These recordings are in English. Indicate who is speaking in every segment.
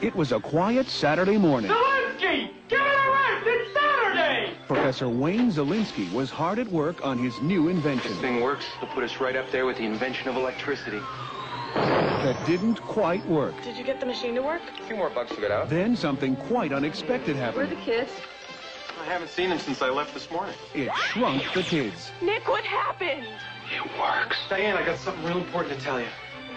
Speaker 1: It was a quiet Saturday morning.
Speaker 2: Zelensky, give it a rest. It's Saturday.
Speaker 1: Professor Wayne Zelinsky was hard at work on his new invention
Speaker 3: This thing works, it'll put us right up there with the invention of electricity.
Speaker 1: that didn't quite work.
Speaker 4: Did you get the machine to work?
Speaker 3: A few more bucks to get out.
Speaker 1: Then something quite unexpected
Speaker 5: Where are
Speaker 1: happened.
Speaker 5: the kids?
Speaker 3: I haven't seen him since I left this morning.
Speaker 1: It shrunk the kids.
Speaker 4: Nick, what happened?
Speaker 3: It works. Diane, I got something real important to tell you.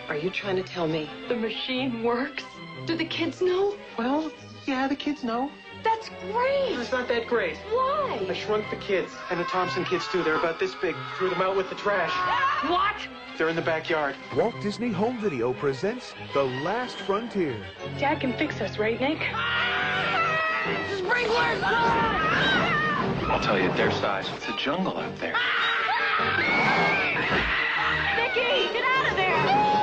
Speaker 5: Are you trying to tell me?
Speaker 4: The machine works. Do the kids know?
Speaker 3: Well, yeah, the kids know.
Speaker 4: That's great.
Speaker 3: It's not that great. I
Speaker 4: Why?
Speaker 3: shrunk the kids, and the Thompson kids too. They're about this big. Threw them out with the trash.
Speaker 4: What?
Speaker 3: They're in the backyard.
Speaker 6: Walt Disney Home Video presents The Last Frontier.
Speaker 4: Dad can fix us, right, Nick? Sprinklers!
Speaker 3: I'll tell you, their size. It's a jungle out there.
Speaker 4: Nicky, get out of there!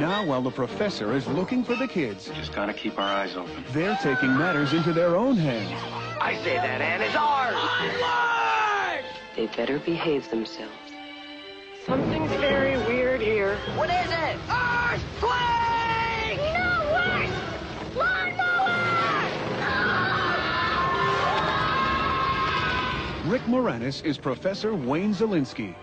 Speaker 1: Now, while the professor is looking for the kids,
Speaker 3: Just gotta keep our eyes open.
Speaker 1: they're taking matters into their own hands.
Speaker 5: They better behave themselves.
Speaker 4: Something's very weird here.
Speaker 1: Rick Moranis is Professor Wayne Zelinsky.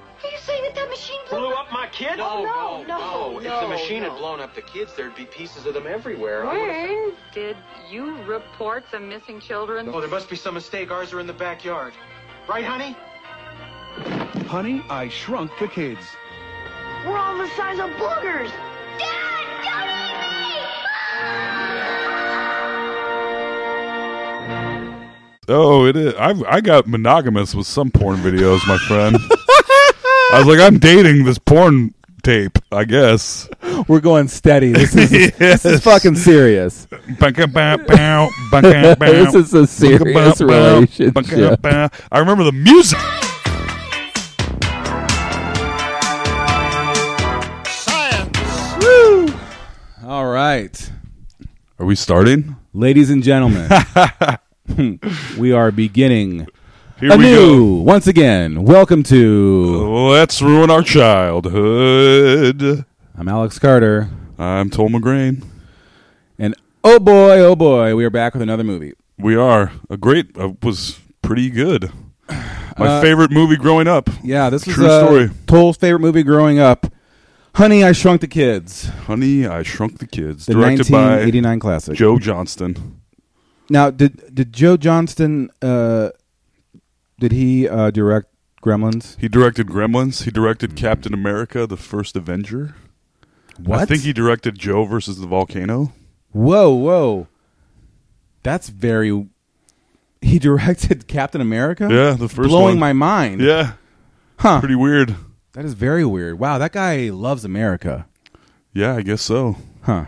Speaker 3: Blew up my kid?
Speaker 4: Oh, no, no,
Speaker 3: If the machine had blown up the kids, there'd be pieces of them everywhere. I would've-
Speaker 5: Wayne, did you report some missing children?
Speaker 3: Oh, there must be some mistake. Ours are in the backyard. Right, honey?
Speaker 1: Honey, I shrunk the kids.
Speaker 4: We're all the size of boogers.
Speaker 3: Ah!
Speaker 7: Oh, it is. I I got monogamous with some porn videos, my friend. I was like, I'm dating this porn tape, I guess.
Speaker 8: We're going steady. This is this is
Speaker 7: Yes.
Speaker 8: fucking serious.
Speaker 7: Ba-ka-ba-pow, ba-ka-bow,
Speaker 8: This is a serious
Speaker 7: ba-ka-ba-bow,
Speaker 8: relationship.
Speaker 7: ba-ka-ba. I remember the music.
Speaker 8: All right,
Speaker 7: Are we starting?
Speaker 8: ladies and gentlemen, we are beginning
Speaker 7: Here
Speaker 8: anew once again. Welcome
Speaker 7: go.
Speaker 8: to.
Speaker 7: Let's ruin our childhood.
Speaker 8: I'm Alex Carter,
Speaker 7: I'm Tom McGrain.
Speaker 8: and oh boy, oh boy, we are back with another movie.
Speaker 7: We are a great. Uh, was pretty good. My favorite movie growing up.
Speaker 8: Uh, Yeah, this was
Speaker 7: True
Speaker 8: uh,
Speaker 7: story.
Speaker 8: Toll's favorite movie growing up. Honey, I Shrunk the Kids,
Speaker 7: Honey, I Shrunk the Kids,
Speaker 8: the
Speaker 7: directed by
Speaker 8: 1989 classic.
Speaker 7: Joe Johnston.
Speaker 8: Now, did did Joe Johnston? Uh, did he uh, direct Gremlins?
Speaker 7: He directed Gremlins. He directed Captain America: The First Avenger. I think he directed Joe versus the volcano.
Speaker 8: Whoa, whoa. That's very. He directed Captain America.
Speaker 7: Yeah, the first one.
Speaker 8: blowing my mind.
Speaker 7: Yeah,
Speaker 8: Huh.
Speaker 7: pretty weird.
Speaker 8: That is very weird. Wow, that guy loves America.
Speaker 7: Yeah, I guess so.
Speaker 8: Huh.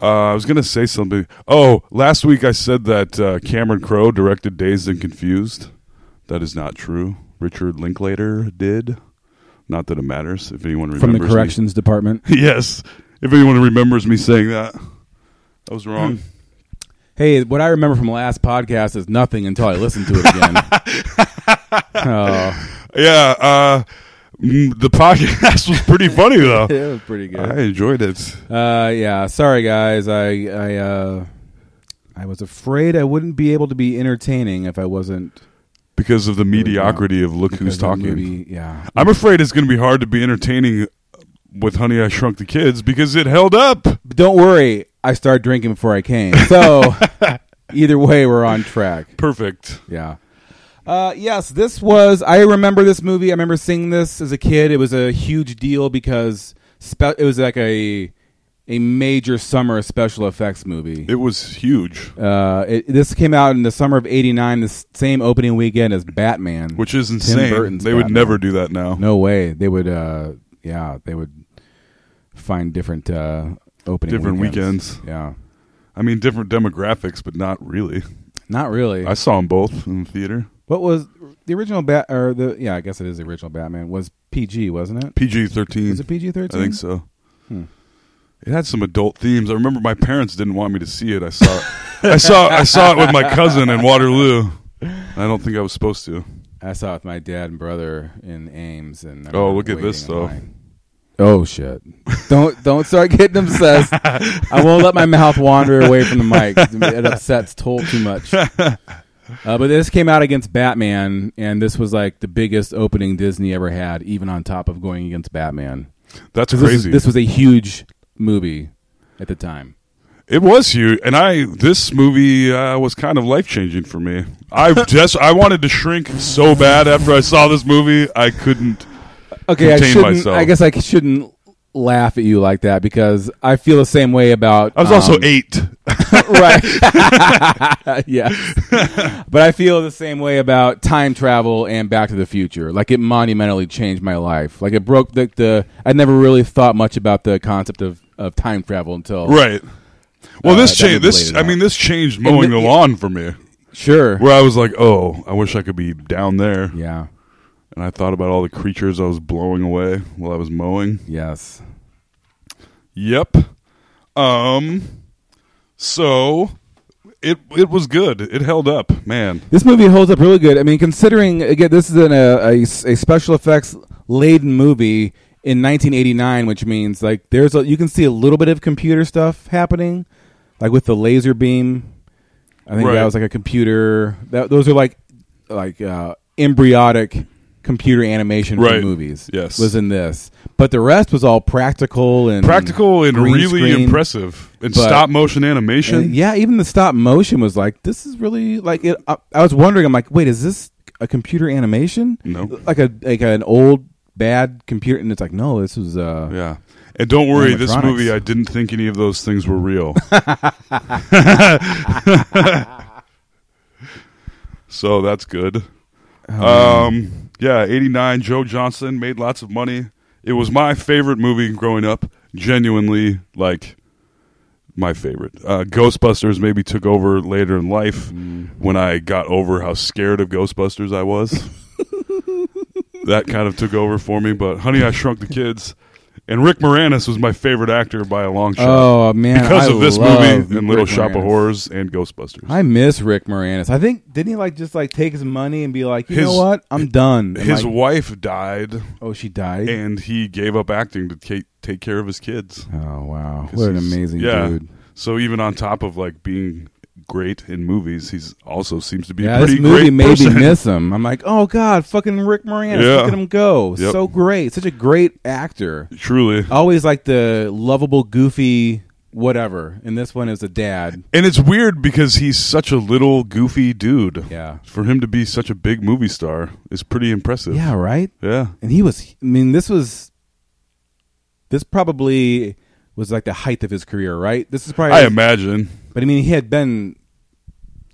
Speaker 7: Uh, I was gonna say something. Oh, last week I said that uh, Cameron Crowe directed Dazed and Confused. That is not true. Richard Linklater did. Not that it matters if anyone remembers.
Speaker 8: From the
Speaker 7: me.
Speaker 8: corrections department.
Speaker 7: yes, if anyone remembers me saying that, I was
Speaker 8: Hmm.
Speaker 7: wrong.
Speaker 8: Hey, what I remember from last podcast is nothing until I listen to it again. oh,
Speaker 7: yeah, uh, mm, the podcast was pretty funny though.
Speaker 8: it was pretty
Speaker 7: I
Speaker 8: good.
Speaker 7: enjoyed it.
Speaker 8: Uh, yeah, sorry guys. I I uh, I was afraid I wouldn't be able to be entertaining if I wasn't.
Speaker 7: because of the mediocrity of look
Speaker 8: because
Speaker 7: who's
Speaker 8: the
Speaker 7: talking.
Speaker 8: movie- yeah,
Speaker 7: I'm afraid it's going to be hard to be entertaining with Honey I Shrunk the Kids because it held up.
Speaker 8: But don't worry, I started drinking before I came. So either way, we're on track.
Speaker 7: Perfect.
Speaker 8: Yeah. Uh, yes, this was. I remember this movie. I remember seeing this as a kid. It was a huge deal because spe- it was like a a major summer special effects movie.
Speaker 7: It was huge,
Speaker 8: uh, it, this came out in the summer of '89, the s- same opening weekend as Batman,
Speaker 7: which is
Speaker 8: Tim
Speaker 7: insane.
Speaker 8: Burton's
Speaker 7: They would
Speaker 8: Batman.
Speaker 7: never do that now.
Speaker 8: No way. They would. Uh, yeah, they would find different uh, opening
Speaker 7: Different
Speaker 8: weekends.
Speaker 7: weekends.
Speaker 8: Yeah,
Speaker 7: I mean, different demographics, but not really.
Speaker 8: not really.
Speaker 7: I saw them both in the theater.
Speaker 8: What was the original bat or the yeah, I guess it is the original Batman was PG, wasn't it?
Speaker 7: PG 13.
Speaker 8: Was it PG-13?
Speaker 7: I think so.
Speaker 8: Hmm.
Speaker 7: It had some adult themes. I remember my parents didn't want me to see it. I saw it. I saw I saw it with my cousin in Waterloo. I don't think I was supposed to.
Speaker 8: I saw it with my dad and brother in Ames, and I
Speaker 7: Oh,
Speaker 8: remember
Speaker 7: look at
Speaker 8: waiting
Speaker 7: this,
Speaker 8: in
Speaker 7: though.
Speaker 8: line. Oh shit! Don't don't start getting obsessed. I won't let my mouth wander away from the mic. It upsets Toll too much. Uh, but this came out against Batman, and this was like the biggest opening Disney ever had, even on top of going against Batman.
Speaker 7: That's
Speaker 8: 'Cause this is-
Speaker 7: crazy.
Speaker 8: This, was a huge movie at the time.
Speaker 7: It was huge, and I this movie uh, was kind of life changing for me. I just I wanted to shrink so bad after I saw this movie, I couldn't.
Speaker 8: Okay, I
Speaker 7: Contain
Speaker 8: shouldn't.
Speaker 7: myself.
Speaker 8: I guess I shouldn't laugh at you like that because I feel the same way about.
Speaker 7: I was also
Speaker 8: um,
Speaker 7: eight.
Speaker 8: right. yeah. but I feel the same way about time travel and Back to the Future. Like it monumentally changed my life. Like it broke the, the I never really thought much about the concept of, of time travel until
Speaker 7: right. Well,
Speaker 8: Uh,
Speaker 7: this
Speaker 8: that
Speaker 7: changed.
Speaker 8: was
Speaker 7: This
Speaker 8: later
Speaker 7: I
Speaker 8: on.
Speaker 7: mean, this changed mowing
Speaker 8: the-
Speaker 7: the lawn for me,
Speaker 8: Sure.
Speaker 7: where I was like, oh, I wish I could be down there.
Speaker 8: Yeah.
Speaker 7: And I thought about all the creatures I was blowing away while I was mowing.
Speaker 8: Yes.
Speaker 7: Yep. Um. So it it was good. It held up, man.
Speaker 8: This movie holds up really good. I mean, considering again, this is an, a, a s- a special effects laden movie in 1989, which means like there's a, you can see a little bit of computer stuff happening, like with the laser beam. I think
Speaker 7: Right.
Speaker 8: that was like a computer. That those are like like uh, embryotic computer animation for
Speaker 7: Right.
Speaker 8: movies.
Speaker 7: Yes.
Speaker 8: was in this, but the rest was all practical and
Speaker 7: Practical and
Speaker 8: green
Speaker 7: really
Speaker 8: screen.
Speaker 7: impressive. And
Speaker 8: but-
Speaker 7: stop motion animation.
Speaker 8: And yeah, even the stop motion was like, this is really like it. I, I was wondering, I'm like, wait, is this a computer animation?
Speaker 7: No.
Speaker 8: like a like an old bad computer, and it's like, no, this was uh,
Speaker 7: Yeah. And don't worry, this
Speaker 8: Animatronics.
Speaker 7: movie, I didn't think any of those things were real. so that's good. Um, yeah, 89, Joe Johnson made lots of money. It was my favorite movie growing up. Genuinely, like, my favorite. Uh, Ghostbusters maybe took over later in life
Speaker 8: Mm.
Speaker 7: when I got over how scared of Ghostbusters I was. that kind of took over for me. But Honey, I Shrunk the Kids, and Rick Moranis was my favorite actor by a long shot
Speaker 8: oh man,
Speaker 7: because
Speaker 8: I
Speaker 7: of this
Speaker 8: love
Speaker 7: movie and Little
Speaker 8: Rick
Speaker 7: Shop of
Speaker 8: Moranis.
Speaker 7: Horrors and Ghostbusters.
Speaker 8: I miss Rick Moranis. I think didn't he like just like take his money and be like, you know
Speaker 7: His-
Speaker 8: what, I'm done. And,
Speaker 7: His
Speaker 8: like,
Speaker 7: wife died,
Speaker 8: oh, she died.
Speaker 7: and he gave up acting to take take care of his kids.
Speaker 8: oh wow,
Speaker 7: 'Cause
Speaker 8: what an
Speaker 7: he's-
Speaker 8: amazing
Speaker 7: yeah.
Speaker 8: dude.
Speaker 7: So even on top of like being great in movies, he's also seems to be
Speaker 8: Yeah,
Speaker 7: a pretty
Speaker 8: this movie
Speaker 7: great
Speaker 8: made
Speaker 7: person.
Speaker 8: me miss him. I'm like, oh god, fucking Rick Moranis,
Speaker 7: Yeah.
Speaker 8: look at him go,
Speaker 7: Yep.
Speaker 8: so great, such a great actor.
Speaker 7: Truly,
Speaker 8: always like the lovable, goofy, whatever. And this one is a dad.
Speaker 7: And it's weird because he's such a little goofy dude.
Speaker 8: Yeah.
Speaker 7: For him to be such a big movie star is pretty impressive.
Speaker 8: Yeah, right.
Speaker 7: Yeah.
Speaker 8: And he was. I mean, this was. This probably was like the height of his career, right? This is probably.
Speaker 7: I imagine.
Speaker 8: But I mean, he had been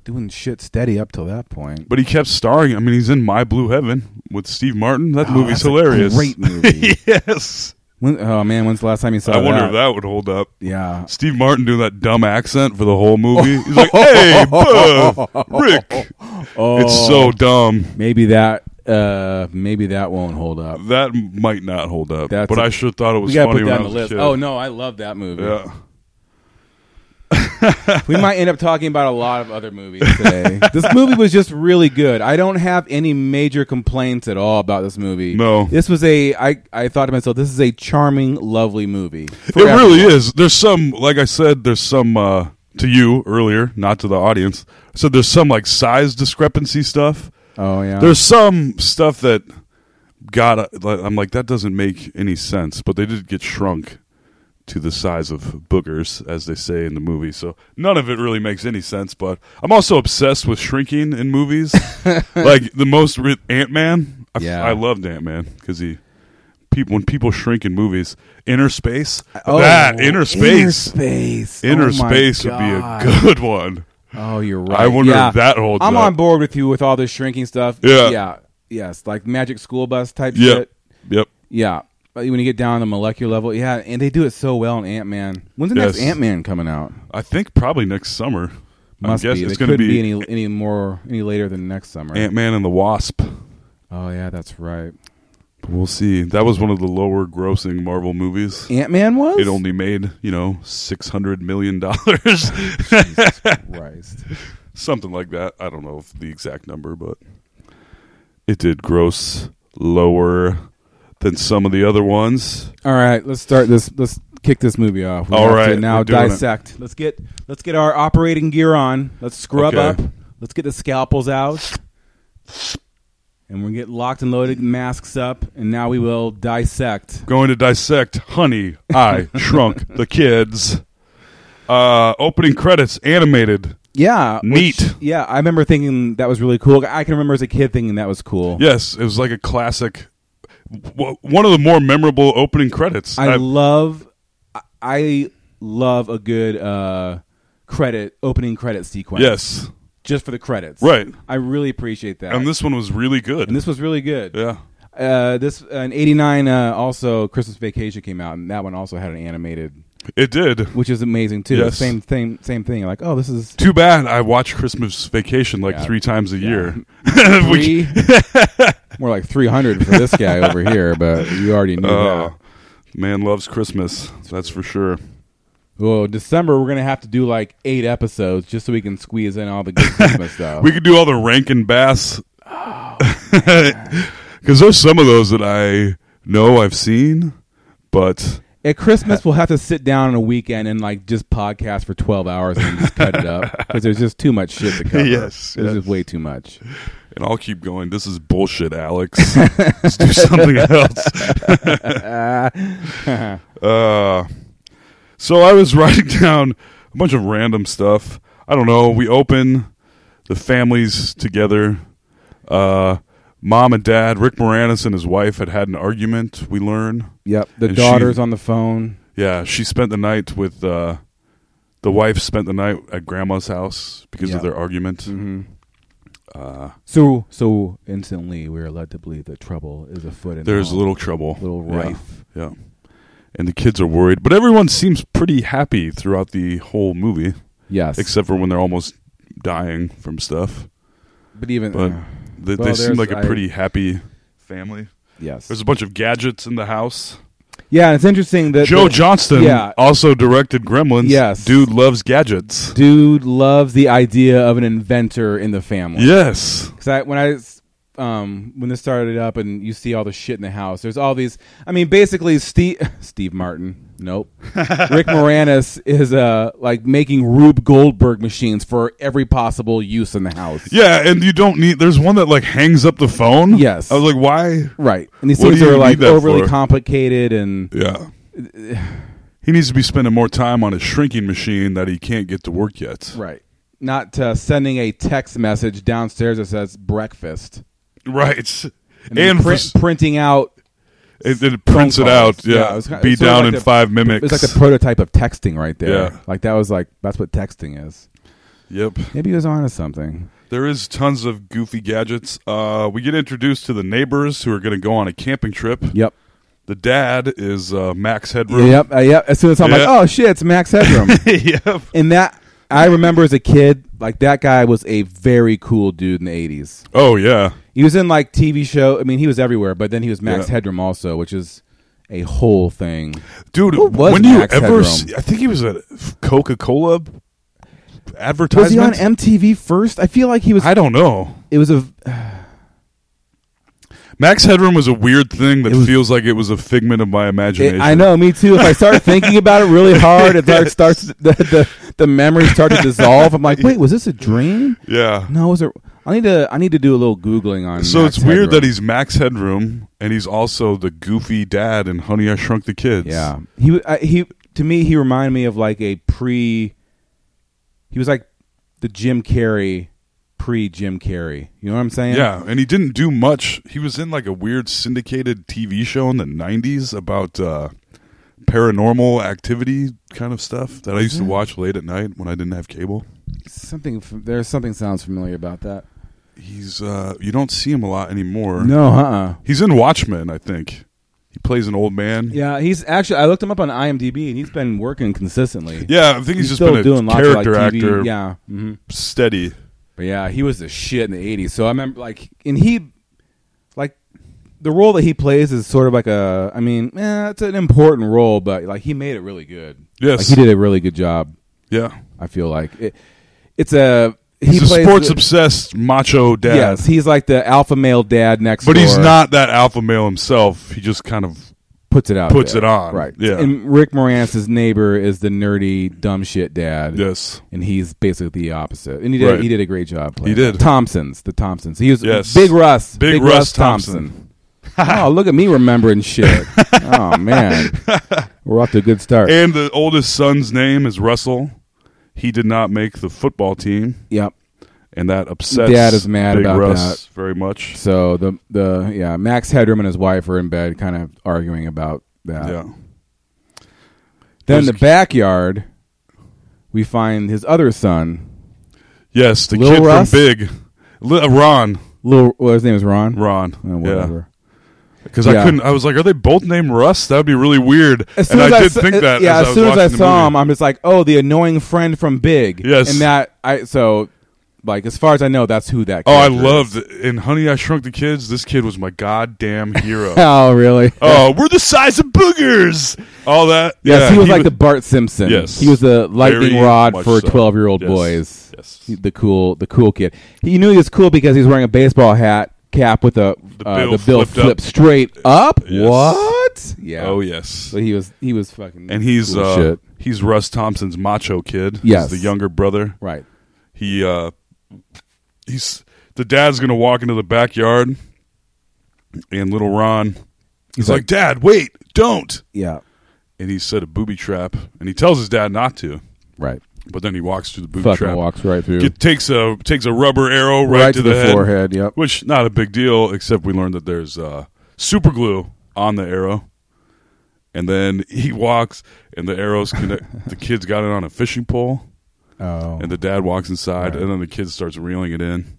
Speaker 8: doing shit steady up till that point.
Speaker 7: But he kept starring. I mean, he's in My Blue Heaven with Steve Martin. That
Speaker 8: Oh,
Speaker 7: movie's
Speaker 8: that's a
Speaker 7: hilarious.
Speaker 8: great movie.
Speaker 7: yes.
Speaker 8: When, oh man, when's the last time you saw
Speaker 7: I wonder
Speaker 8: that?
Speaker 7: if that would hold up.
Speaker 8: Yeah.
Speaker 7: Steve Martin doing that dumb accent for the whole movie. He's like, "Hey, bud, Rick."
Speaker 8: Oh,
Speaker 7: It's so dumb.
Speaker 8: maybe that. Uh, maybe that won't hold up.
Speaker 7: That might not hold up.
Speaker 8: That's
Speaker 7: but
Speaker 8: a-
Speaker 7: I sure thought it was
Speaker 8: We gotta
Speaker 7: funny
Speaker 8: put
Speaker 7: when
Speaker 8: that
Speaker 7: I
Speaker 8: on the
Speaker 7: was
Speaker 8: list.
Speaker 7: a kid.
Speaker 8: Oh no, I love that movie.
Speaker 7: Yeah.
Speaker 8: we might end up talking about a lot of other movies today. this movie was just really good. I don't have any major complaints at all about this movie.
Speaker 7: No.
Speaker 8: This was a I I thought to myself this is a charming, lovely movie. For
Speaker 7: It really
Speaker 8: everyone.
Speaker 7: is. There's some, like I said, there's some uh, to you earlier, not to the audience. So there's some like size discrepancy stuff.
Speaker 8: Oh yeah.
Speaker 7: There's some stuff that got. uh, like, I'm like that doesn't make any sense, but they did get shrunk to the size of boogers, as they say in the movie. So none of it really makes any sense. But I'm also obsessed with shrinking in movies. like the most re- Ant Man. I, f-
Speaker 8: Yeah.
Speaker 7: I loved Ant Man because he. People, when people shrink in movies, inner space.
Speaker 8: oh,
Speaker 7: that inner
Speaker 8: Inner
Speaker 7: space.
Speaker 8: space.
Speaker 7: Inner
Speaker 8: Oh, my
Speaker 7: space would be a
Speaker 8: God.
Speaker 7: good one.
Speaker 8: Oh, you're right.
Speaker 7: I wonder if
Speaker 8: Yeah.
Speaker 7: that holds
Speaker 8: I'm
Speaker 7: up.
Speaker 8: on board with you with all this shrinking stuff.
Speaker 7: Yeah.
Speaker 8: Yeah. Yes, like Magic School Bus type
Speaker 7: Yep.
Speaker 8: shit.
Speaker 7: Yep.
Speaker 8: Yeah. But When you get down on the molecular level, yeah, and they do it so well in Ant Man. When's the next
Speaker 7: Yes.
Speaker 8: Ant Man coming out?
Speaker 7: I think probably next summer.
Speaker 8: Must
Speaker 7: I guess
Speaker 8: be.
Speaker 7: it's
Speaker 8: It
Speaker 7: going to
Speaker 8: couldn't
Speaker 7: be,
Speaker 8: be, any any more any later than next summer.
Speaker 7: Ant Man and the Wasp.
Speaker 8: oh yeah, that's right.
Speaker 7: But we'll see. That was one of the lower grossing Marvel movies.
Speaker 8: Ant Man was
Speaker 7: It only made, you know, six hundred million dollars.
Speaker 8: Christ.
Speaker 7: Something like that. I don't know if the exact number, but It did gross lower than some of the other ones.
Speaker 8: All right, let's start this. Let's kick this movie off. We
Speaker 7: All
Speaker 8: have to
Speaker 7: right,
Speaker 8: now
Speaker 7: we're doing it.
Speaker 8: dissect. Let's get let's get our operating gear on. Let's scrub
Speaker 7: Okay.
Speaker 8: up. Let's get the scalpels out, and we get locked and loaded, masks up, and now we will dissect.
Speaker 7: Going to dissect Honey, I Shrunk the Kids. Uh, opening credits animated.
Speaker 8: Yeah,
Speaker 7: Neat.
Speaker 8: which- yeah, I remember thinking that was really cool. I can remember as a kid thinking that was cool.
Speaker 7: Yes, it was like a classic. W- one of the more memorable opening credits.
Speaker 8: I
Speaker 7: I've-
Speaker 8: love, I- I love a good uh, credit opening credit sequence.
Speaker 7: yes,
Speaker 8: just for the credits.
Speaker 7: Right.
Speaker 8: I really appreciate that.
Speaker 7: and this one was really good.
Speaker 8: And this was really good.
Speaker 7: yeah,
Speaker 8: Uh, this in '89 uh, also Christmas Vacation came out, and that one also had an animated,
Speaker 7: it did.
Speaker 8: which is amazing too.
Speaker 7: Yes.
Speaker 8: Same thing, same thing. Like, oh, this is
Speaker 7: Too bad I watch Christmas Vacation like
Speaker 8: Yeah.
Speaker 7: three times a year.
Speaker 8: three, more like 300 for this guy over here. But you already knew
Speaker 7: Uh,
Speaker 8: that.
Speaker 7: man loves Christmas. That's for sure.
Speaker 8: Well, December we're gonna have to do like eight episodes just so we can squeeze in all the good Christmas stuff.
Speaker 7: We could do all the Rankin Bass.
Speaker 8: Oh,
Speaker 7: Because there's some of those that I know I've seen, but
Speaker 8: At Christmas, we'll have to sit down on a weekend and like just podcast for twelve hours and just cut it up because there's just too much shit to cover.
Speaker 7: Yes,
Speaker 8: this
Speaker 7: yes.
Speaker 8: is way too much.
Speaker 7: and I'll keep going. This is bullshit, Alex. Let's do something else. uh, so I was writing down a bunch of random stuff. I don't know. We open the families together. Uh, mom and dad, Rick Moranis and his wife had had an argument. We learn.
Speaker 8: Yep, the
Speaker 7: And she-
Speaker 8: daughter's on the phone.
Speaker 7: Yeah, she spent the night with uh, the wife. Spent the night at grandma's house because
Speaker 8: Yeah. Mm-hmm.
Speaker 7: of their argument.
Speaker 8: So, so instantly, we are led to believe that trouble is afoot. And
Speaker 7: There's a
Speaker 8: all.
Speaker 7: little trouble,
Speaker 8: little
Speaker 7: Yeah,
Speaker 8: rife.
Speaker 7: Yeah. and the kids are worried, but everyone seems pretty happy throughout the whole movie,
Speaker 8: yes,
Speaker 7: except for when they're almost dying from stuff.
Speaker 8: but even
Speaker 7: But
Speaker 8: uh,
Speaker 7: they,
Speaker 8: Well,
Speaker 7: they seem
Speaker 8: there's-
Speaker 7: like a
Speaker 8: I-
Speaker 7: pretty happy family.
Speaker 8: yes,
Speaker 7: There's a bunch of gadgets in the house.
Speaker 8: yeah, it's interesting that
Speaker 7: Joe
Speaker 8: the
Speaker 7: Johnston
Speaker 8: yeah.
Speaker 7: also directed Gremlins.
Speaker 8: Yes.
Speaker 7: dude loves gadgets.
Speaker 8: dude loves the idea of an inventor in the family.
Speaker 7: Yes,
Speaker 8: Because I, when I, s- um, when this started up, and you see all the shit in the house, there's all these. I mean, basically, Steve Steve Martin. Nope. Rick Moranis is uh like making Rube Goldberg machines for every possible use in the house.
Speaker 7: Yeah, and you don't need. There's one that like hangs up the phone.
Speaker 8: Yes.
Speaker 7: I was like, why?
Speaker 8: Right. And these
Speaker 7: What
Speaker 8: things
Speaker 7: do you
Speaker 8: are like
Speaker 7: need that
Speaker 8: overly
Speaker 7: for?
Speaker 8: complicated and
Speaker 7: Yeah. He needs to be spending more time on his shrinking machine that he can't get to work yet.
Speaker 8: right. Not uh, sending a text message downstairs that says breakfast
Speaker 7: Right. And,
Speaker 8: then
Speaker 7: for
Speaker 8: print-
Speaker 7: s-
Speaker 8: printing out.
Speaker 7: it, it prints
Speaker 8: phone
Speaker 7: it
Speaker 8: calls.
Speaker 7: out. Yeah.
Speaker 8: it was kinda-
Speaker 7: be
Speaker 8: it's sort of
Speaker 7: down
Speaker 8: like
Speaker 7: in
Speaker 8: the-
Speaker 7: five minutes.
Speaker 8: It's like the prototype of texting right there.
Speaker 7: Yeah.
Speaker 8: Like that was like that's what texting is.
Speaker 7: yep.
Speaker 8: Maybe he was onto something.
Speaker 7: There is tons of goofy gadgets. Uh, we get introduced to the neighbors who are going to go on a camping trip.
Speaker 8: Yep.
Speaker 7: The dad is uh, Max Headroom.
Speaker 8: Yep. Uh, yep. As soon as I'm
Speaker 7: Yeah.
Speaker 8: like, oh shit, it's Max Headroom.
Speaker 7: yep.
Speaker 8: and that I remember as a kid, like that guy was a very cool dude in the '80s.
Speaker 7: Oh yeah.
Speaker 8: He was in like TV show. I mean, he was everywhere, but then he was Max
Speaker 7: Yeah.
Speaker 8: Headroom also, which is a whole thing.
Speaker 7: Dude,
Speaker 8: Who was
Speaker 7: when do you
Speaker 8: Max
Speaker 7: ever?
Speaker 8: Headroom?
Speaker 7: See, I think he was a Coca Cola advertisement.
Speaker 8: Was he on MTV first? I feel like he was.
Speaker 7: I don't know.
Speaker 8: it was a.
Speaker 7: Max Headroom was a weird thing that
Speaker 8: It was-
Speaker 7: feels like it was a figment of my
Speaker 8: it-
Speaker 7: imagination.
Speaker 8: I know, me too. If I start thinking about it really hard, it starts, starts the, the the memories start to dissolve. I'm like, wait, was this a dream?
Speaker 7: Yeah.
Speaker 8: No, was it? I need to I need to do a little googling on.
Speaker 7: So
Speaker 8: Max
Speaker 7: it's weird
Speaker 8: Headroom.
Speaker 7: that he's Max Headroom and he's also the goofy dad in Honey I Shrunk the Kids.
Speaker 8: Yeah, he w- I, he to me he reminded me of like a pre. He was like the Jim Carrey, pre Jim Carrey. You know what I'm saying?
Speaker 7: Yeah, and he didn't do much. He was in like a weird syndicated TV show in the 90s about uh, paranormal activity kind of stuff that I used to watch late at night when I didn't have cable.
Speaker 8: Something f- there's something sounds familiar about that.
Speaker 7: He's uh, you don't see him a lot anymore.
Speaker 8: No, uh. uh
Speaker 7: He's in Watchmen, I think. He plays an old man.
Speaker 8: Yeah, he's actually. I looked him up on IMDb, and he's been working consistently.
Speaker 7: Yeah, I think he's, just
Speaker 8: still
Speaker 7: been a
Speaker 8: doing lots
Speaker 7: character
Speaker 8: of like TV.
Speaker 7: actor.
Speaker 8: Yeah, hmm
Speaker 7: Steady.
Speaker 8: but yeah, he was the shit in the '80s. So I remember, like, and he, like, the role that he plays is sort of like a. I mean, eh, it's an important role, but like he made it really good.
Speaker 7: Yes.
Speaker 8: Like, he did a really good job.
Speaker 7: Yeah.
Speaker 8: I feel like it, it's a
Speaker 7: He's
Speaker 8: he
Speaker 7: a
Speaker 8: plays
Speaker 7: sports
Speaker 8: the-
Speaker 7: obsessed macho dad.
Speaker 8: Yes, he's like the alpha male dad next.
Speaker 7: but he's
Speaker 8: door,
Speaker 7: not that alpha male himself. He just kind of
Speaker 8: puts it out.
Speaker 7: puts
Speaker 8: there.
Speaker 7: it on.
Speaker 8: Right.
Speaker 7: Yeah.
Speaker 8: And Rick Moranis' neighbor is the nerdy dumb shit dad.
Speaker 7: yes.
Speaker 8: And he's basically the opposite. And he did
Speaker 7: Right.
Speaker 8: he did a great job. Playing
Speaker 7: He did.
Speaker 8: that. Thompsons, the Thompsons. He was
Speaker 7: Yes.
Speaker 8: Big Russ,
Speaker 7: Big Russ
Speaker 8: Thompson. oh, look at me remembering shit. oh man, we're off to a good start.
Speaker 7: And the oldest son's name is Russell. He did not make the football team,
Speaker 8: yep.
Speaker 7: and that upsets
Speaker 8: Dad is mad
Speaker 7: Big
Speaker 8: about
Speaker 7: Russ very much.
Speaker 8: So the the yeah Max Headroom and his wife are in bed, kind of arguing about that.
Speaker 7: yeah.
Speaker 8: Then in the backyard, we find his other son,
Speaker 7: Yes, the
Speaker 8: Lil
Speaker 7: kid
Speaker 8: Russ?
Speaker 7: from Big, Li- uh, Ron.
Speaker 8: little. Well, his name is Ron.
Speaker 7: Ron.
Speaker 8: Oh, whatever.
Speaker 7: Because
Speaker 8: Yeah.
Speaker 7: I couldn't. I was like, are they both named Russ? That would be really weird.
Speaker 8: As soon
Speaker 7: and
Speaker 8: as
Speaker 7: I did
Speaker 8: sa-
Speaker 7: think that.
Speaker 8: Yeah,
Speaker 7: as,
Speaker 8: soon
Speaker 7: I was
Speaker 8: as I
Speaker 7: watching the
Speaker 8: saw him,
Speaker 7: movie.
Speaker 8: I'm just like, oh, the annoying friend from Big.
Speaker 7: Yes.
Speaker 8: and that I so like as far as I know, that's who that.
Speaker 7: Oh, I
Speaker 8: character
Speaker 7: loved in Honey I Shrunk the Kids. This kid was my goddamn hero.
Speaker 8: is. Oh, really?
Speaker 7: oh, we're the size of boogers. All that.
Speaker 8: Yes,
Speaker 7: yeah,
Speaker 8: he was like the
Speaker 7: wa-
Speaker 8: Bart Simpson.
Speaker 7: Yes.
Speaker 8: he was the lightning
Speaker 7: Very
Speaker 8: rod
Speaker 7: much
Speaker 8: for
Speaker 7: so.
Speaker 8: twelve year old
Speaker 7: Yes.
Speaker 8: boys.
Speaker 7: Yes.
Speaker 8: He- the cool, the cool kid. He knew he was cool because he was wearing a baseball hat cap with a
Speaker 7: The
Speaker 8: uh,
Speaker 7: bill
Speaker 8: the bill
Speaker 7: flipped up.
Speaker 8: flipped straight up.
Speaker 7: Yes.
Speaker 8: What? Yeah.
Speaker 7: Oh yes.
Speaker 8: So he was he was fucking
Speaker 7: And he's
Speaker 8: cool
Speaker 7: uh,
Speaker 8: shit.
Speaker 7: he's Russ Thompson's macho kid.
Speaker 8: Yes.
Speaker 7: He's the younger brother.
Speaker 8: right.
Speaker 7: He uh, he's the dad's gonna walk into the backyard, and little Ron, he's, like,
Speaker 8: like-
Speaker 7: Dad, wait, don't.
Speaker 8: Yeah.
Speaker 7: And he set a booby trap, and he tells his dad not to.
Speaker 8: Right.
Speaker 7: But then he walks through the booby
Speaker 8: Fucking
Speaker 7: trap.
Speaker 8: walks right through.
Speaker 7: Get- takes a takes a rubber arrow right,
Speaker 8: Right to the
Speaker 7: head,
Speaker 8: forehead, yep.
Speaker 7: Which not a big deal, except we learned that there's uh, super glue on the arrow. And then he walks, and the arrows connect. the kid's got it on a fishing pole,
Speaker 8: oh.
Speaker 7: and the dad walks inside, and then the kid starts reeling it in.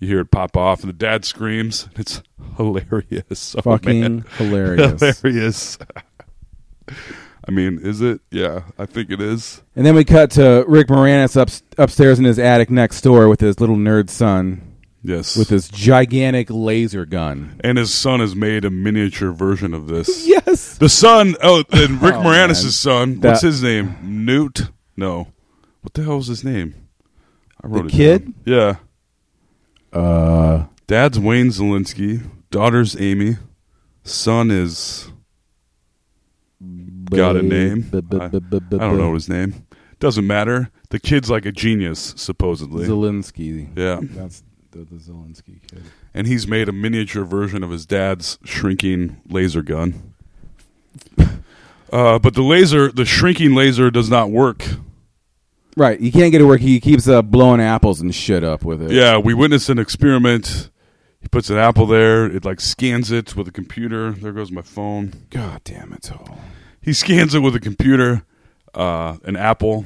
Speaker 7: You hear it pop off, and the dad screams. It's hilarious. Oh,
Speaker 8: fucking
Speaker 7: man.
Speaker 8: hilarious.
Speaker 7: hilarious. I mean, is it? Yeah, I think it is.
Speaker 8: And then we cut to Rick Moranis up, upstairs in his attic next door with his little nerd son
Speaker 7: Yes.
Speaker 8: with his gigantic laser gun.
Speaker 7: and his son has made a miniature version of this.
Speaker 8: Yes.
Speaker 7: The son, oh, and Rick
Speaker 8: Oh,
Speaker 7: Moranis'
Speaker 8: man.
Speaker 7: son. What's
Speaker 8: That-
Speaker 7: his name? Newt? No. What the hell was his name? I wrote
Speaker 8: The
Speaker 7: it down.
Speaker 8: kid?
Speaker 7: Yeah.
Speaker 8: Uh,
Speaker 7: Dad's Wayne Zelinsky. Daughter's Amy. Son is got a name. I, I don't know his name. Doesn't matter. The kid's like a genius, supposedly.
Speaker 8: Zelensky.
Speaker 7: yeah.
Speaker 8: That's the, the Zelensky kid.
Speaker 7: And he's made a miniature version of his dad's shrinking laser gun. Uh, but the laser, the shrinking laser, does not work.
Speaker 8: Right. He can't get it work. He keeps uh, blowing apples and shit up with it.
Speaker 7: Yeah, we witnessed an experiment. He puts an apple there. It like scans it with a computer. There goes my phone.
Speaker 8: God damn it all.
Speaker 7: He scans it with a computer, uh, an apple,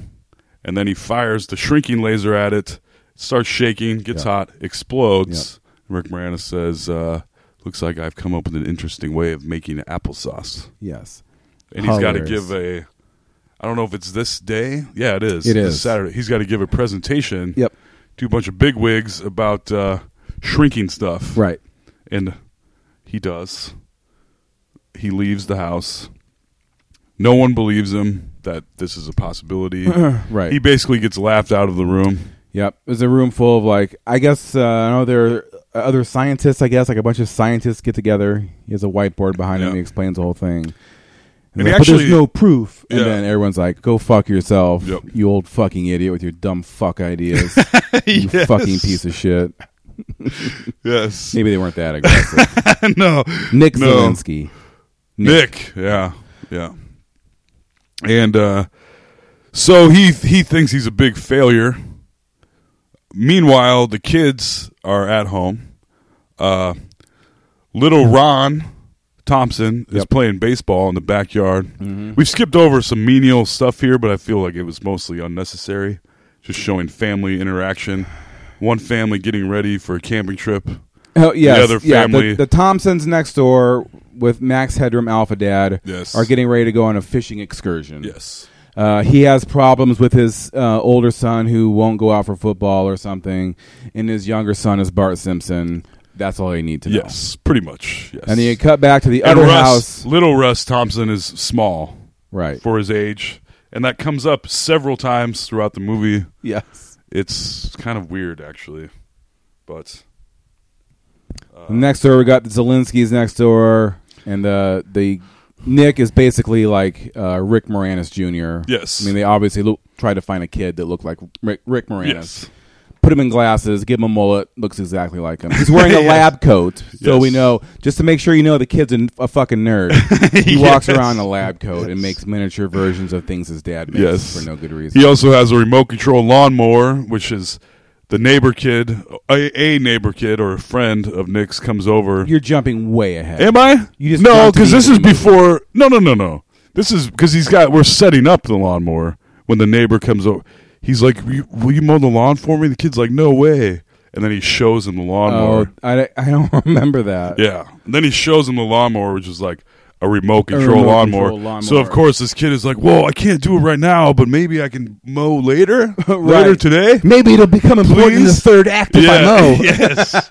Speaker 7: and then he fires the shrinking laser at it. Starts shaking, gets
Speaker 8: Yeah.
Speaker 7: hot, explodes. Rick Moranis says, uh, "Looks like I've come up with an interesting way of making applesauce."
Speaker 8: Yes.
Speaker 7: and he's got to
Speaker 8: Hilarious.
Speaker 7: give a I don't know if it's this day. Yeah, it is.
Speaker 8: It
Speaker 7: It's
Speaker 8: is.
Speaker 7: Saturday. He's got to give a presentation
Speaker 8: Yep.
Speaker 7: to a bunch of bigwigs about uh, shrinking stuff.
Speaker 8: Right.
Speaker 7: And he does. He leaves the house. No one believes him that this is a possibility.
Speaker 8: Right.
Speaker 7: He basically gets laughed out of the room.
Speaker 8: Yep, it was a room full of like I guess uh, I know there are other scientists. I guess like a bunch of scientists get together. He has a whiteboard behind him.
Speaker 7: Yeah.
Speaker 8: He explains the whole thing. And
Speaker 7: And
Speaker 8: they're
Speaker 7: he
Speaker 8: like, but there's
Speaker 7: actually-
Speaker 8: no proof. And
Speaker 7: Yeah.
Speaker 8: then everyone's like, "Go fuck yourself,
Speaker 7: Yep.
Speaker 8: you old fucking idiot with your dumb fuck ideas, you
Speaker 7: Yes.
Speaker 8: fucking piece of shit."
Speaker 7: Yes.
Speaker 8: Maybe they weren't that aggressive.
Speaker 7: no.
Speaker 8: Nick
Speaker 7: No.
Speaker 8: Zelensky.
Speaker 7: Nick. Yeah, yeah. And uh, so he he thinks he's a big failure. Meanwhile, the kids are at home. Uh, little Ron Thompson is
Speaker 8: Yep.
Speaker 7: playing baseball in the backyard. We've skipped over some menial stuff here, but I feel like it was mostly unnecessary. Just showing family interaction. One family getting ready for a camping trip.
Speaker 8: Oh, yes,
Speaker 7: other
Speaker 8: yeah,
Speaker 7: family-
Speaker 8: the Thompsons next door with Max Headroom Alpha Dad
Speaker 7: Yes.
Speaker 8: are getting ready to go on a fishing excursion.
Speaker 7: Yes.
Speaker 8: Uh, he has problems with his uh, older son who won't go out for football or something, and his younger son is Bart Simpson. That's all you need to know.
Speaker 7: Yes, pretty much. Yes.
Speaker 8: And then you cut back to the
Speaker 7: and
Speaker 8: other
Speaker 7: Russ,
Speaker 8: house.
Speaker 7: little Russ Thompson is small
Speaker 8: Right.
Speaker 7: for his age, and that comes up several times throughout the movie.
Speaker 8: yes.
Speaker 7: It's kind of weird, actually. But
Speaker 8: next door, we got Zelensky's next door, and the the Nick is basically like uh, Rick Moranis Jr.
Speaker 7: Yes.
Speaker 8: I mean they obviously look, tried to find a kid that looked like Rick, Rick Moranis.
Speaker 7: yes,
Speaker 8: Put him in glasses, give him a mullet, looks exactly like him. He's wearing a lab coat, so
Speaker 7: Yes.
Speaker 8: we know just to make sure you know the kid's an, a fucking nerd. He walks
Speaker 7: Yes.
Speaker 8: around in a lab coat and makes miniature versions of things his dad makes
Speaker 7: yes,
Speaker 8: for no good reason.
Speaker 7: He also has a remote control lawnmower, which is the neighbor kid, a, a neighbor kid or a friend of Nick's comes over.
Speaker 8: You're jumping way ahead.
Speaker 7: Am I?
Speaker 8: You just
Speaker 7: no,
Speaker 8: jumped to
Speaker 7: because
Speaker 8: the
Speaker 7: this
Speaker 8: end
Speaker 7: is
Speaker 8: of the movie.
Speaker 7: before. No, no, no, no. This is because he's got. We're setting up the lawnmower when the neighbor comes over. He's like, "Will you, will you mow the lawn for me?" The kid's like, "No way!" And then he shows him the
Speaker 8: Oh,
Speaker 7: lawnmower.
Speaker 8: I, I don't remember that.
Speaker 7: Yeah. And then he shows him the lawnmower, which is like a remote control,
Speaker 8: remote
Speaker 7: lawnmower.
Speaker 8: control lawnmower.
Speaker 7: So of course this kid is like, "Whoa, I can't do it right now, but maybe I can mow later, later
Speaker 8: Right.
Speaker 7: today."
Speaker 8: Maybe it'll become important in the
Speaker 7: Please?
Speaker 8: third act if I know.
Speaker 7: yes,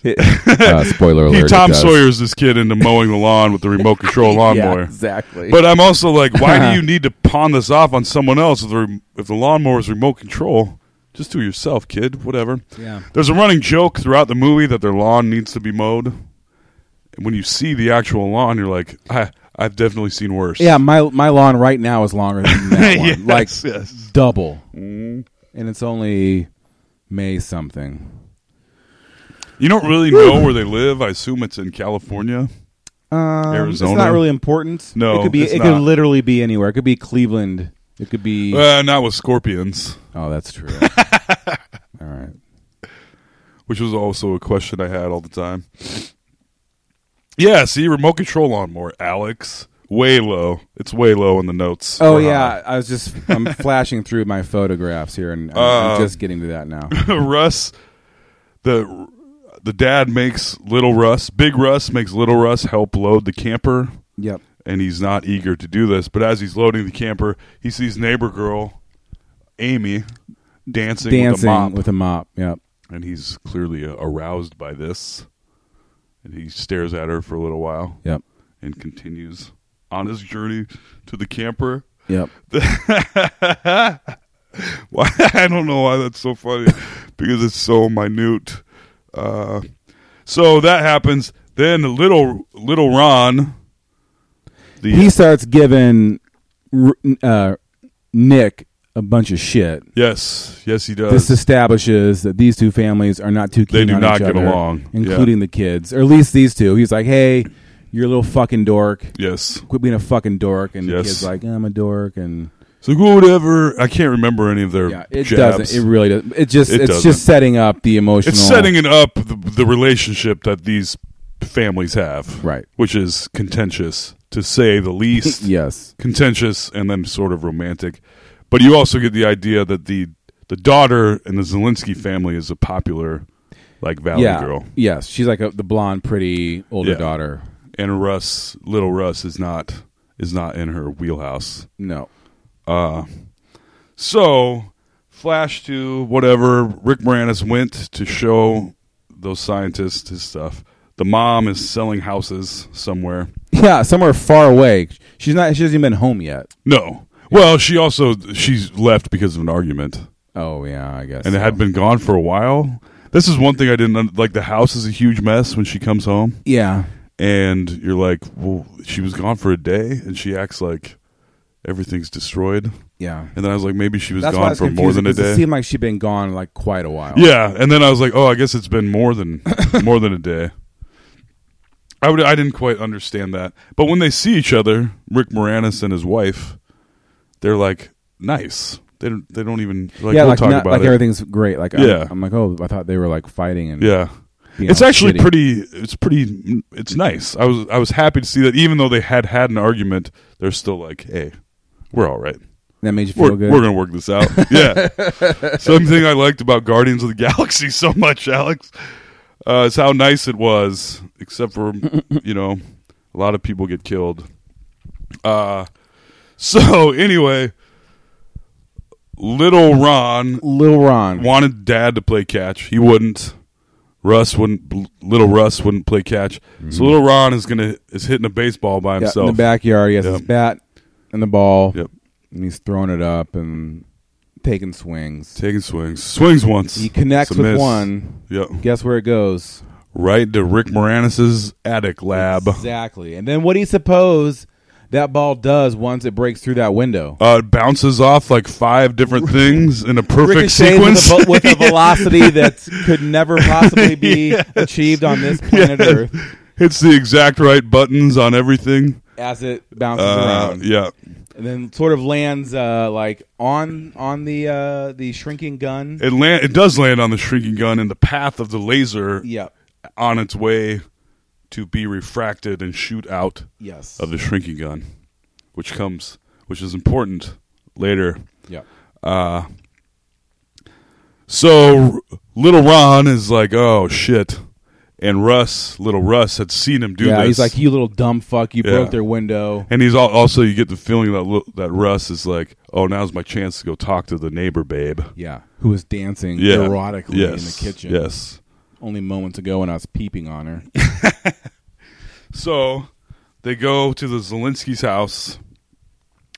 Speaker 7: yes.
Speaker 8: uh, spoiler
Speaker 7: He
Speaker 8: alert.
Speaker 7: Tom
Speaker 8: it does.
Speaker 7: Sawyer's this kid into mowing the lawn with the remote control lawnmower.
Speaker 8: Yeah, exactly.
Speaker 7: But I'm also like, why do you need to pawn this off on someone else if the, rem- if the lawnmower is remote control? Just do it yourself, kid. Whatever.
Speaker 8: Yeah.
Speaker 7: There's a running joke throughout the movie that their lawn needs to be mowed. And when you see the actual lawn, you're like, I, I've definitely seen worse.
Speaker 8: yeah, my my lawn right now is longer than that one,
Speaker 7: Yes,
Speaker 8: like
Speaker 7: yes.
Speaker 8: double, and it's only May something.
Speaker 7: You don't really know where they live. I assume it's in California.
Speaker 8: Um,
Speaker 7: Arizona?
Speaker 8: It's not really important.
Speaker 7: No,
Speaker 8: it could be.
Speaker 7: it's
Speaker 8: it
Speaker 7: not.
Speaker 8: could literally be anywhere. It could be Cleveland. It could be.
Speaker 7: Uh, not with scorpions,
Speaker 8: oh, that's true. All right.
Speaker 7: which was also a question I had all the time. Yeah, see, remote control lawnmower, Alex. Way low. It's way low in the notes.
Speaker 8: Oh
Speaker 7: Or high.
Speaker 8: yeah, I was just I'm flashing through my photographs here, and I'm, I'm
Speaker 7: Um,
Speaker 8: just getting to that now.
Speaker 7: Russ, the the dad makes little Russ, big Russ makes little Russ help load the camper,
Speaker 8: Yep.
Speaker 7: and he's not eager to do this. But as he's loading the camper, he sees neighbor girl Amy dancing, with a
Speaker 8: Dancing
Speaker 7: mop,
Speaker 8: with a mop. Yep.
Speaker 7: and he's clearly uh, aroused by this. And he stares at her for a little while,
Speaker 8: Yep.
Speaker 7: and continues on his journey to the camper.
Speaker 8: Yep.
Speaker 7: Why I don't know why that's so funny because it's so minute. Uh, so that happens. Then little little Ron, the
Speaker 8: He starts giving R- uh, Nick a bunch of shit.
Speaker 7: yes, yes he does.
Speaker 8: This establishes that these two families are not too keen
Speaker 7: They do
Speaker 8: on
Speaker 7: not
Speaker 8: each
Speaker 7: get
Speaker 8: other,
Speaker 7: along.
Speaker 8: including the kids, or at least these two. He's like, "Hey, you're a little fucking dork.
Speaker 7: yes.
Speaker 8: Quit being a fucking dork." And
Speaker 7: Yes.
Speaker 8: the kid's like, "I'm a dork," and
Speaker 7: So whatever. I can't remember any of their
Speaker 8: yeah, it
Speaker 7: jabs.
Speaker 8: doesn't. It really doesn't. It just
Speaker 7: It
Speaker 8: it's
Speaker 7: doesn't.
Speaker 8: just setting up the emotional.
Speaker 7: it's setting it up the, the relationship that these families have,
Speaker 8: Right.
Speaker 7: Which is contentious to say the least.
Speaker 8: Yes.
Speaker 7: contentious and then sort of romantic. But you also get the idea that the the daughter in the Zelensky family is a popular like valley
Speaker 8: yeah.
Speaker 7: girl,
Speaker 8: Yes. She's like a, the blonde, pretty older
Speaker 7: Yeah.
Speaker 8: daughter.
Speaker 7: and Russ, little Russ, is not is not in her wheelhouse.
Speaker 8: No.
Speaker 7: So, flash to whatever Rick Moranis went to show those scientists his stuff. The mom is selling houses somewhere.
Speaker 8: Yeah, somewhere far away. She's not. She hasn't even been home yet.
Speaker 7: No, well, she also she's left because of an argument.
Speaker 8: Oh yeah, I guess.
Speaker 7: and it
Speaker 8: so.
Speaker 7: had been gone for a while. This is one thing I didn't un- like. The house is a huge mess when she comes home,
Speaker 8: Yeah.
Speaker 7: and you're like, "Well, she was gone for a day, and she acts like everything's destroyed."
Speaker 8: Yeah.
Speaker 7: And then I was like, maybe she was
Speaker 8: That's why
Speaker 7: gone
Speaker 8: it's
Speaker 7: for more
Speaker 8: confusing,
Speaker 7: than a
Speaker 8: 'cause It
Speaker 7: day.
Speaker 8: seemed like she'd been gone like quite a while.
Speaker 7: Yeah, and then I was like, oh, I guess it's been more than more than a day. I would, I didn't quite understand that, but when they see each other, Rick Moranis and his wife, they're like nice. They don't, they don't even like,
Speaker 8: yeah,
Speaker 7: we'll
Speaker 8: like
Speaker 7: talk
Speaker 8: not,
Speaker 7: about
Speaker 8: like
Speaker 7: it.
Speaker 8: everything's great. Like
Speaker 7: Yeah.
Speaker 8: I'm, I'm like, oh, I thought they were like fighting and
Speaker 7: Yeah.
Speaker 8: being
Speaker 7: it's
Speaker 8: all
Speaker 7: actually
Speaker 8: shitty.
Speaker 7: pretty it's pretty it's nice. I was I was happy to see that even though they had had an argument, they're still like, "Hey, we're all right.
Speaker 8: That made you feel
Speaker 7: We're,
Speaker 8: good.
Speaker 7: we're going to work this out." yeah. Something I liked about Guardians of the Galaxy so much, Alex, uh, is how nice it was, except for, you know, a lot of people get killed. Uh so anyway, little Ron
Speaker 8: Lil Ron.
Speaker 7: wanted dad to play catch. He wouldn't. Russ wouldn't. Little Russ wouldn't play catch. So little Ron is gonna is hitting a baseball by
Speaker 8: Mm-hmm. yeah, in
Speaker 7: himself.
Speaker 8: the backyard, he has
Speaker 7: Yep.
Speaker 8: his bat and the ball.
Speaker 7: Yep.
Speaker 8: And he's throwing it up and taking swings.
Speaker 7: Taking swings. Swings once.
Speaker 8: He connects
Speaker 7: It's a
Speaker 8: with
Speaker 7: miss.
Speaker 8: one.
Speaker 7: Yep.
Speaker 8: Guess where it goes?
Speaker 7: Right to Rick Moranis's attic lab.
Speaker 8: Exactly. And then what do you suppose that ball does once it breaks through that window?
Speaker 7: Uh, it bounces off like five different things in a perfect
Speaker 8: Ricochets
Speaker 7: sequence.
Speaker 8: with a, vo- with a velocity that could never possibly be achieved on this planet Earth
Speaker 7: Hits the exact right buttons on everything.
Speaker 8: as it bounces
Speaker 7: Uh,
Speaker 8: around.
Speaker 7: yeah.
Speaker 8: and then sort of lands uh, like on on the uh, the shrinking gun.
Speaker 7: It land. It does land on the shrinking gun in the path of the laser.
Speaker 8: yep.
Speaker 7: On its way to be refracted and shoot out
Speaker 8: Yes.
Speaker 7: of the shrinking gun, which comes, which is important later.
Speaker 8: Yep.
Speaker 7: So little Ron is like, "Oh shit," and Russ, little Russ, had seen him do
Speaker 8: yeah.
Speaker 7: this.
Speaker 8: He's like, you little dumb fuck! You
Speaker 7: Yeah.
Speaker 8: broke their window.
Speaker 7: and he's all, also you get the feeling that li- that Russ is like, "Oh, now's my chance to go talk to the neighbor babe."
Speaker 8: Yeah. Who was dancing
Speaker 7: Yeah,
Speaker 8: erotically
Speaker 7: Yes.
Speaker 8: in the kitchen?
Speaker 7: Yes.
Speaker 8: Only moments ago when I was peeping on her.
Speaker 7: So they go to the Zelensky's house,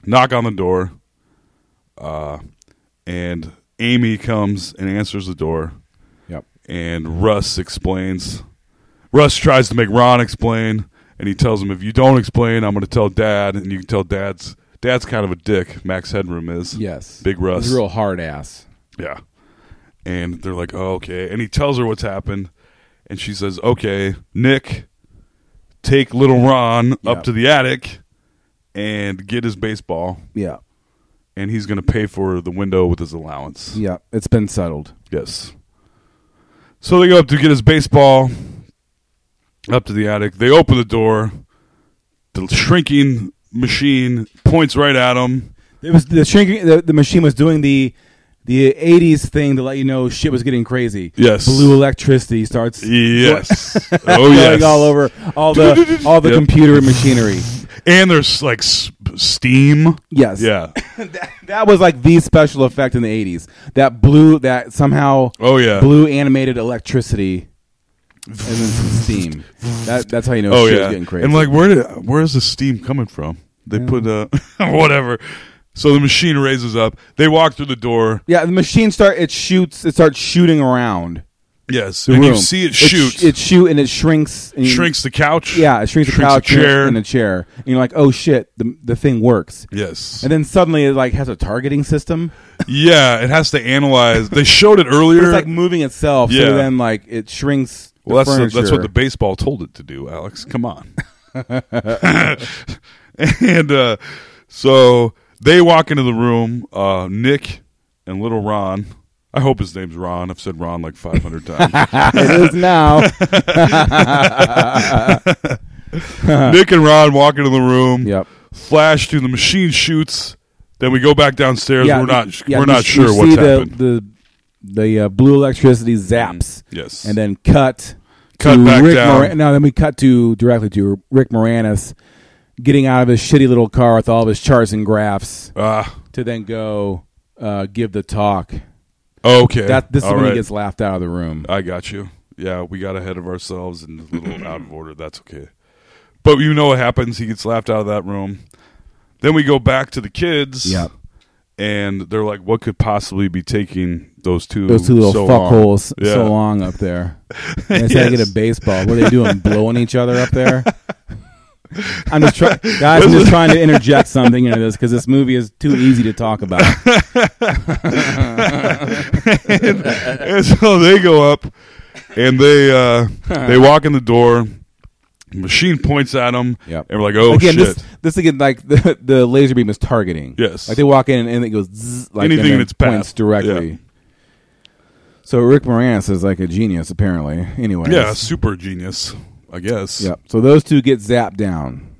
Speaker 7: knock on the door, uh, and Amy comes and answers the door,
Speaker 8: Yep.
Speaker 7: and Russ explains. Russ tries to make Ron explain, and he tells him, "If you don't explain, I'm going to tell Dad." And you can tell Dad's Dad's kind of a dick. Max Headroom is
Speaker 8: Yes.
Speaker 7: Big Russ.
Speaker 8: He's a real hard ass.
Speaker 7: Yeah. And they're like, oh, okay. And he tells her what's happened. And she says, okay, Nick, take little Ron
Speaker 8: Yeah.
Speaker 7: up to the attic and get his baseball.
Speaker 8: Yeah.
Speaker 7: And he's going to pay for the window with his allowance.
Speaker 8: Yeah. It's been settled.
Speaker 7: Yes. So they go up to get his baseball up to the attic. They open the door. The shrinking machine points right at him.
Speaker 8: It was the shrinking. The, the machine was doing the the '80s thing to let you know shit was getting crazy.
Speaker 7: Yes.
Speaker 8: blue electricity starts
Speaker 7: Yes. oh,
Speaker 8: going
Speaker 7: yes.
Speaker 8: all over all the all the
Speaker 7: Yep.
Speaker 8: computer machinery.
Speaker 7: And there's like s- steam.
Speaker 8: Yes,
Speaker 7: Yeah.
Speaker 8: that was like the special effect in the '80s. That blue, that somehow
Speaker 7: Oh yeah.
Speaker 8: blue animated electricity, and then some steam. That, that's how you know
Speaker 7: oh
Speaker 8: shit
Speaker 7: yeah.
Speaker 8: was getting crazy.
Speaker 7: And like, where did where is the steam coming from? They put uh whatever. So the machine raises up. They walk through the door.
Speaker 8: yeah, the machine start it shoots. It starts shooting around.
Speaker 7: Yes,
Speaker 8: The
Speaker 7: and
Speaker 8: room.
Speaker 7: you see it
Speaker 8: sh-
Speaker 7: shoot.
Speaker 8: It, shoot and it shrinks. And you-
Speaker 7: shrinks the couch.
Speaker 8: Yeah, it shrinks, the couch
Speaker 7: the chair.
Speaker 8: and a chair. And you're like, oh shit, the the thing works.
Speaker 7: yes.
Speaker 8: And then suddenly it like has a targeting system.
Speaker 7: yeah, it has to analyze. They showed it earlier.
Speaker 8: It's like moving itself.
Speaker 7: Yeah.
Speaker 8: So then like it shrinks. the
Speaker 7: well, that's the, that's what
Speaker 8: furniture.
Speaker 7: the baseball told it to do. Alex, come on. and uh, so they walk into the room. Uh, Nick and little Ron. I hope his name's Ron. I've said Ron like 500 times.
Speaker 8: it is now.
Speaker 7: Nick and Ron walk into the room.
Speaker 8: Yep.
Speaker 7: Flash to the machine shoots. Then we go back downstairs. we're not
Speaker 8: yeah,
Speaker 7: we're
Speaker 8: you
Speaker 7: not
Speaker 8: s-
Speaker 7: sure
Speaker 8: you
Speaker 7: what's
Speaker 8: see the,
Speaker 7: happened. Mm-hmm.
Speaker 8: The the uh, blue electricity zaps.
Speaker 7: Yes.
Speaker 8: and then cut.
Speaker 7: Cut
Speaker 8: to
Speaker 7: back
Speaker 8: Rick
Speaker 7: down.
Speaker 8: Moran- no, then we cut to directly to Rick Moranis getting out of his shitty little car with all of his charts and graphs
Speaker 7: Ah,
Speaker 8: to then go uh, give the talk.
Speaker 7: okay.
Speaker 8: That this is
Speaker 7: All
Speaker 8: when
Speaker 7: right. Uh,
Speaker 8: he gets laughed out of the room.
Speaker 7: I got you. Yeah, we got ahead of ourselves and a little out of order. That's okay. But you know what happens? He gets laughed out of that room. Then we go back to the kids.
Speaker 8: Yep.
Speaker 7: And they're like, "What could possibly be taking those two
Speaker 8: Those two little
Speaker 7: so long?
Speaker 8: fuckholes
Speaker 7: Yeah.
Speaker 8: so long up there. And they try to get a baseball. What are they doing? blowing each other up there? I'm just trying, guys. I'm just trying to interject something into this because this movie is too easy to talk about.
Speaker 7: and so they go up and they uh they walk in the door machine points at them
Speaker 8: Yep.
Speaker 7: and we're like oh
Speaker 8: again,
Speaker 7: shit
Speaker 8: this this again like the the laser beam is targeting.
Speaker 7: Yes.
Speaker 8: like they walk in and it goes zzz, like
Speaker 7: Anything
Speaker 8: and
Speaker 7: in
Speaker 8: then
Speaker 7: its path.
Speaker 8: points directly.
Speaker 7: Yeah.
Speaker 8: So Rick Moranis is like a genius, apparently. Anyway,
Speaker 7: yeah super genius i guess
Speaker 8: Yep. So those two get zapped down,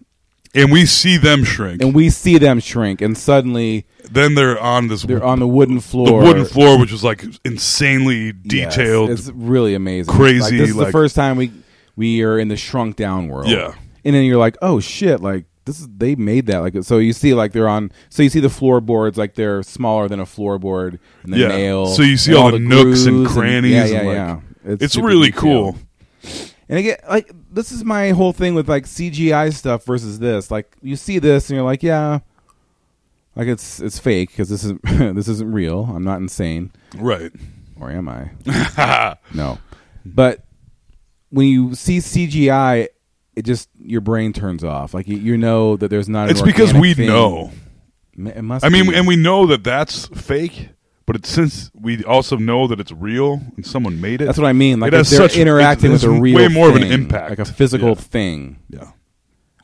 Speaker 7: and we see them shrink
Speaker 8: and we see them shrink, and suddenly
Speaker 7: then they're on this
Speaker 8: they're on the wooden
Speaker 7: the
Speaker 8: floor.
Speaker 7: wooden floor which is like insanely
Speaker 8: Yes.
Speaker 7: detailed
Speaker 8: It's really amazing,
Speaker 7: crazy,
Speaker 8: Like, this is the
Speaker 7: like-
Speaker 8: first time we we are in the shrunk down world.
Speaker 7: Yeah.
Speaker 8: and then you're like, oh shit, like this is they made that. Like so, you see like they're on. So you see the floorboards like they're smaller than a floorboard, and the
Speaker 7: Yeah.
Speaker 8: nail.
Speaker 7: So you see
Speaker 8: and
Speaker 7: all the nooks and
Speaker 8: grooves
Speaker 7: crannies
Speaker 8: yeah,
Speaker 7: and,
Speaker 8: yeah,
Speaker 7: like,
Speaker 8: yeah.
Speaker 7: it's
Speaker 8: super
Speaker 7: really
Speaker 8: detailed.
Speaker 7: cool
Speaker 8: And again, like this is my whole thing with like CGI stuff versus this. Like you see this and you're like, yeah, Like it's it's fake because this is this isn't real. I'm not insane,
Speaker 7: Right.
Speaker 8: or am I? no, but when you see CGI, it just your brain turns off. Like you, you know that there's not. an
Speaker 7: It's because
Speaker 8: organic
Speaker 7: we
Speaker 8: thing.
Speaker 7: know.
Speaker 8: M- It must
Speaker 7: I mean,
Speaker 8: be.
Speaker 7: and we know that that's fake, but it's since we also know that it's real and someone made it.
Speaker 8: That's what I mean. Like
Speaker 7: it
Speaker 8: if
Speaker 7: has
Speaker 8: they're
Speaker 7: such-
Speaker 8: interacting
Speaker 7: it's
Speaker 8: with a real,
Speaker 7: way more of an
Speaker 8: thing,
Speaker 7: impact,
Speaker 8: like a physical
Speaker 7: Yeah.
Speaker 8: thing.
Speaker 7: yeah.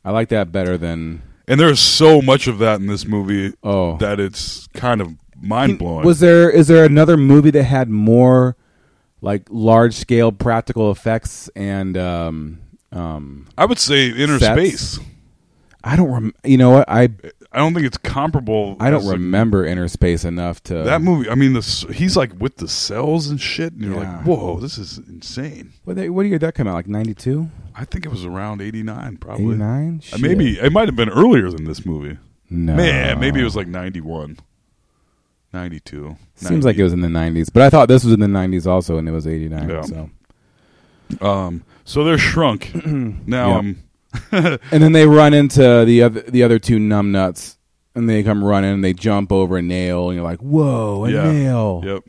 Speaker 8: I like that better than
Speaker 7: And there is so much of that in this movie
Speaker 8: Oh.
Speaker 7: that it's kind of mind blowing.
Speaker 8: Was there is there another movie that had more like large scale practical effects and um um
Speaker 7: I would say inner
Speaker 8: Sets?
Speaker 7: space.
Speaker 8: I don't rem- you know what I
Speaker 7: I don't think it's comparable.
Speaker 8: I don't
Speaker 7: as a-
Speaker 8: remember Inner Space enough to
Speaker 7: that movie. I mean, the, s- he's like with the cells and shit, and you're
Speaker 8: Yeah.
Speaker 7: like, whoa, this is insane.
Speaker 8: What, they- what year did that come out? Like 92?
Speaker 7: I think it was around eighty nine, probably
Speaker 8: 89?
Speaker 7: Uh, Maybe it might have been earlier than this movie.
Speaker 8: No.
Speaker 7: Man, maybe it was like 91, 92.
Speaker 8: Seems like it was in the 90s, but I thought this was in the 90s also and it was 89.
Speaker 7: Yeah.
Speaker 8: So
Speaker 7: So they're shrunk. now um,
Speaker 8: Yeah.
Speaker 7: I'm.
Speaker 8: And then they run into the other the other two numbnuts, and they come running and they jump over a nail, and you're like, "Whoa, a
Speaker 7: Yeah.
Speaker 8: nail!"
Speaker 7: Yep.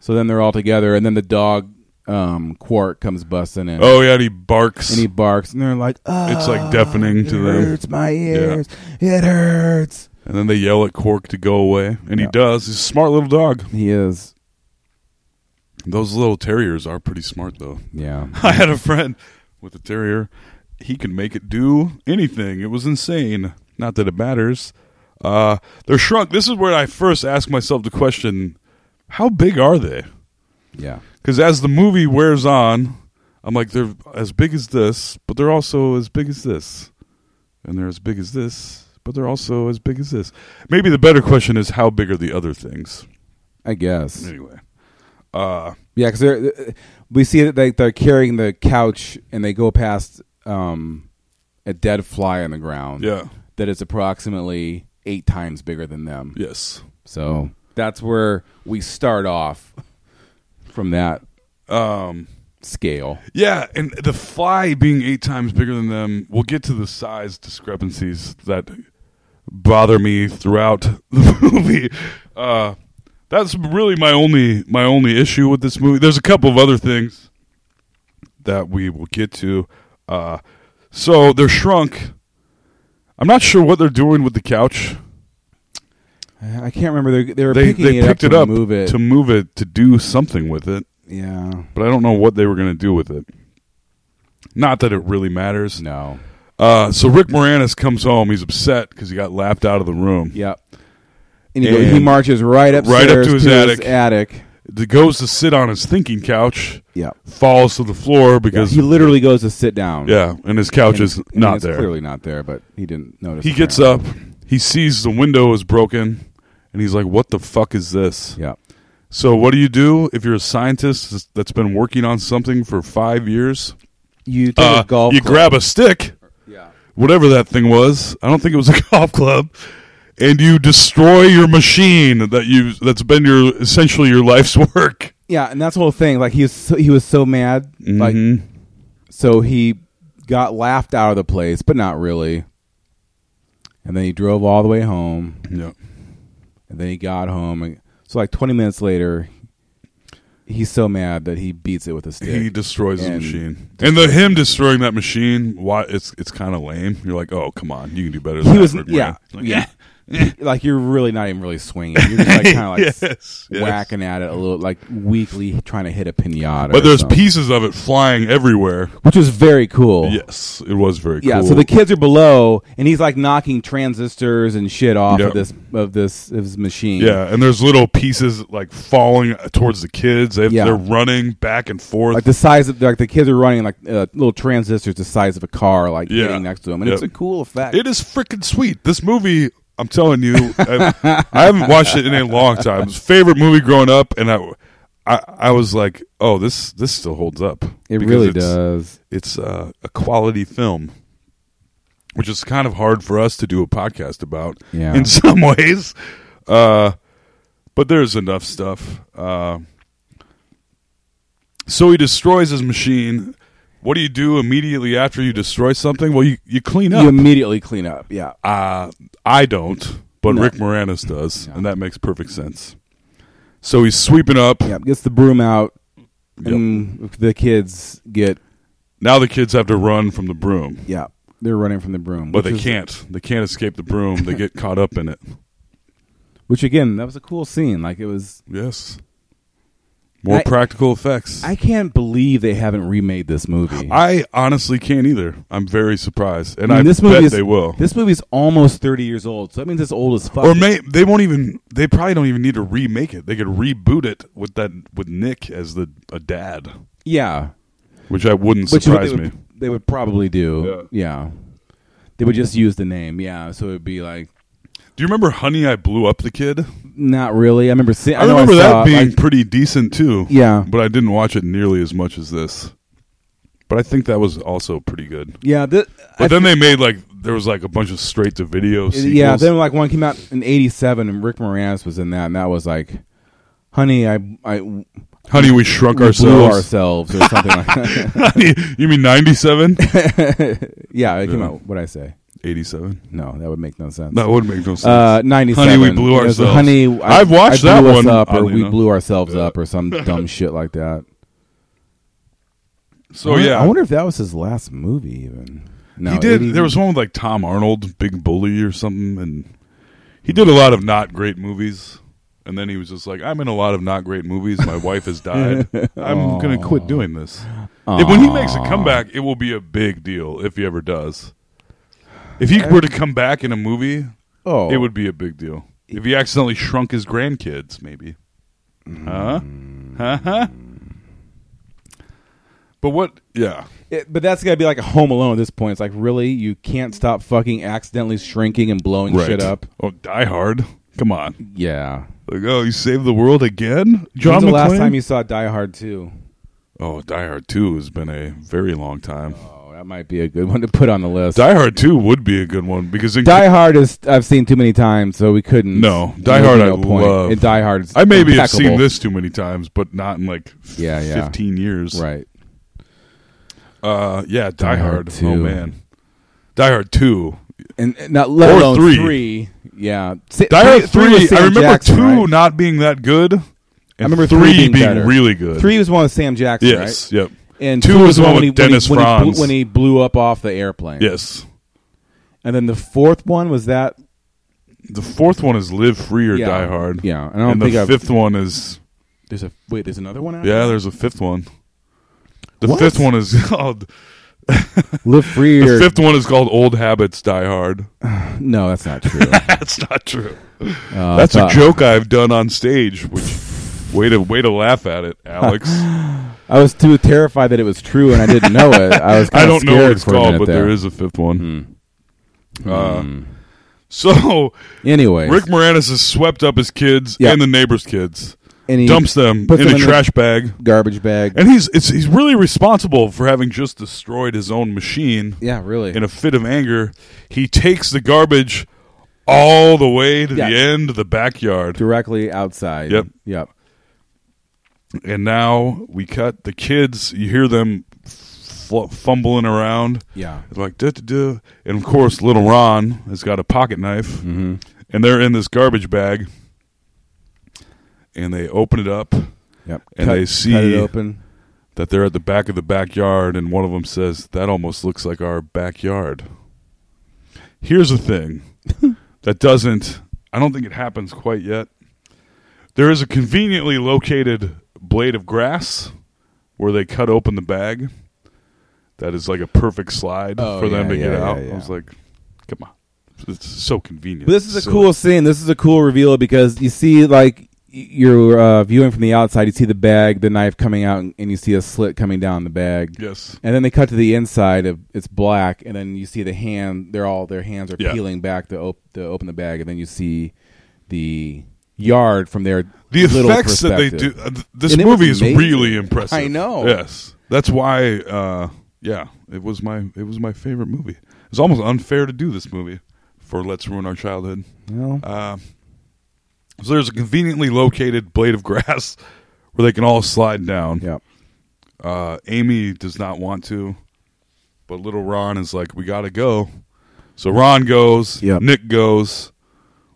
Speaker 8: So then they're all together, and then the dog um, Quark comes busting in,
Speaker 7: Oh yeah, and he barks.
Speaker 8: and he barks, and they're like, "Oh,
Speaker 7: It's, like, deafening to
Speaker 8: it
Speaker 7: them."
Speaker 8: Hurts my ears. It hurts."
Speaker 7: And then they yell at Cork to go away, and he
Speaker 8: Yeah.
Speaker 7: does. He's a smart little dog.
Speaker 8: He is,
Speaker 7: Those little terriers are pretty smart, though.
Speaker 8: yeah.
Speaker 7: I had a friend with a terrier. He could make it do anything. It was insane. Not that it matters. Uh, they're shrunk. This is where I first asked myself the question: How big are they?
Speaker 8: Yeah.
Speaker 7: Because as the movie wears on, I'm like, they're as big as this, but they're also as big as this. And they're as big as this, but they're also as big as this. Maybe the better question is how big are the other things?
Speaker 8: I guess.
Speaker 7: Anyway. Uh,
Speaker 8: Yeah, because they're we see that they, they're carrying the couch and they go past um, a dead fly on the ground.
Speaker 7: Yeah.
Speaker 8: that is approximately eight times bigger than them.
Speaker 7: yes.
Speaker 8: So that's where we start off from that
Speaker 7: Um,
Speaker 8: scale.
Speaker 7: yeah, and the fly being eight times bigger than them, we'll get to the size discrepancies that bother me throughout the movie. Uh, that's really my only my only issue with this movie. There's a couple of other things that we will get to. Uh, so they're shrunk. I'm not sure what they're doing with the couch.
Speaker 8: I I can't remember. They, they were
Speaker 7: They
Speaker 8: picking
Speaker 7: they
Speaker 8: it
Speaker 7: picked
Speaker 8: up
Speaker 7: it
Speaker 8: to
Speaker 7: up
Speaker 8: move it.
Speaker 7: to move it to do something with it.
Speaker 8: yeah.
Speaker 7: but I don't know what they were going to do with it. Not that it really matters.
Speaker 8: No.
Speaker 7: Uh, so Rick Moranis comes home. He's upset because he got laughed out of the room.
Speaker 8: Yep. And he, go- he
Speaker 7: And-
Speaker 8: marches right up
Speaker 7: Right up to his attic.
Speaker 8: attic.
Speaker 7: He goes to sit on his thinking couch.
Speaker 8: Yep.
Speaker 7: Falls to the floor because
Speaker 8: He
Speaker 7: yeah,
Speaker 8: literally goes to sit down.
Speaker 7: and his couch
Speaker 8: And-
Speaker 7: is
Speaker 8: and
Speaker 7: not
Speaker 8: it's
Speaker 7: there.
Speaker 8: Clearly not there, but he didn't notice.
Speaker 7: he gets up. He sees the window is broken, and he's like, "What the fuck is this?"
Speaker 8: Yep.
Speaker 7: So what do you do if you're a scientist that's been working on something for five years?
Speaker 8: You take
Speaker 7: Uh,
Speaker 8: a golf.
Speaker 7: you
Speaker 8: club.
Speaker 7: grab a stick.
Speaker 8: Yeah.
Speaker 7: whatever that thing was. I don't think it was a golf club. And you destroy your machine that you that's been your essentially your life's work.
Speaker 8: Yeah, and that's the whole thing. Like he was so, he was so mad,
Speaker 7: Mm-hmm.
Speaker 8: like so he got laughed out of the place, but not really. And then he drove all the way home,
Speaker 7: Yeah.
Speaker 8: and then he got home, and so like twenty minutes later, he's so mad that he beats it with a stick.
Speaker 7: He destroys
Speaker 8: And-
Speaker 7: his machine. And the him destroying that machine, why it's it's kind of lame. You're like, "Oh, come on. You can do better than
Speaker 8: He
Speaker 7: that."
Speaker 8: was
Speaker 7: Rick Moranis.
Speaker 8: yeah,
Speaker 7: Like,
Speaker 8: yeah. like you're really not even really swinging. You're just like kind of like
Speaker 7: Yes, yes.
Speaker 8: whacking at it a little, like weakly trying to hit a pinata. or
Speaker 7: But there's
Speaker 8: something.
Speaker 7: pieces of it flying everywhere.
Speaker 8: which was very cool.
Speaker 7: Yes, it was very
Speaker 8: Yeah,
Speaker 7: cool.
Speaker 8: so the kids are below, and he's like knocking transistors and shit off
Speaker 7: Yeah.
Speaker 8: of this of this of his machine.
Speaker 7: Yeah, and there's little pieces like falling towards the kids. They have,
Speaker 8: Yeah.
Speaker 7: They're running back and forth.
Speaker 8: like the size of like the kids are running like uh, little transistors the size of a car, like
Speaker 7: Yeah.
Speaker 8: hitting next to him, and
Speaker 7: Yep.
Speaker 8: it's a cool effect.
Speaker 7: It is freaking sweet. This movie, I'm telling you, I, I haven't watched it in a long time. It's favorite movie growing up, and I, I, I was like, oh, this this still holds up.
Speaker 8: It
Speaker 7: Because
Speaker 8: really
Speaker 7: it's-
Speaker 8: does.
Speaker 7: It's uh, a quality film, which is kind of hard for us to do a podcast about.
Speaker 8: Yeah.
Speaker 7: in some ways, uh, but there's enough stuff. Uh, so he destroys his machine. What do you do immediately after you destroy something? Well, you, you clean up. Ah.
Speaker 8: You immediately clean up. Yeah,
Speaker 7: Uh, I don't. but
Speaker 8: No.
Speaker 7: Rick Moranis does,
Speaker 8: Yeah.
Speaker 7: and that makes perfect sense. So he's sweeping up.
Speaker 8: Yep, gets the broom out,
Speaker 7: Yep.
Speaker 8: and the kids get
Speaker 7: Now the kids have to run from the broom,
Speaker 8: yeah. They're running from the broom,
Speaker 7: but
Speaker 8: which
Speaker 7: they
Speaker 8: is-
Speaker 7: can't. They can't escape the broom. They get caught up in it.
Speaker 8: Which again, that was a cool scene. Like it was.
Speaker 7: Yes. More
Speaker 8: I-
Speaker 7: practical effects.
Speaker 8: I can't believe they haven't remade this movie.
Speaker 7: I honestly can't either. I'm very surprised, and I,
Speaker 8: mean, this
Speaker 7: bet
Speaker 8: movie is,
Speaker 7: they will.
Speaker 8: This movie's almost thirty years old, so that means it's old as fuck.
Speaker 7: or may they won't even. They probably don't even need to remake it. They could reboot it with that with Nick as the a dad,
Speaker 8: yeah,
Speaker 7: which I wouldn't
Speaker 8: which is what
Speaker 7: surprise
Speaker 8: they
Speaker 7: me.
Speaker 8: would, they would probably do. Yeah. they would just use the name. Yeah, so it would be like
Speaker 7: Do you remember Honey? I blew up the kid.
Speaker 8: not really. I remember seeing.
Speaker 7: I,
Speaker 8: I, know
Speaker 7: remember
Speaker 8: saw
Speaker 7: that
Speaker 8: it,
Speaker 7: being
Speaker 8: like-
Speaker 7: pretty decent too.
Speaker 8: Yeah.
Speaker 7: but I didn't watch it nearly as much as this. But I think that was also pretty good.
Speaker 8: yeah, thi-
Speaker 7: But
Speaker 8: I
Speaker 7: then
Speaker 8: thi-
Speaker 7: they made like there was like a bunch of straight to video.
Speaker 8: yeah, then like one came out in '87, and Rick Moranis was in that, and that was like, "Honey, I, I we
Speaker 7: Honey, we shrunk
Speaker 8: blew
Speaker 7: ourselves.
Speaker 8: ourselves or something like that."
Speaker 7: Honey, you mean ninety-seven?
Speaker 8: Yeah, it came
Speaker 7: Yeah.
Speaker 8: out. What I say?
Speaker 7: Eighty-seven.
Speaker 8: No, that would make no sense.
Speaker 7: That would make no sense.
Speaker 8: Uh, ninety-seven.
Speaker 7: Honey, we blew
Speaker 8: It was,
Speaker 7: ourselves.
Speaker 8: Honey, I,
Speaker 7: I've watched
Speaker 8: I blew
Speaker 7: that
Speaker 8: us
Speaker 7: one,
Speaker 8: up, or
Speaker 7: oddly
Speaker 8: we
Speaker 7: enough.
Speaker 8: blew ourselves up, or some dumb shit like that. I
Speaker 7: so Oh,
Speaker 8: wonder-
Speaker 7: yeah,
Speaker 8: I wonder if that was his last movie. Even no,
Speaker 7: he did.
Speaker 8: 80
Speaker 7: There was one with like Tom Arnold, Big Bully or something, and he did a lot of not great movies. And then he was just like, "I'm in a lot of not great movies. My wife has died. I'm gonna quit doing this." If- when he makes a comeback, it will be a big deal if he ever does. If he were to come back in a movie,
Speaker 8: Oh,
Speaker 7: it would be a big deal. If he accidentally shrunk his grandkids, maybe. Huh? Huh? Huh? But what? Yeah.
Speaker 8: It- but that's got to be like a Home Alone at this point. It's like really, you can't stop fucking accidentally shrinking and blowing shit up.
Speaker 7: Oh, Die Hard. Come on.
Speaker 8: Yeah.
Speaker 7: Like, oh, you saved the world again, John
Speaker 8: When's the last
Speaker 7: McClane?
Speaker 8: time you saw Die Hard two?
Speaker 7: oh, Die Hard Two has been a very long time.
Speaker 8: Oh, that might be a good one to put on the list.
Speaker 7: Die Hard Two would be a good one because in,
Speaker 8: Die Hard is I've seen too many times, so we couldn't.
Speaker 7: No, Die
Speaker 8: there'd be
Speaker 7: Hard
Speaker 8: no
Speaker 7: I
Speaker 8: point.
Speaker 7: love.
Speaker 8: And Die Hard, is
Speaker 7: I maybe have
Speaker 8: impeccable.
Speaker 7: seen this too many times, but not in like f-
Speaker 8: Yeah, yeah.
Speaker 7: fifteen years.
Speaker 8: right.
Speaker 7: Uh, yeah, Die,
Speaker 8: Die Hard
Speaker 7: Hard.
Speaker 8: 2.
Speaker 7: Oh man, Die Hard Two.
Speaker 8: And, and not let
Speaker 7: Or
Speaker 8: alone
Speaker 7: three.
Speaker 8: three. Yeah, Si-
Speaker 7: Die Hard Three.
Speaker 8: was Sam
Speaker 7: I remember
Speaker 8: Jackson,
Speaker 7: two
Speaker 8: right?
Speaker 7: not being that good. And
Speaker 8: I remember
Speaker 7: three,
Speaker 8: being,
Speaker 7: being,
Speaker 8: better.
Speaker 7: really good.
Speaker 8: Three was one with Sam Jackson,
Speaker 7: Yes.
Speaker 8: right?
Speaker 7: Yep.
Speaker 8: And
Speaker 7: Two was the one
Speaker 8: when
Speaker 7: with
Speaker 8: he, when he-
Speaker 7: Dennis
Speaker 8: when he, blew-
Speaker 7: Franz.
Speaker 8: when he blew up off the airplane.
Speaker 7: Yes.
Speaker 8: And then the fourth one was that.
Speaker 7: The fourth one is Live Free or
Speaker 8: Yeah.
Speaker 7: Die Hard.
Speaker 8: Yeah, and I don't
Speaker 7: and
Speaker 8: think
Speaker 7: the
Speaker 8: I've-
Speaker 7: 5th one is
Speaker 8: There's a wait. There's another one. After?
Speaker 7: yeah. There's a fifth one. The
Speaker 8: What?
Speaker 7: fifth one is called.
Speaker 8: Live free.
Speaker 7: The
Speaker 8: Or,
Speaker 7: fifth one is called Old Habits Die Hard.
Speaker 8: No, that's not true. Uh,
Speaker 7: That's not true. That's a
Speaker 8: thought-
Speaker 7: joke I've done on stage. Which way to way to laugh at it, Alex.
Speaker 8: I was too terrified that it was true and I didn't know it. I was.
Speaker 7: I
Speaker 8: kinda
Speaker 7: don't know what
Speaker 8: scared
Speaker 7: it's
Speaker 8: for a
Speaker 7: called,
Speaker 8: minute
Speaker 7: but
Speaker 8: there
Speaker 7: there is a fifth one. Uh, So
Speaker 8: Anyway,
Speaker 7: Rick Moranis has swept up his kids
Speaker 8: Yeah.
Speaker 7: and the neighbors' kids,
Speaker 8: and he
Speaker 7: dumps them in
Speaker 8: puts
Speaker 7: a
Speaker 8: the
Speaker 7: trash bag,
Speaker 8: garbage bag.
Speaker 7: and he's it's, he's really responsible for having just destroyed his own machine.
Speaker 8: yeah, really.
Speaker 7: In a fit of anger, he takes the garbage all the way to
Speaker 8: Yeah.
Speaker 7: the end of the backyard,
Speaker 8: directly outside.
Speaker 7: Yep.
Speaker 8: Yep.
Speaker 7: and now we cut the kids. You hear them fl- fumbling around.
Speaker 8: Yeah.
Speaker 7: It's like duh, duh, duh. and of course little ron has got a pocket knife and they're in this garbage bag and they open it up
Speaker 8: Yep.
Speaker 7: And
Speaker 8: cut,
Speaker 7: they see-
Speaker 8: cut it open.
Speaker 7: that they're at the back of the backyard and one of them says that almost looks like our backyard here's the thing that doesn't i don't think it happens quite yet there is a conveniently located blade of grass where they cut open the bag that is like a perfect slide
Speaker 8: Oh,
Speaker 7: for them
Speaker 8: yeah,
Speaker 7: to get
Speaker 8: yeah,
Speaker 7: out
Speaker 8: yeah, yeah.
Speaker 7: i was like come on it's so convenient
Speaker 8: But this is a
Speaker 7: So-
Speaker 8: cool scene. This is a cool reveal because you see like y- you're uh, viewing from the outside. You see the bag, the knife coming out, and, and you see a slit coming down the bag.
Speaker 7: yes
Speaker 8: And then they cut to the inside of it's black, and then you see the hand. They're all their hands are
Speaker 7: Yeah.
Speaker 8: peeling back to, op- to open the bag, and then you see the yard from their
Speaker 7: the
Speaker 8: little
Speaker 7: effects that they do
Speaker 8: perspective.
Speaker 7: uh, th- this
Speaker 8: And it was
Speaker 7: movie is
Speaker 8: amazing.
Speaker 7: really impressive
Speaker 8: I know.
Speaker 7: yes that's why uh yeah it was my it was my favorite movie it's almost unfair to do this movie for let's ruin our childhood
Speaker 8: Well,
Speaker 7: uh, so there's a conveniently located blade of grass where they can all slide down
Speaker 8: yep.
Speaker 7: uh amy does not want to but little ron is like we gotta go so ron goes
Speaker 8: Yep.
Speaker 7: nick goes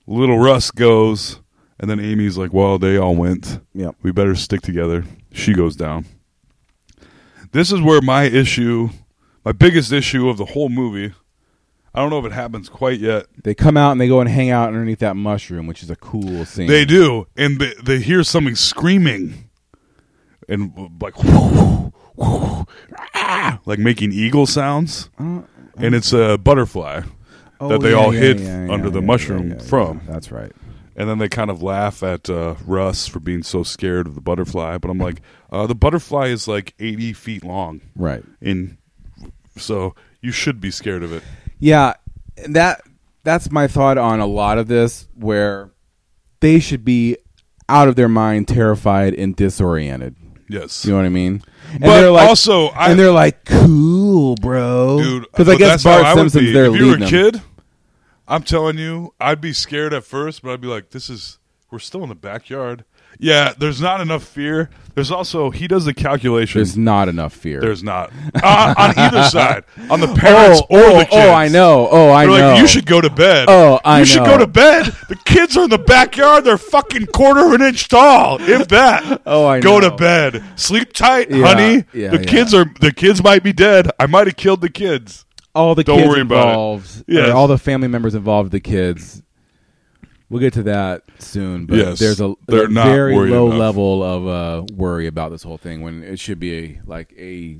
Speaker 7: Little Russ goes, and then Amy's like, "Well, they all went.
Speaker 9: Yep.
Speaker 7: we better stick together." She goes down. This is where my issue, my biggest issue of the whole movie. I don't know if it happens quite yet.
Speaker 8: They come out and they go and hang out underneath that mushroom, which is a cool scene.
Speaker 7: They do, and they, they hear something screaming, and like, ah, like making eagle sounds,
Speaker 8: Uh,
Speaker 7: and it's a butterfly
Speaker 8: Oh,
Speaker 7: that they
Speaker 8: yeah,
Speaker 7: all
Speaker 8: yeah,
Speaker 7: hid
Speaker 8: yeah, yeah,
Speaker 7: under the
Speaker 8: yeah,
Speaker 7: mushroom
Speaker 8: yeah, yeah,
Speaker 7: from,
Speaker 8: yeah. That's right.
Speaker 7: and then they kind of laugh at uh, Russ for being so scared of the butterfly. But I'm like, uh, the butterfly is like 80 feet long,
Speaker 8: Right.
Speaker 7: and so you should be scared of it.
Speaker 8: Yeah, and that that's my thought on a lot of this where they should be out of their mind, terrified and disoriented.
Speaker 7: Yes,
Speaker 8: You know what I mean? And
Speaker 7: But also, I-
Speaker 8: and they're like, "Cool, bro."
Speaker 7: dude.
Speaker 8: because I
Speaker 7: but
Speaker 8: guess
Speaker 7: that's how
Speaker 8: Bart
Speaker 7: I would
Speaker 8: Simpson's
Speaker 7: be.
Speaker 8: there
Speaker 7: If you were
Speaker 8: leading
Speaker 7: a
Speaker 8: them.
Speaker 7: kid, I'm telling you, I'd be scared at first, but I'd be like, "This is we're still in the backyard." Yeah, there's not enough fear. There's also he does the calculation.
Speaker 8: There's not enough fear.
Speaker 7: There's not uh, on either side, on the parents
Speaker 8: oh,
Speaker 7: or
Speaker 8: oh,
Speaker 7: the kids.
Speaker 8: oh, I know. Oh, I
Speaker 7: They're
Speaker 8: know.
Speaker 7: like, you should go to bed.
Speaker 8: Oh, I
Speaker 7: You should
Speaker 8: know.
Speaker 7: go to bed. The kids are in the backyard. They're fucking quarter of an inch tall, if that.
Speaker 8: Oh, I
Speaker 7: go
Speaker 8: know.
Speaker 7: to bed. Sleep tight,
Speaker 8: Yeah,
Speaker 7: honey.
Speaker 8: yeah,
Speaker 7: the
Speaker 8: yeah.
Speaker 7: kids are the kids might be dead. I might have killed the kids.
Speaker 8: all the
Speaker 7: Don't
Speaker 8: kids
Speaker 7: worry about it.
Speaker 8: involved,
Speaker 7: Yes.
Speaker 8: or all the family members involved, the kids. We'll get to that soon, but
Speaker 7: Yes.
Speaker 8: there's a,
Speaker 7: They're
Speaker 8: a
Speaker 7: not
Speaker 8: very
Speaker 7: worried
Speaker 8: low
Speaker 7: enough.
Speaker 8: level of uh, worry about this whole thing when it should be a, like a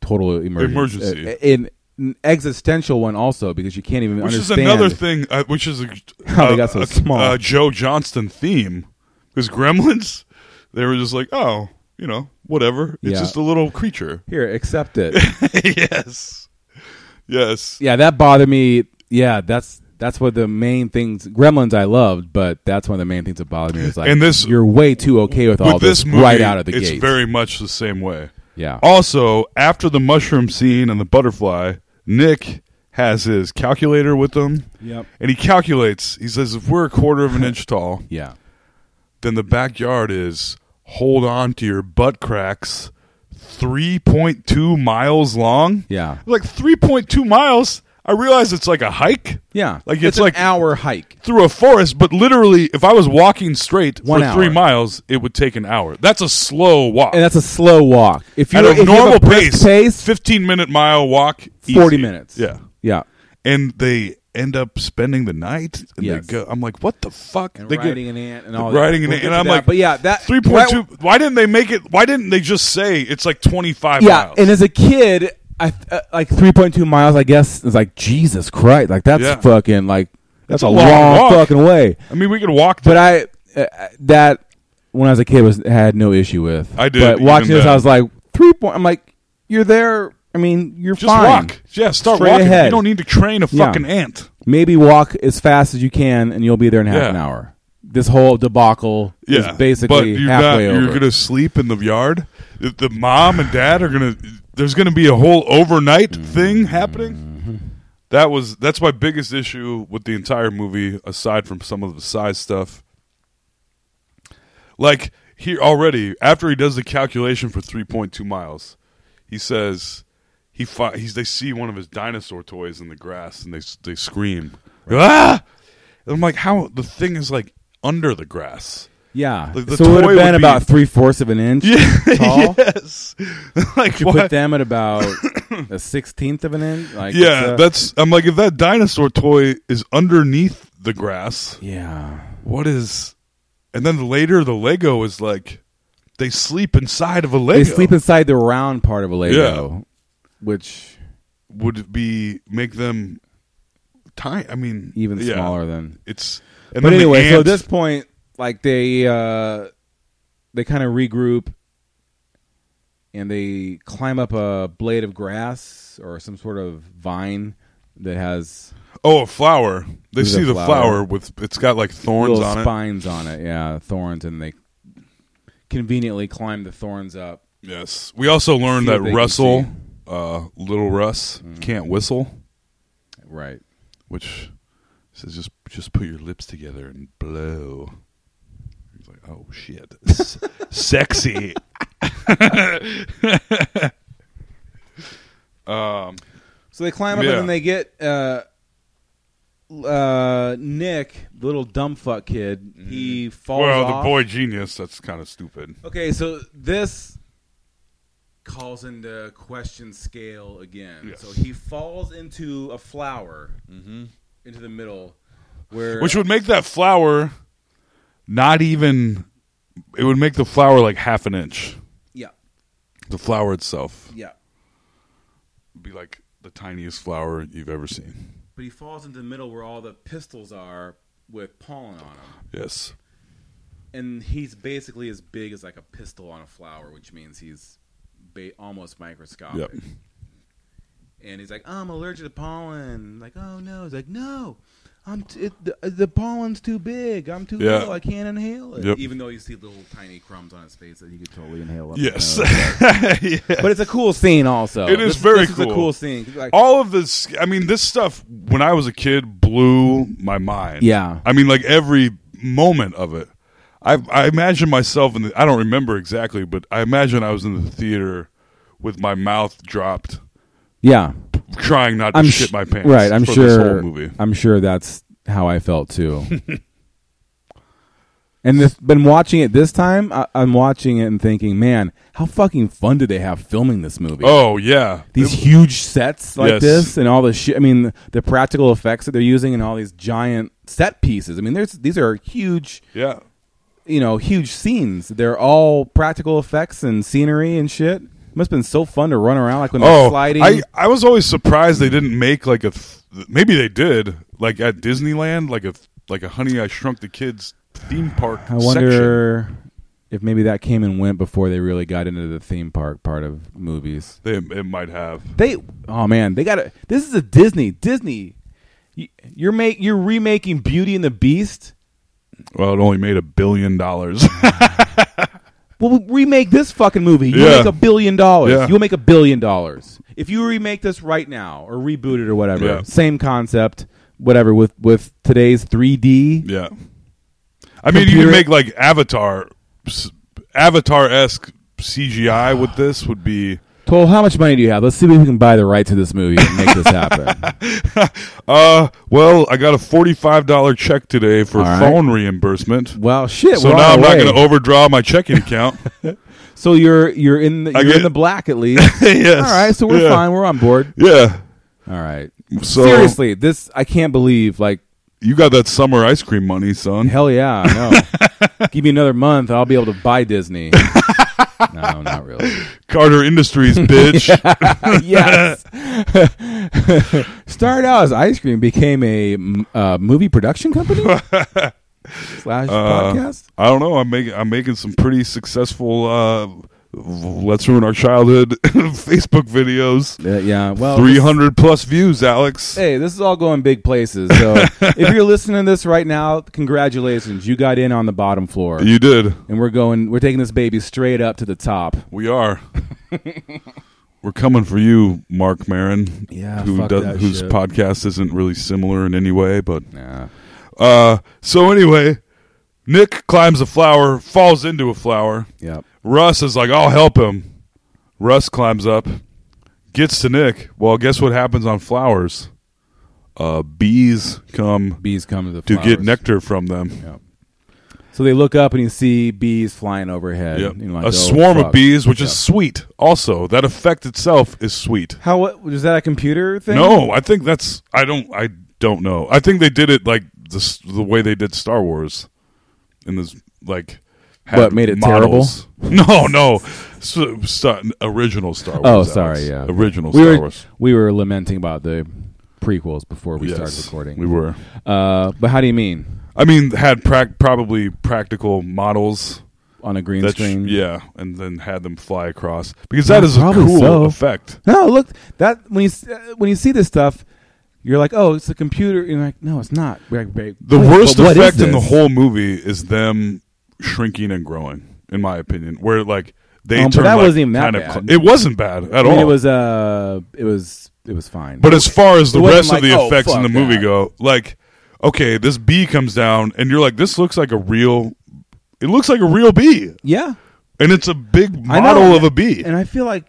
Speaker 8: total emergency,
Speaker 7: Emergency.
Speaker 8: Uh, an, an existential one also because you can't even
Speaker 7: Which
Speaker 8: understand.
Speaker 7: is another thing. Uh, which is a,
Speaker 8: How they got so
Speaker 7: a-
Speaker 8: small.
Speaker 7: a Joe Johnston theme because Gremlins, they were just like, oh, you know, whatever. It's
Speaker 8: Yeah.
Speaker 7: just a little creature.
Speaker 8: Here, accept it.
Speaker 7: yes, yes.
Speaker 8: yeah, that bothered me. Yeah, that's that's what the main things. Gremlins, I loved, but that's one of the main things that bothered me. Is like,
Speaker 7: And this-
Speaker 8: you're way too okay with, all
Speaker 7: With this movie,
Speaker 8: right out of the
Speaker 7: it's
Speaker 8: gate.
Speaker 7: very much the same way.
Speaker 8: yeah.
Speaker 7: Also, after the mushroom scene and the butterfly, Nick has his calculator with him.
Speaker 8: Yep.
Speaker 7: And he calculates. He says, if we're a quarter of an inch tall,
Speaker 8: Yeah.
Speaker 7: then the backyard is hold on to your butt cracks 3.2 miles long
Speaker 8: Yeah.
Speaker 7: like 3.2 miles i realize it's like a hike
Speaker 8: Yeah.
Speaker 7: like it's, like
Speaker 8: an hour hike.
Speaker 7: through a forest but literally if i was walking straight
Speaker 8: One
Speaker 7: for
Speaker 8: hour.
Speaker 7: three miles it would take an hour that's a slow walk
Speaker 8: And that's a slow walk. If you're
Speaker 7: at a
Speaker 8: if you have
Speaker 7: normal
Speaker 8: a brisk
Speaker 7: pace, 15 minute mile walk
Speaker 8: 40
Speaker 7: easy.
Speaker 8: minutes.
Speaker 7: yeah
Speaker 8: Yeah.
Speaker 7: and they end up spending the night and
Speaker 8: Yes.
Speaker 7: they go i'm like what the fuck
Speaker 8: And
Speaker 7: they
Speaker 8: riding an ant and
Speaker 7: the
Speaker 8: all
Speaker 7: riding
Speaker 8: that.
Speaker 7: an
Speaker 8: We'll
Speaker 7: ant.
Speaker 8: get
Speaker 7: and
Speaker 8: to
Speaker 7: i'm
Speaker 8: that.
Speaker 7: like
Speaker 8: But yeah, that
Speaker 7: 3.2 why didn't they make it why didn't they just say it's like 25
Speaker 8: Yeah,
Speaker 7: miles
Speaker 8: and as a kid, I uh, like 3.2 miles, I guess, is like Jesus Christ. Like that's
Speaker 7: Yeah.
Speaker 8: fucking like that's
Speaker 7: a
Speaker 8: a,
Speaker 7: long
Speaker 8: long,
Speaker 7: walk.
Speaker 8: fucking way.
Speaker 7: i mean we could walk
Speaker 8: But I uh, that when I was a kid was had no issue with.
Speaker 7: I did,
Speaker 8: But
Speaker 7: even
Speaker 8: watching this,
Speaker 7: then.
Speaker 8: I was like 3 point I'm like you're there. I mean, you're
Speaker 7: just
Speaker 8: fine.
Speaker 7: walk yeah start
Speaker 8: Straight
Speaker 7: walking
Speaker 8: ahead.
Speaker 7: you don't need to train a
Speaker 8: Yeah.
Speaker 7: fucking ant
Speaker 8: maybe walk as fast as you can and you'll be there in half
Speaker 7: Yeah.
Speaker 8: an hour. This whole debacle
Speaker 7: yeah
Speaker 8: is basically
Speaker 7: but you're
Speaker 8: halfway
Speaker 7: not,
Speaker 8: over.
Speaker 7: you're gonna sleep in the yard the, the mom and dad are gonna there's gonna be a whole overnight
Speaker 8: Mm-hmm.
Speaker 7: thing happening that was that's my biggest issue with the entire movie aside from some of the size stuff like here already after he does the calculation for 3.2 miles he says he fi- he's they see one of his dinosaur toys in the grass and they s- they scream ah and i'm like how the thing is like under the grass
Speaker 8: yeah.
Speaker 7: The- the
Speaker 8: so it
Speaker 7: toy
Speaker 8: would have
Speaker 7: would
Speaker 8: been
Speaker 7: be-
Speaker 8: about three fourths of an inch tall.
Speaker 7: yes like
Speaker 8: You
Speaker 7: what?
Speaker 8: put them at about a sixteenth of an inch. Like
Speaker 7: yeah
Speaker 8: it's a-
Speaker 7: that's i'm like if that dinosaur toy is underneath the grass
Speaker 8: yeah.
Speaker 7: what is and then later the lego is like they sleep inside of a lego
Speaker 8: They sleep inside the round part of a Lego,
Speaker 7: Yeah.
Speaker 8: which
Speaker 7: would be make them tiny. I mean,
Speaker 8: even
Speaker 7: yeah.
Speaker 8: smaller than.
Speaker 7: It's. And
Speaker 8: but
Speaker 7: then the
Speaker 8: anyway, so at
Speaker 7: ant-
Speaker 8: this point, like they uh they kind of regroup and they climb up a blade of grass or some sort of vine that has
Speaker 7: oh, a flower. They
Speaker 8: There's
Speaker 7: see
Speaker 8: a
Speaker 7: the flower.
Speaker 8: flower.
Speaker 7: with it's got like thorns
Speaker 8: little
Speaker 7: on it.
Speaker 8: spines on it. Yeah, thorns, and they conveniently climb the thorns up.
Speaker 7: Yes. We also learned
Speaker 8: See
Speaker 7: that
Speaker 8: what they can
Speaker 7: Russell,
Speaker 8: see. Mm.
Speaker 7: uh, little Russ, can't whistle,
Speaker 8: Right.
Speaker 7: which says just just put your lips together and blow. He's like, oh shit, S- sexy.
Speaker 8: So they climb up
Speaker 7: Yeah.
Speaker 8: and then they get uh, uh, Nick, the little dumb fuck kid, he falls
Speaker 7: Mm-hmm. well,
Speaker 8: off.
Speaker 7: the boy genius. That's kind of stupid.
Speaker 8: Okay, so this calls into question scale again.
Speaker 7: Yes. Mm-hmm.
Speaker 8: So he falls into a flower, into the middle, where
Speaker 7: Which would make that flower not even. It would make the flower like half an inch.
Speaker 8: yeah,
Speaker 7: The flower itself
Speaker 8: yeah.
Speaker 7: would be like the tiniest flower you've ever seen.
Speaker 8: But he falls into the middle where all the pistils are with pollen on them.
Speaker 7: Yes.
Speaker 8: and he's basically as big as like a pistol on a flower, which means he's ba- almost microscopic.
Speaker 7: Yep.
Speaker 8: And he's like, I'm allergic to pollen. Like, oh no. He's like, no, I'm t- it, the, uh, the pollen's too big. I'm too
Speaker 7: Yeah.
Speaker 8: low. I can't inhale it.
Speaker 7: Yep.
Speaker 8: Even though you see little tiny crumbs on his face that he could totally inhale. Up
Speaker 7: Yes.
Speaker 8: his nose. but it's a cool scene. Also,
Speaker 7: It is
Speaker 8: This-
Speaker 7: very
Speaker 8: this Is a
Speaker 7: cool.
Speaker 8: cool scene. 'Cause, Like,
Speaker 7: All of this. I mean, this stuff when I was a kid blew my mind.
Speaker 8: Yeah.
Speaker 7: I mean, like every moment of it. I I imagine myself in the. I don't remember exactly, but I imagine I was in the theater with my mouth dropped,
Speaker 8: yeah,
Speaker 7: trying not to
Speaker 8: I'm
Speaker 7: shit
Speaker 8: sh-
Speaker 7: my pants.
Speaker 8: Right, I'm
Speaker 7: for
Speaker 8: sure.
Speaker 7: This whole movie.
Speaker 8: I'm sure that's how I felt too. and this, been watching it this time. I, I'm watching it and thinking, man, how fucking fun did they have filming this movie?
Speaker 7: Oh yeah.
Speaker 8: These huge sets like
Speaker 7: Yes.
Speaker 8: this and all the shit. I mean, the, the practical effects that they're using and all these giant set pieces. I mean, there's these are huge,
Speaker 7: yeah.
Speaker 8: you know, huge scenes. They're all practical effects and scenery and shit. Must have been so fun to run around like when they're
Speaker 7: Oh,
Speaker 8: sliding.
Speaker 7: I I was always surprised they didn't make like a. Th- maybe they did, like at Disneyland, like a like a Honey I Shrunk the Kids theme park.
Speaker 8: I wonder if maybe that came and went before they really got into the theme park part of movies.
Speaker 7: section. They, it might have.
Speaker 8: They, oh man, they got it. This is a Disney. Disney, y- you're make you're remaking Beauty and the Beast.
Speaker 7: Well, it only made a billion dollars.
Speaker 8: Well, we'll remake this fucking movie. You
Speaker 7: Yeah.
Speaker 8: make a billion dollars.
Speaker 7: Yeah.
Speaker 8: You'll make a billion dollars if you remake this right now or reboot it or whatever.
Speaker 7: Yeah.
Speaker 8: Same concept, whatever with with today's 3D.
Speaker 7: yeah. I mean, you
Speaker 8: Computer-
Speaker 7: could make like Avatar, Avatar esque CGI with this would be.
Speaker 8: Toll, how much money do you have? Let's see if we can buy the rights to this movie and make this happen.
Speaker 7: Uh, well, I got a forty-five dollar check today for
Speaker 8: All right.
Speaker 7: phone reimbursement.
Speaker 8: well, shit.
Speaker 7: So
Speaker 8: we're on
Speaker 7: now
Speaker 8: our
Speaker 7: I'm not
Speaker 8: way.
Speaker 7: going to overdraw my checking account.
Speaker 8: So you're you're in the
Speaker 7: I
Speaker 8: you're
Speaker 7: get-
Speaker 8: in the black at least.
Speaker 7: yes.
Speaker 8: All right, so we're
Speaker 7: Yeah.
Speaker 8: fine. We're on board.
Speaker 7: Yeah.
Speaker 8: All right.
Speaker 7: So
Speaker 8: Seriously, this I can't believe. Like
Speaker 7: you got that summer ice cream money, son.
Speaker 8: hell yeah, no. Give me another month, I'll be able to buy Disney. no, not really. Uh,
Speaker 7: Carter Industries, bitch.
Speaker 8: yes. Started out as ice cream, became a m- uh, movie production company slash
Speaker 7: Uh,
Speaker 8: podcast.
Speaker 7: I don't know. I'm making I'm making some pretty successful. Uh, Let's ruin our childhood Facebook videos.
Speaker 8: Uh, yeah. Well, this-
Speaker 7: Three hundred plus views, Alex.
Speaker 8: Hey, this is all going big places. So if you're listening to this right now, congratulations. You got in on the bottom floor.
Speaker 7: You did.
Speaker 8: and we're going we're taking this baby straight up to the top
Speaker 7: We are. We're coming for you, Mark Marin.
Speaker 8: Yeah,
Speaker 7: who
Speaker 8: fuck
Speaker 7: does-
Speaker 8: that
Speaker 7: whose
Speaker 8: shit.
Speaker 7: podcast isn't really similar in any way, but
Speaker 8: yeah
Speaker 7: uh. So anyway, Nick climbs a flower, falls into a flower.
Speaker 8: yep
Speaker 7: Russ is like, I'll help him. Russ climbs up, gets to Nick. Well, guess what happens on flowers? Uh, bees come
Speaker 8: bees come to the
Speaker 7: to
Speaker 8: flowers.
Speaker 7: get nectar from them.
Speaker 8: yep. so they look up and you see bees flying overhead
Speaker 7: Yep.
Speaker 8: You know, like,
Speaker 7: a
Speaker 8: oh,
Speaker 7: swarm
Speaker 8: fuck.
Speaker 7: of bees, which
Speaker 8: Yeah.
Speaker 7: is sweet. Also, that effect itself is sweet.
Speaker 8: how what was that a computer thing
Speaker 7: No, I think that's. I don't. I don't know. I think they did it like the s- the way they did Star Wars, in this like. had
Speaker 8: What, made it
Speaker 7: No, no, S- sta- original Star Wars.
Speaker 8: oh
Speaker 7: Alex.
Speaker 8: sorry yeah
Speaker 7: original
Speaker 8: we
Speaker 7: Star
Speaker 8: were,
Speaker 7: Wars.
Speaker 8: we were lamenting about the prequels before we
Speaker 7: Yes,
Speaker 8: started recording
Speaker 7: We were.
Speaker 8: uh but how do you mean
Speaker 7: I mean, had prac probably practical models.
Speaker 8: on a green
Speaker 7: That sh-
Speaker 8: screen
Speaker 7: yeah, and then had them fly across because that is a
Speaker 8: probably
Speaker 7: cool
Speaker 8: so.
Speaker 7: effect.
Speaker 8: no look that when you s- uh, when you see this stuff you're like oh it's a computer you're like no it's not We're like, wait,
Speaker 7: The
Speaker 8: wait,
Speaker 7: worst
Speaker 8: but what is
Speaker 7: effect in the
Speaker 8: this?
Speaker 7: whole movie is them shrinking and growing, in my opinion. Where like they
Speaker 8: Um, but
Speaker 7: turn
Speaker 8: that
Speaker 7: like,
Speaker 8: wasn't even that
Speaker 7: kind
Speaker 8: bad.
Speaker 7: of cl- it wasn't bad at
Speaker 8: I mean,
Speaker 7: all.
Speaker 8: it was uh, it was it was fine.
Speaker 7: but as far as the
Speaker 8: it wasn't
Speaker 7: rest
Speaker 8: like,
Speaker 7: of the
Speaker 8: "Oh,
Speaker 7: effects in
Speaker 8: fuck
Speaker 7: the movie
Speaker 8: that."
Speaker 7: go, like okay, this bee comes down, and you're like, this looks like a real. It looks like a real bee,
Speaker 8: yeah,
Speaker 7: and it's a big
Speaker 8: I
Speaker 7: model
Speaker 8: know.
Speaker 7: of a bee.
Speaker 8: And I feel like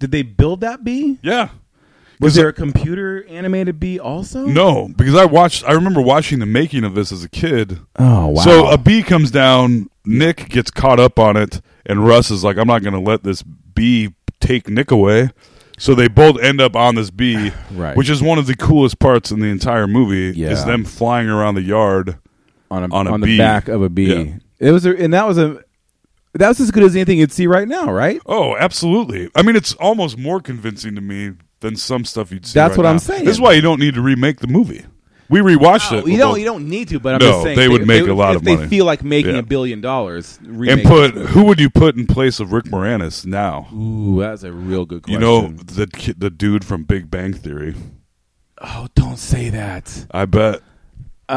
Speaker 8: did they build that bee?
Speaker 7: Yeah. Was
Speaker 8: Was
Speaker 7: it-
Speaker 8: there a computer animated bee also?
Speaker 7: No, because I watched. I remember watching the making of this as a kid.
Speaker 8: Oh wow.
Speaker 7: So a bee comes down. Nick gets caught up on it, and Russ is like, "I'm not going to let this bee take Nick away." So they both end up on this bee,
Speaker 8: Right.
Speaker 7: Which is one of the coolest parts in the entire movie.
Speaker 8: Yeah.
Speaker 7: Is them flying around the yard.
Speaker 8: on a,
Speaker 7: on
Speaker 8: on,
Speaker 7: a
Speaker 8: the
Speaker 7: bee.
Speaker 8: back of a bee.
Speaker 7: Yeah.
Speaker 8: It was a, and that was a that was as good as anything you'd see right now, right?
Speaker 7: Oh, absolutely. I mean, it's almost more convincing to me than some stuff you'd see.
Speaker 8: That's
Speaker 7: right
Speaker 8: what I'm
Speaker 7: now.
Speaker 8: saying.
Speaker 7: This is why you don't need to remake the movie. We rewatched it.
Speaker 8: you
Speaker 7: with
Speaker 8: don't
Speaker 7: both-
Speaker 8: you don't need to, but I'm
Speaker 7: No,
Speaker 8: just saying
Speaker 7: they would make a
Speaker 8: if-
Speaker 7: lot
Speaker 8: if
Speaker 7: of
Speaker 8: they
Speaker 7: money.
Speaker 8: feel like making
Speaker 7: Yeah.
Speaker 8: a billion dollars
Speaker 7: and
Speaker 8: remake
Speaker 7: put
Speaker 8: it.
Speaker 7: who would you put in place of Rick Moranis now?
Speaker 8: Ooh, that's a real good
Speaker 7: You
Speaker 8: question.
Speaker 7: know the ki- the dude from Big Bang Theory.
Speaker 8: oh, don't say that.
Speaker 7: I bet. Why?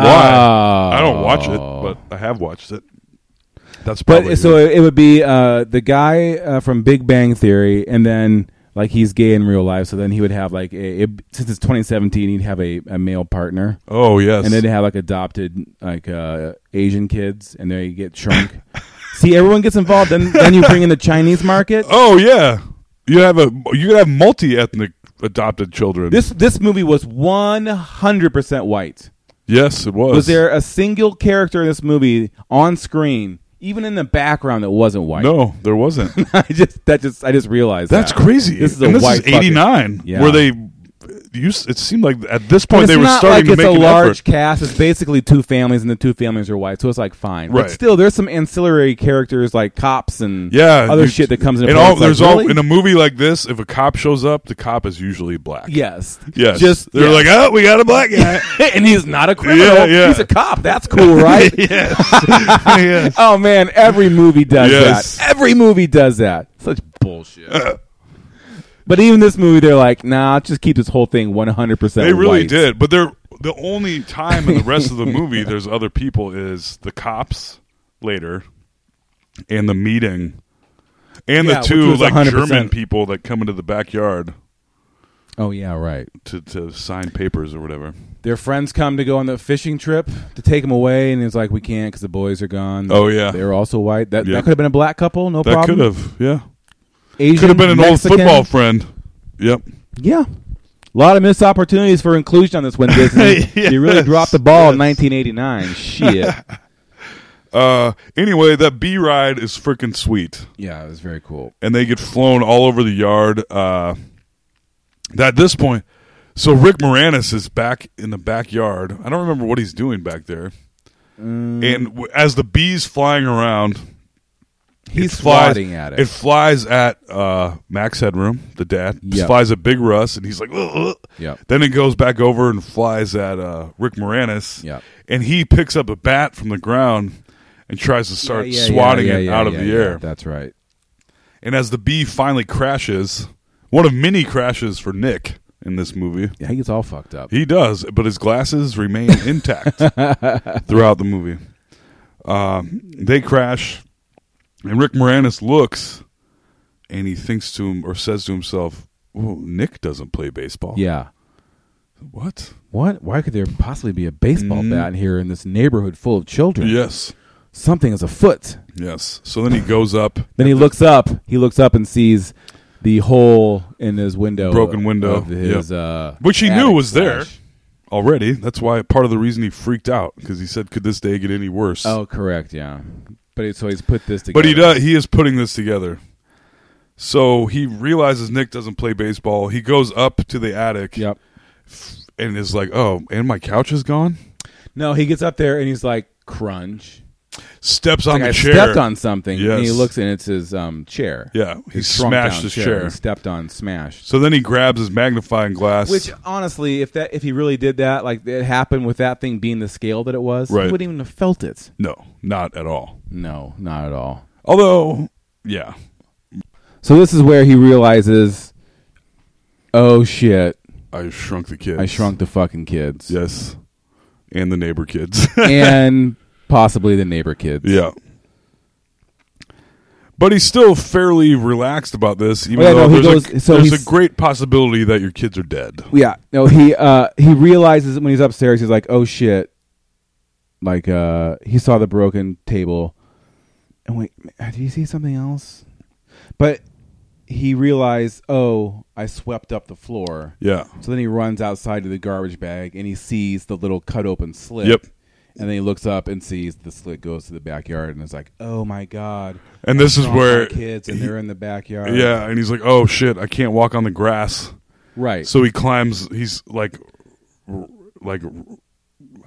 Speaker 7: I don't watch it, but I have watched it. That's probably
Speaker 8: Oh. But so
Speaker 7: it.
Speaker 8: it would be uh, the guy uh, from Big Bang Theory, and then like he's gay in real life, so then he would have like a, it, since it's 2017, he'd have a, a male partner,
Speaker 7: oh yes,
Speaker 8: and then they have like adopted like uh, Asian kids, and they get shrunk. See, everyone gets involved. Then then you bring in the Chinese market.
Speaker 7: oh yeah, you have a you could have multi ethnic adopted children.
Speaker 8: This this movie was 100 percent white.
Speaker 7: yes, it was.
Speaker 8: Was there a single character in this movie on screen, even in the background, that wasn't white?
Speaker 7: No, there wasn't.
Speaker 8: I just that just I just realized
Speaker 7: That's
Speaker 8: that.
Speaker 7: crazy.
Speaker 8: This is a
Speaker 7: and this
Speaker 8: white
Speaker 7: is eighty nine.
Speaker 8: fucking- Yeah.
Speaker 7: Where they used it seemed like at this
Speaker 8: And
Speaker 7: point
Speaker 8: it's
Speaker 7: they were
Speaker 8: not
Speaker 7: starting
Speaker 8: like
Speaker 7: to
Speaker 8: it's
Speaker 7: make
Speaker 8: a
Speaker 7: an
Speaker 8: large
Speaker 7: effort.
Speaker 8: cast. It's basically two families, and the two families are white, so it's like fine.
Speaker 7: Right.
Speaker 8: But still, there's some ancillary characters like cops and
Speaker 7: Yeah,
Speaker 8: other
Speaker 7: you-
Speaker 8: shit that comes into
Speaker 7: and
Speaker 8: play.
Speaker 7: all,
Speaker 8: It's like,
Speaker 7: there's all
Speaker 8: really?
Speaker 7: in a movie like this. If a cop shows up, the cop is usually black.
Speaker 8: yes,
Speaker 7: yes.
Speaker 8: just
Speaker 7: they're
Speaker 8: yeah.
Speaker 7: like, oh, we got a black guy.
Speaker 8: and he's not a criminal.
Speaker 7: Yeah, yeah.
Speaker 8: He's a cop. That's cool, right?
Speaker 7: yes, yes.
Speaker 8: Oh man, every movie does
Speaker 7: Yes.
Speaker 8: that. Every movie does that. Such bullshit. but even this movie, they're like, nah, just keep this whole thing one hundred percent.
Speaker 7: They really did, but they're the only time in the rest of the movie there's other people is the cops later, and the meeting, and
Speaker 8: Yeah,
Speaker 7: the
Speaker 8: which
Speaker 7: two
Speaker 8: was
Speaker 7: like
Speaker 8: 100%.
Speaker 7: German people that come into the backyard
Speaker 8: Oh yeah, right.
Speaker 7: to to sign papers or whatever.
Speaker 8: Their friends come to go on the fishing trip to take them away, and it's like we can't because the boys are gone.
Speaker 7: Oh, yeah.
Speaker 8: they were also white. That
Speaker 7: Yeah.
Speaker 8: that could have been a black couple, no
Speaker 7: That
Speaker 8: problem.
Speaker 7: could have, yeah,
Speaker 8: Asian,
Speaker 7: could have been an old
Speaker 8: Mexican.
Speaker 7: football friend. Yep.
Speaker 8: Yeah, a lot of missed opportunities for inclusion on this one. Disney, they really
Speaker 7: Yes,
Speaker 8: dropped the ball in 1989. Shit.
Speaker 7: Uh, anyway, that bee ride is freaking sweet.
Speaker 8: yeah, it was very cool.
Speaker 7: and they get flown all over the yard. Uh, at this point, so Rick Moranis is back in the backyard. I don't remember what he's doing back there.
Speaker 8: Mm.
Speaker 7: And w- as the bees flying around,
Speaker 8: He's
Speaker 7: flies,
Speaker 8: swatting at it.
Speaker 7: It flies at uh, Max Headroom, the dad.
Speaker 8: Yep.
Speaker 7: Flies at Big Russ, and he's like, "Ugh, ugh."
Speaker 8: Yep.
Speaker 7: Then it goes back over and flies at uh, Rick Moranis.
Speaker 8: Yep.
Speaker 7: And he picks up a bat from the ground and tries to start
Speaker 8: Yeah, yeah,
Speaker 7: swatting
Speaker 8: yeah,
Speaker 7: it
Speaker 8: yeah,
Speaker 7: out of
Speaker 8: yeah,
Speaker 7: the
Speaker 8: yeah,
Speaker 7: air.
Speaker 8: That's right.
Speaker 7: And as the bee finally crashes, one of many crashes for Nick in this movie.
Speaker 8: Yeah, he gets all fucked up.
Speaker 7: He does, but his glasses remain intact throughout the movie. Um, they crash, and Rick Moranis looks, and he thinks to him or says to himself, "Ooh, Nick doesn't play baseball."
Speaker 8: yeah.
Speaker 7: What?
Speaker 8: What? Why could there possibly be a baseball
Speaker 7: Mhm.
Speaker 8: bat here in this neighborhood full of children?
Speaker 7: Yes,
Speaker 8: Something is afoot.
Speaker 7: yes. So then he goes up.
Speaker 8: Then he looks up. He looks up and sees the hole in his window,
Speaker 7: Broken window.
Speaker 8: of his,
Speaker 7: Yep.
Speaker 8: uh,
Speaker 7: Which he knew
Speaker 8: attic
Speaker 7: was there.
Speaker 8: slash-
Speaker 7: Already, that's why part of the reason he freaked out because he said, "Could this day get any worse?"
Speaker 8: Oh, correct. Yeah, but he, so he's put this together.
Speaker 7: But he does. He is putting this together. So he realizes Nick doesn't play baseball. He goes up to the attic.
Speaker 8: Yep.
Speaker 7: And is like, oh, and my couch is gone.
Speaker 8: No, he gets up there and he's like crunch.
Speaker 7: Steps on
Speaker 8: Like
Speaker 7: the
Speaker 8: I
Speaker 7: chair.
Speaker 8: stepped on something. And he
Speaker 7: Yes.
Speaker 8: looks and it's his um chair.
Speaker 7: Yeah, he
Speaker 8: His shrunk
Speaker 7: smashed
Speaker 8: down
Speaker 7: his chair.
Speaker 8: He stepped on, smashed.
Speaker 7: So then he grabs his magnifying glass.
Speaker 8: Which honestly, if that if he really did that, like it happened with that thing being the scale that it was,
Speaker 7: Right.
Speaker 8: he wouldn't even have felt it.
Speaker 7: no, not at all.
Speaker 8: No, not at all.
Speaker 7: Although, yeah,
Speaker 8: So this is where he realizes, oh shit,
Speaker 7: I shrunk the kids.
Speaker 8: I shrunk the fucking kids,
Speaker 7: Yes, and the neighbor kids.
Speaker 8: and possibly the neighbor kids.
Speaker 7: yeah. But he's still fairly relaxed about this, even
Speaker 8: Oh, yeah,
Speaker 7: though
Speaker 8: no, he
Speaker 7: there's, a,
Speaker 8: goes- so
Speaker 7: there's
Speaker 8: he's-
Speaker 7: a great possibility that your kids are dead.
Speaker 8: yeah. No, he uh he realizes when he's upstairs, he's like, oh shit, like uh he saw the broken table, and wait, did he see something else? But he realized, oh, I swept up the floor.
Speaker 7: Yeah.
Speaker 8: So then he runs outside to the garbage bag and he sees the little cut open slit.
Speaker 7: Yep.
Speaker 8: And then he looks up and sees the slit goes to the backyard and is like, oh my God.
Speaker 7: And this
Speaker 8: I
Speaker 7: is
Speaker 8: saw my
Speaker 7: where-
Speaker 8: kids and they're in the backyard.
Speaker 7: Yeah, and he's like, "Oh shit, I can't walk on the grass."
Speaker 8: Right.
Speaker 7: So he climbs. He's like, r- like, r-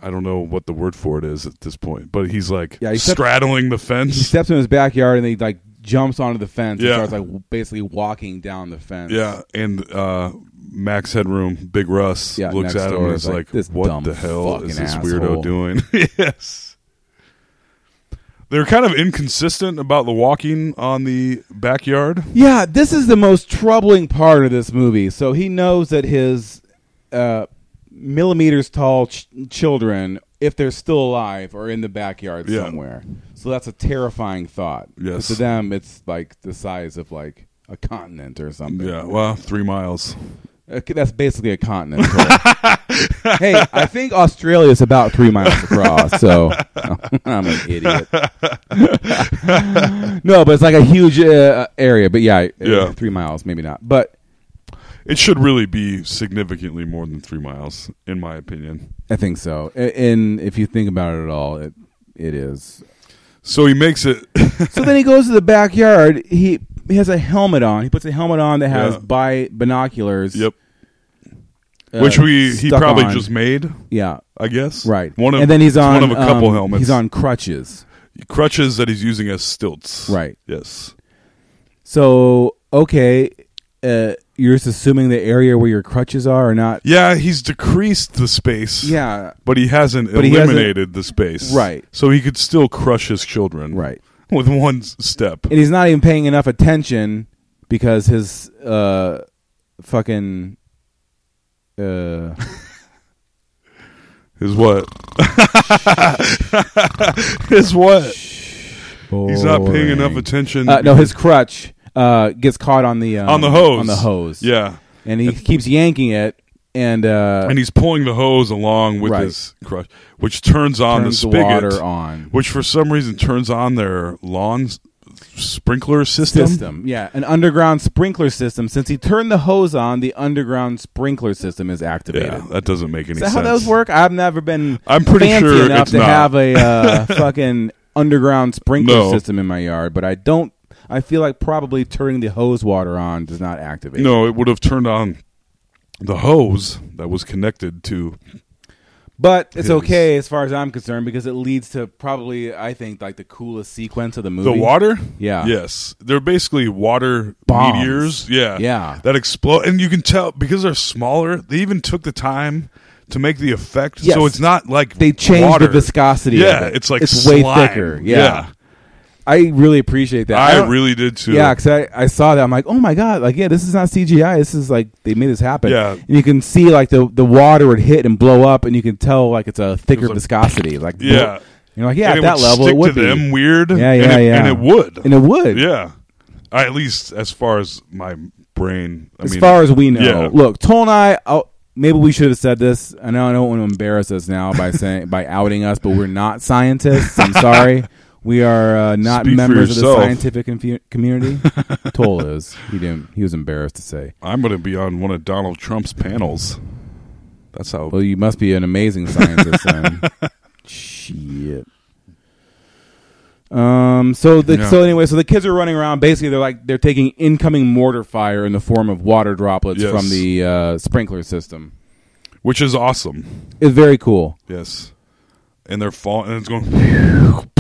Speaker 7: I don't know what the word for it is at this point, but he's like
Speaker 8: Yeah, he steps-
Speaker 7: straddling the fence.
Speaker 8: he steps in his backyard and he like jumps onto the fence
Speaker 7: Yeah.
Speaker 8: and starts like basically walking down the fence.
Speaker 7: yeah, and uh, Max Headroom, Big Russ,
Speaker 8: Yeah,
Speaker 7: looks
Speaker 8: next
Speaker 7: at him
Speaker 8: door
Speaker 7: and
Speaker 8: is
Speaker 7: is
Speaker 8: like,
Speaker 7: like,
Speaker 8: "This
Speaker 7: "What
Speaker 8: dumb
Speaker 7: the hell
Speaker 8: fucking
Speaker 7: is this
Speaker 8: asshole."
Speaker 7: weirdo doing?" yes. They're kind of inconsistent about the walking on the backyard.
Speaker 8: Yeah, this is the most troubling part of this movie. So he knows that his uh, millimeters tall ch- children, if they're still alive, are in the backyard
Speaker 7: Yeah.
Speaker 8: somewhere. So that's a terrifying thought.
Speaker 7: Yes.
Speaker 8: But to them, it's like the size of like a continent or something.
Speaker 7: Yeah, well, three miles.
Speaker 8: Uh, that's basically a continent. hey, I think Australia is about three miles across, so I'm an idiot. no, but it's like a huge uh, area. But yeah, uh,
Speaker 7: Yeah.
Speaker 8: three miles, maybe not. But
Speaker 7: It should really be significantly more than three miles, in my opinion.
Speaker 8: I think so. A- And if you think about it at all, it it is.
Speaker 7: So he makes it.
Speaker 8: So then he goes to the backyard. He he has a helmet on. He puts a helmet on that has
Speaker 7: Yeah.
Speaker 8: bi- binoculars.
Speaker 7: yep.
Speaker 8: uh,
Speaker 7: Which we he
Speaker 8: stuck
Speaker 7: probably
Speaker 8: on.
Speaker 7: just made,
Speaker 8: yeah.
Speaker 7: I guess.
Speaker 8: Right,
Speaker 7: One of
Speaker 8: and then he's
Speaker 7: it's
Speaker 8: on
Speaker 7: one of a couple
Speaker 8: um,
Speaker 7: helmets.
Speaker 8: He's on crutches.
Speaker 7: crutches that he's using as stilts.
Speaker 8: Right.
Speaker 7: Yes.
Speaker 8: So okay, uh, you're just assuming the area where your crutches are or not.
Speaker 7: Yeah, he's decreased the space.
Speaker 8: Yeah,
Speaker 7: But he hasn't
Speaker 8: But he hasn't-
Speaker 7: eliminated the space.
Speaker 8: Right.
Speaker 7: So he could still crush his children.
Speaker 8: Right.
Speaker 7: With one s- step.
Speaker 8: and he's not even paying enough attention because his uh, fucking uh,
Speaker 7: Is what? Is what? He's not paying enough attention.
Speaker 8: Uh, no, his crutch uh, gets caught on the um,
Speaker 7: on the hose.
Speaker 8: on the hose.
Speaker 7: Yeah.
Speaker 8: and he keeps yanking it, and uh,
Speaker 7: and he's pulling the hose along with
Speaker 8: Right.
Speaker 7: his crush, which turns on
Speaker 8: Turns
Speaker 7: the
Speaker 8: the
Speaker 7: spigot,
Speaker 8: water on.
Speaker 7: which for some reason turns on their lawn s- sprinkler system.
Speaker 8: system. Yeah, an underground sprinkler system. Since he turned the hose on, the underground sprinkler system is activated.
Speaker 7: Yeah, that doesn't make any
Speaker 8: Is that
Speaker 7: sense.
Speaker 8: how those work? I've never been
Speaker 7: I'm pretty
Speaker 8: fancy
Speaker 7: sure
Speaker 8: enough
Speaker 7: it's
Speaker 8: to
Speaker 7: not.
Speaker 8: have a uh, fucking underground sprinkler
Speaker 7: No.
Speaker 8: system in my yard, but I don't. I feel like probably turning the hose water on does not activate.
Speaker 7: No, it would have turned on the hose that was connected to.
Speaker 8: but it's
Speaker 7: His-
Speaker 8: okay as far as I'm concerned because it leads to probably I think like the coolest sequence of the movie.
Speaker 7: The water?
Speaker 8: Yeah.
Speaker 7: Yes. They're basically water
Speaker 8: Bombs.
Speaker 7: meteors. Yeah.
Speaker 8: Yeah.
Speaker 7: That explode. And you can tell because they're smaller, they even took the time to make the effect.
Speaker 8: Yes.
Speaker 7: So it's not like
Speaker 8: They changed
Speaker 7: water.
Speaker 8: the viscosity. of
Speaker 7: Yeah.
Speaker 8: it.
Speaker 7: It's like
Speaker 8: it's way
Speaker 7: slime.
Speaker 8: thicker. Yeah. I really appreciate that.
Speaker 7: I,
Speaker 8: don't-
Speaker 7: really did too.
Speaker 8: Yeah, because I, I saw that. I'm like, oh my god, like yeah, this is not CGI. This is like they made this happen.
Speaker 7: Yeah.
Speaker 8: and you can see like the the water would hit and blow up, and you can tell like it's a thicker
Speaker 7: It was like-
Speaker 8: viscosity. Like
Speaker 7: Yeah.
Speaker 8: blow- you're like yeah,
Speaker 7: And
Speaker 8: at
Speaker 7: it
Speaker 8: that
Speaker 7: would
Speaker 8: level
Speaker 7: stick
Speaker 8: it would
Speaker 7: to
Speaker 8: be
Speaker 7: them weird.
Speaker 8: Yeah,
Speaker 7: and
Speaker 8: yeah,
Speaker 7: it,
Speaker 8: yeah.
Speaker 7: And it would.
Speaker 8: and it would.
Speaker 7: yeah. I, at least as far as my brain. I
Speaker 8: as
Speaker 7: mean,
Speaker 8: far as we know.
Speaker 7: yeah.
Speaker 8: Look, Tolnai. I'll, oh, maybe we should have said this. I know I don't want to embarrass us now by saying by outing us, but we're not scientists. I'm sorry. We are uh, not
Speaker 7: Speak for
Speaker 8: members of the
Speaker 7: yourself.
Speaker 8: scientific confu- community. Toll is. He didn't. He was embarrassed to say.
Speaker 7: I'm going to be on one of Donald Trump's panels. That's how.
Speaker 8: Well, you must be an amazing scientist then. Shit. Um. So the
Speaker 7: Yeah.
Speaker 8: so anyway, so the kids are running around. Basically, they're like they're taking incoming mortar fire in the form of water droplets
Speaker 7: Yes.
Speaker 8: from the uh, sprinkler system.
Speaker 7: which is awesome.
Speaker 8: It's very cool.
Speaker 7: Yes. And they're falling, and it's going.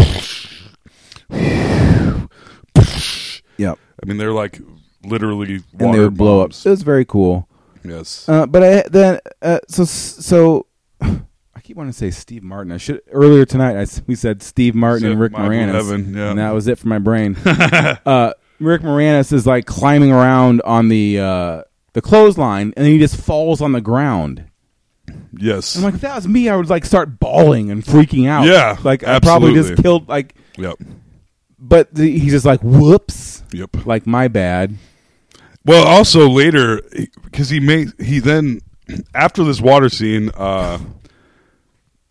Speaker 8: Yep.
Speaker 7: I mean, they're like literally water
Speaker 8: And they would blow up.
Speaker 7: bombs.
Speaker 8: It was very cool.
Speaker 7: Yes.
Speaker 8: Uh, but I then uh, so so I keep wanting to say Steve Martin. I should earlier tonight. I s- we said Steve Martin
Speaker 7: Said
Speaker 8: and Rick
Speaker 7: Michael
Speaker 8: Moranis,
Speaker 7: Evan, yeah.
Speaker 8: and that was it for my brain. uh, Rick Moranis is like climbing around on the uh, the clothesline, and then he just falls on the ground.
Speaker 7: yes.
Speaker 8: I'm like, if that was me, I would like start bawling and freaking out.
Speaker 7: Yeah,
Speaker 8: like I probably just
Speaker 7: absolutely.
Speaker 8: killed. Like,
Speaker 7: yep.
Speaker 8: but the, he's just like, whoops,
Speaker 7: Yep.
Speaker 8: like my bad.
Speaker 7: Well, also later, because he made he then after this water scene, uh,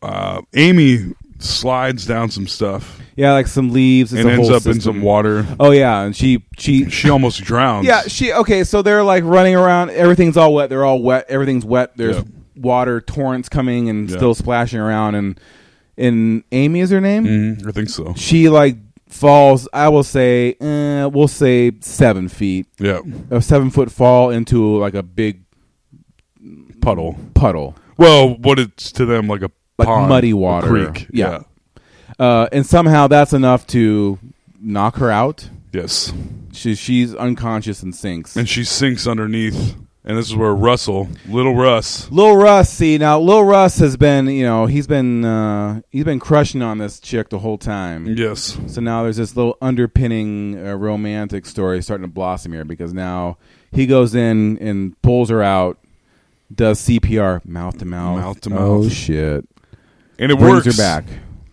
Speaker 7: uh, Amy slides down some stuff
Speaker 8: Yeah, like some leaves. It's
Speaker 7: and
Speaker 8: a
Speaker 7: ends
Speaker 8: whole
Speaker 7: up in
Speaker 8: system.
Speaker 7: some water.
Speaker 8: Oh yeah, and she she
Speaker 7: She almost drowns.
Speaker 8: yeah she okay. So they're like running around. Everything's all wet. They're all wet. Everything's wet. There's
Speaker 7: Yeah.
Speaker 8: water torrents coming and
Speaker 7: Yeah.
Speaker 8: still splashing around. And and Amy is her name.
Speaker 7: Mhm, I think so.
Speaker 8: She like falls. I will say eh, we'll say seven feet,
Speaker 7: Yeah.
Speaker 8: a seven foot fall into like a big
Speaker 7: Puddle.
Speaker 8: puddle.
Speaker 7: Well, what it's to them like a
Speaker 8: Like
Speaker 7: pond,
Speaker 8: muddy
Speaker 7: a
Speaker 8: water.
Speaker 7: creek.
Speaker 8: Yeah. Uh, and somehow that's enough to knock her out.
Speaker 7: Yes.
Speaker 8: She, she's unconscious and sinks.
Speaker 7: And she sinks underneath, and this is where Russell, little Russ,
Speaker 8: Lil Russ, see now, Lil Russ has been, you know, he's been uh, he's been crushing on this chick the whole time.
Speaker 7: yes,
Speaker 8: So now there's this little underpinning uh, romantic story starting to blossom here because now he goes in and pulls her out, does CPR, mouth to mouth,
Speaker 7: Mouth to
Speaker 8: Oh
Speaker 7: mouth.
Speaker 8: shit!
Speaker 7: and it works.
Speaker 8: Brings her back.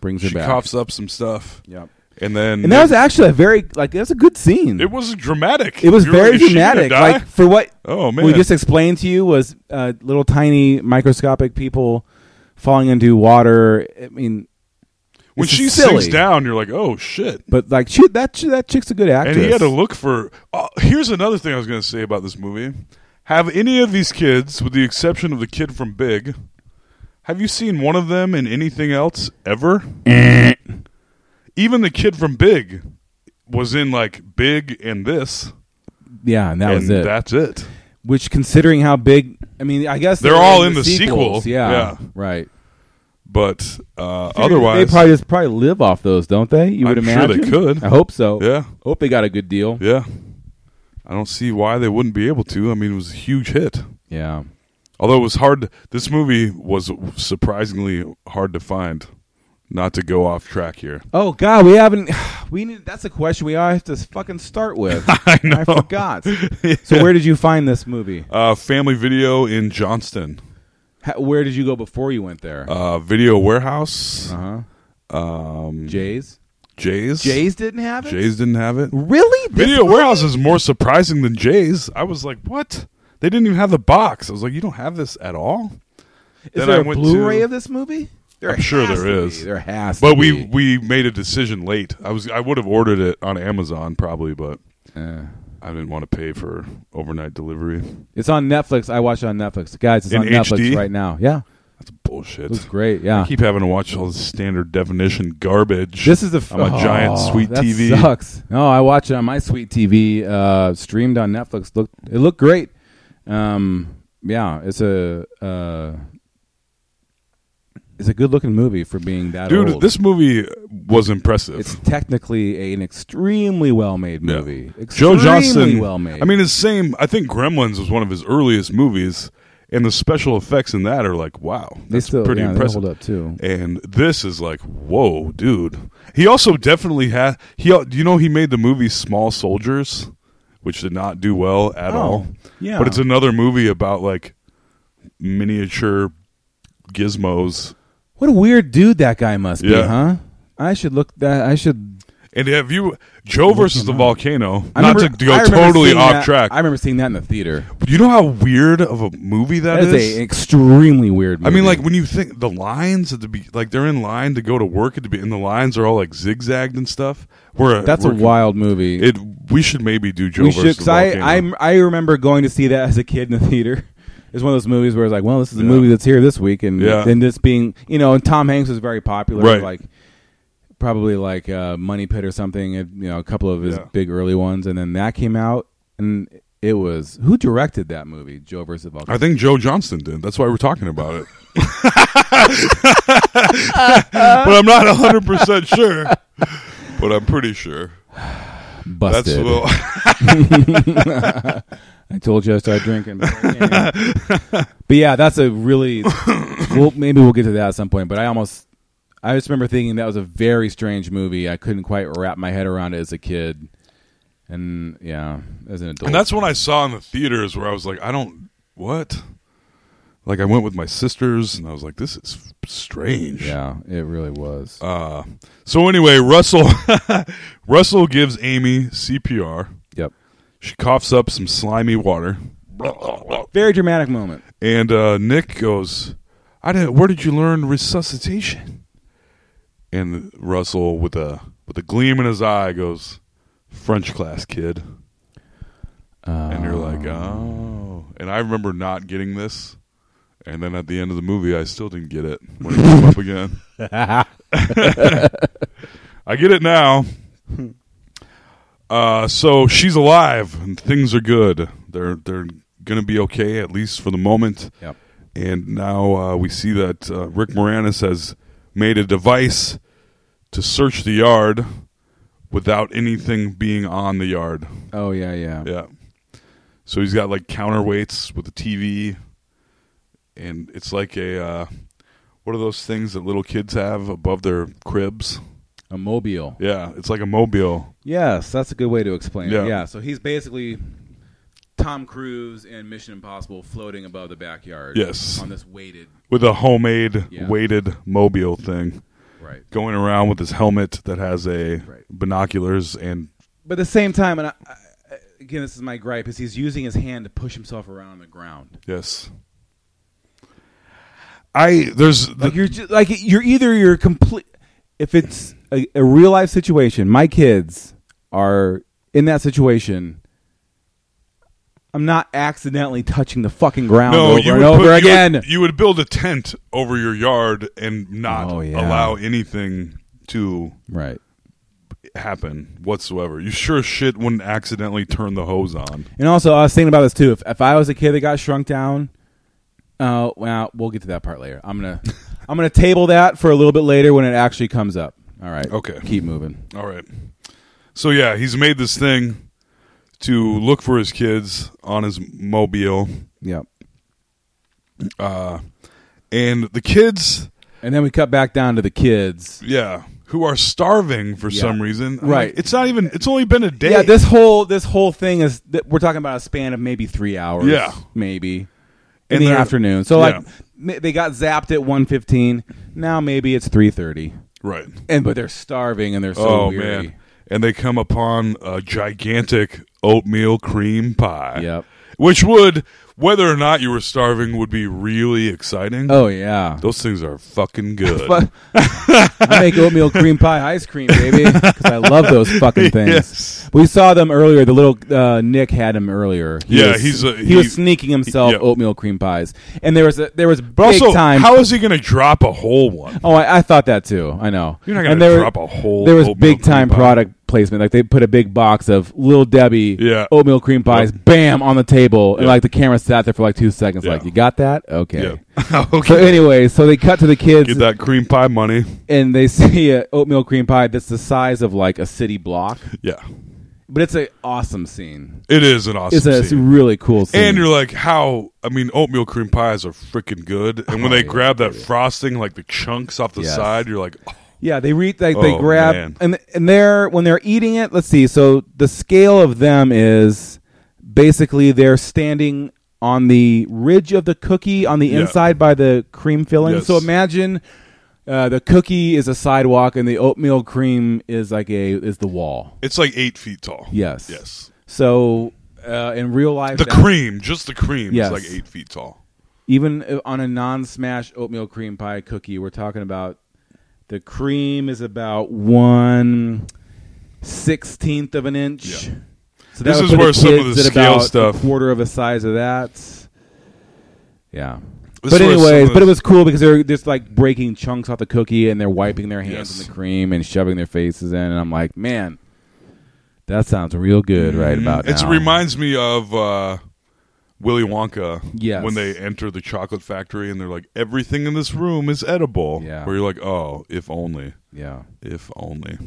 Speaker 8: Brings her
Speaker 7: She
Speaker 8: back.
Speaker 7: coughs up some stuff.
Speaker 8: Yep.
Speaker 7: And then
Speaker 8: And that was actually a very like that's a good scene.
Speaker 7: it was dramatic.
Speaker 8: It was
Speaker 7: You're like,
Speaker 8: very
Speaker 7: "Is she gonna
Speaker 8: dramatic.
Speaker 7: die?"
Speaker 8: Like for what
Speaker 7: oh man,
Speaker 8: we just explained to you was uh, little tiny microscopic people falling into water. I mean,
Speaker 7: when
Speaker 8: it's
Speaker 7: she
Speaker 8: silly.
Speaker 7: sinks down, you're like, oh shit.
Speaker 8: but like she, that ch- that chick's a good actress.
Speaker 7: And he had to look for. Uh, here's another thing I was going to say about this movie. Have any of these kids, with the exception of the kid from Big, have you seen one of them in anything else ever?
Speaker 8: Eh.
Speaker 7: Even the kid from Big was in like Big and this,
Speaker 8: yeah, and that
Speaker 7: and
Speaker 8: was it.
Speaker 7: that's it.
Speaker 8: Which, considering how big, I mean, I guess
Speaker 7: They're all in the
Speaker 8: sequels.
Speaker 7: sequel.
Speaker 8: Yeah,
Speaker 7: Yeah.
Speaker 8: right.
Speaker 7: But uh, otherwise,
Speaker 8: they probably just probably live off those, don't they? You would
Speaker 7: I'm sure they
Speaker 8: imagine.
Speaker 7: could.
Speaker 8: I hope so.
Speaker 7: Yeah.
Speaker 8: hope they got a good deal.
Speaker 7: yeah, I don't see why they wouldn't be able to. I mean, it was a huge hit.
Speaker 8: Yeah.
Speaker 7: Although it was hard, this movie was surprisingly hard to find. Not to go off track here.
Speaker 8: Oh God, we haven't. We need. That's a question we all have to fucking start with. I, forgot. So where did you find this movie?
Speaker 7: Uh, family Video in Johnston,
Speaker 8: Ha- where did you go before you went there?
Speaker 7: uh, Video Warehouse,
Speaker 8: Uh huh. Um, Jays.
Speaker 7: Jays.
Speaker 8: Jays didn't have it.
Speaker 7: Jays didn't have it.
Speaker 8: Really? This
Speaker 7: Video
Speaker 8: movie?
Speaker 7: Warehouse is more surprising than Jays. I was like, what? They didn't even have the box. I was like, you don't have this at all.
Speaker 8: Is
Speaker 7: Then
Speaker 8: there
Speaker 7: I
Speaker 8: a
Speaker 7: went
Speaker 8: Blu-ray
Speaker 7: to-
Speaker 8: of this movie? There
Speaker 7: I'm sure
Speaker 8: has
Speaker 7: there
Speaker 8: to be.
Speaker 7: is.
Speaker 8: There has. to
Speaker 7: But we
Speaker 8: be.
Speaker 7: we made a decision late. I was I would have ordered it on Amazon probably, but
Speaker 8: Uh,
Speaker 7: I didn't want to pay for overnight delivery.
Speaker 8: it's on Netflix. I watch it on Netflix, guys. It's
Speaker 7: In
Speaker 8: on Netflix
Speaker 7: HD?
Speaker 8: right now. Yeah,
Speaker 7: That's bullshit.
Speaker 8: it was great. Yeah,
Speaker 7: I keep having to watch all this standard definition garbage.
Speaker 8: this is the f-
Speaker 7: I'm a
Speaker 8: oh,
Speaker 7: giant sweet
Speaker 8: that
Speaker 7: TV.
Speaker 8: Sucks. No, I watch it on my sweet TV. Uh, streamed on Netflix. Looked it looked great. Um, yeah, it's a uh, it's a good looking movie for being that
Speaker 7: dude.
Speaker 8: old.
Speaker 7: This movie was impressive.
Speaker 8: it's technically an extremely well made
Speaker 7: Yeah.
Speaker 8: movie.
Speaker 7: Joe Johnston.
Speaker 8: well made.
Speaker 7: I mean, his same. I think Gremlins was one of his earliest movies, and the special effects in that are like, wow,
Speaker 8: they
Speaker 7: that's
Speaker 8: still
Speaker 7: pretty
Speaker 8: yeah,
Speaker 7: impressive.
Speaker 8: They hold up too.
Speaker 7: And this is like, whoa, dude. He also definitely had he. al- You know, he made the movie Small Soldiers, which did not do well at
Speaker 8: Oh,
Speaker 7: all.
Speaker 8: yeah.
Speaker 7: but it's another movie about like miniature gizmos.
Speaker 8: What a weird dude that guy must be,
Speaker 7: Yeah.
Speaker 8: huh? I should look that. I should.
Speaker 7: And have you Joe versus the volcano?
Speaker 8: I
Speaker 7: not
Speaker 8: remember-
Speaker 7: to
Speaker 8: I
Speaker 7: go
Speaker 8: remember
Speaker 7: totally
Speaker 8: seeing
Speaker 7: off
Speaker 8: that-
Speaker 7: track.
Speaker 8: I remember seeing that in the theater.
Speaker 7: you know how weird of a movie
Speaker 8: That is,
Speaker 7: is.
Speaker 8: a extremely weird.
Speaker 7: I
Speaker 8: Movie.
Speaker 7: mean, like when you think the lines at the be- like they're in line to go to work at the be- and the lines are all like zigzagged and stuff. Where
Speaker 8: that's a wild movie.
Speaker 7: It we should maybe do Joe
Speaker 8: we
Speaker 7: versus
Speaker 8: should.
Speaker 7: the
Speaker 8: Cause I,
Speaker 7: volcano.
Speaker 8: I I remember going to see that as a kid in the theater. It's one of those movies where it's like, well, this is a
Speaker 7: Yeah.
Speaker 8: movie that's here this week, and
Speaker 7: Yeah.
Speaker 8: and this being you know, and Tom Hanks was very popular,
Speaker 7: Right.
Speaker 8: like probably like uh, Money Pit or something, and, you know, a couple of his
Speaker 7: Yeah.
Speaker 8: big early ones, and then that came out, and it was who directed that movie, Joe versus the Volcano.
Speaker 7: I think Joe Johnston did. That's why we're talking about it. but I'm not 100 percent sure. But I'm pretty sure. That's
Speaker 8: Busted.
Speaker 7: well.
Speaker 8: I told you I started drinking. but yeah, that's a really. well, maybe we'll get to that at some point. But I almost, I just remember thinking that was a very strange movie. I couldn't quite wrap my head around it as a kid, and yeah, as an adult.
Speaker 7: And that's when I saw in the theaters where I was like, I don't what? Like I went with my sisters and I was like, this is strange.
Speaker 8: yeah, it really was.
Speaker 7: Uh, So anyway, Russell Russell gives Amy CPR.
Speaker 8: yep,
Speaker 7: She coughs up some slimy water.
Speaker 8: very dramatic moment.
Speaker 7: And uh, Nick goes, I didn't where did you learn resuscitation? and Russell with a with a gleam in his eye goes, "French class, kid." and you're like, "Oh." And I remember not getting this, and then at the end of the movie, I still didn't get it when it came up again. I get it now. Uh, so she's alive and things are good. They're they're gonna be okay at least for the moment.
Speaker 8: Yep.
Speaker 7: And now uh, we see that uh, Rick Moranis has made a device to search the yard without anything being on the yard.
Speaker 8: Oh yeah, yeah.
Speaker 7: Yeah. So he's got like counterweights with a TV, and it's like a uh, what are those things that little kids have above their cribs?
Speaker 8: A mobile.
Speaker 7: Yeah, it's like a mobile.
Speaker 8: Yes, that's a good way to explain
Speaker 7: Yeah.
Speaker 8: it. Yeah. So he's basically Tom Cruise in Mission Impossible floating above the backyard.
Speaker 7: Yes.
Speaker 8: On this weighted.
Speaker 7: with a homemade
Speaker 8: Yeah.
Speaker 7: weighted mobile thing
Speaker 8: Right.
Speaker 7: going around with his helmet that has a
Speaker 8: Right.
Speaker 7: binoculars and
Speaker 8: But at the same time, and I, I, again, this is my gripe, is he's using his hand to push himself around on the ground.
Speaker 7: yes i there's
Speaker 8: Like
Speaker 7: the,
Speaker 8: you're just, like you're either you're complete. If it's a, a real life situation, my kids are in that situation. I'm not accidentally touching the fucking ground
Speaker 7: no
Speaker 8: over
Speaker 7: you
Speaker 8: and
Speaker 7: would
Speaker 8: over
Speaker 7: put- you would-
Speaker 8: again.
Speaker 7: you would, build a tent over your yard and not
Speaker 8: Oh, yeah.
Speaker 7: allow anything to
Speaker 8: right.
Speaker 7: happen whatsoever you sure as shit wouldn't accidentally turn the hose on
Speaker 8: And also, I was thinking about this too. If, if I was a kid that got shrunk down, uh, well, we'll get to that part later. I'm gonna, I'm gonna table that for a little bit later when it actually comes up. All right.
Speaker 7: Okay.
Speaker 8: Keep moving.
Speaker 7: All right. So yeah, he's made this thing to look for his kids on his mobile,
Speaker 8: Yep.
Speaker 7: and the kids,
Speaker 8: And then we cut back down to the kids.
Speaker 7: yeah, who are starving for
Speaker 8: Yeah.
Speaker 7: some reason. I'm
Speaker 8: Right.
Speaker 7: like, it's not even. It's only been a day.
Speaker 8: Yeah. This whole this whole thing is th- we're talking about a span of maybe three hours.
Speaker 7: Yeah.
Speaker 8: Maybe.
Speaker 7: And
Speaker 8: In the
Speaker 7: they're-
Speaker 8: afternoon. So
Speaker 7: Yeah.
Speaker 8: like m- they got zapped at 1.15. Now maybe it's three thirty.
Speaker 7: Right.
Speaker 8: And but they're starving and they're so
Speaker 7: oh
Speaker 8: weary.
Speaker 7: man. And they come upon a gigantic oatmeal cream pie.
Speaker 8: Yep.
Speaker 7: Which would, whether or not you were starving, would be really exciting.
Speaker 8: Oh yeah.
Speaker 7: Those things are fucking good.
Speaker 8: Fu- I make oatmeal cream pie ice cream, baby, because I love those fucking things.
Speaker 7: Yes.
Speaker 8: We saw them earlier. The little uh, Nick had him earlier. He
Speaker 7: Yeah,
Speaker 8: was,
Speaker 7: he's a-
Speaker 8: he,
Speaker 7: he-
Speaker 8: was sneaking himself
Speaker 7: yeah.
Speaker 8: oatmeal cream pies, and there was a, there was
Speaker 7: But
Speaker 8: big
Speaker 7: also,
Speaker 8: time.
Speaker 7: how is he going to drop a whole one?
Speaker 8: oh, I, I thought that too. I know.
Speaker 7: You're not gonna
Speaker 8: And there-
Speaker 7: drop a whole
Speaker 8: There was
Speaker 7: oatmeal
Speaker 8: big
Speaker 7: cream
Speaker 8: time
Speaker 7: pie.
Speaker 8: product placement. Like they put a big box of Little Debbie
Speaker 7: Yeah.
Speaker 8: oatmeal cream pies, bam, on the table, and
Speaker 7: Yeah.
Speaker 8: like the camera sat there for like two seconds.
Speaker 7: Yeah.
Speaker 8: Like you got that? Okay.
Speaker 7: Yeah.
Speaker 8: So
Speaker 7: okay.
Speaker 8: anyway, so they cut to the kids.
Speaker 7: Get that cream pie money.
Speaker 8: and they see a oatmeal cream pie that's the size of like a city block,
Speaker 7: Yeah.
Speaker 8: but it's an awesome scene.
Speaker 7: It is an awesome
Speaker 8: It's a, it's a
Speaker 7: scene.
Speaker 8: really cool scene.
Speaker 7: and you're like, how? I mean, oatmeal cream pies are freaking good. And
Speaker 8: Oh,
Speaker 7: when they grab that frosting, like the chunks off the
Speaker 8: Yes.
Speaker 7: side, you're like, oh,
Speaker 8: yeah, they read they, they
Speaker 7: Oh,
Speaker 8: grab
Speaker 7: man.
Speaker 8: and and they're when they're eating it. Let's see. So the scale of them is basically they're standing on the ridge of the cookie on the
Speaker 7: Yeah.
Speaker 8: inside by the cream filling.
Speaker 7: Yes.
Speaker 8: So imagine. Uh, the cookie is a sidewalk, and the oatmeal cream is like a is the wall.
Speaker 7: it's like eight feet tall.
Speaker 8: Yes.
Speaker 7: Yes.
Speaker 8: So uh, in real life,
Speaker 7: The
Speaker 8: that-
Speaker 7: cream, just the cream,
Speaker 8: Yes.
Speaker 7: is like eight feet tall.
Speaker 8: even uh, on a non-smash oatmeal cream pie cookie, we're talking about the cream is about one sixteenth of an inch.
Speaker 7: Yeah.
Speaker 8: So
Speaker 7: This
Speaker 8: that would
Speaker 7: is
Speaker 8: put
Speaker 7: where some of
Speaker 8: kids
Speaker 7: the
Speaker 8: at
Speaker 7: scale
Speaker 8: about
Speaker 7: stuff-
Speaker 8: a quarter of a size of that. Yeah.
Speaker 7: This
Speaker 8: but
Speaker 7: is where some
Speaker 8: anyways,
Speaker 7: of
Speaker 8: but it
Speaker 7: the-
Speaker 8: was cool because they're just like breaking chunks off the cookie and they're wiping their hands
Speaker 7: Yes.
Speaker 8: in the cream and shoving their faces in, and I'm like, man, that sounds real good right about
Speaker 7: Mm-hmm. It's- It
Speaker 8: now.
Speaker 7: reminds me of uh, Willy Wonka
Speaker 8: Yes.
Speaker 7: when they enter the chocolate factory and they're like, everything in this room is edible.
Speaker 8: Yeah.
Speaker 7: Where you're like, oh, if only.
Speaker 8: yeah.
Speaker 7: If only.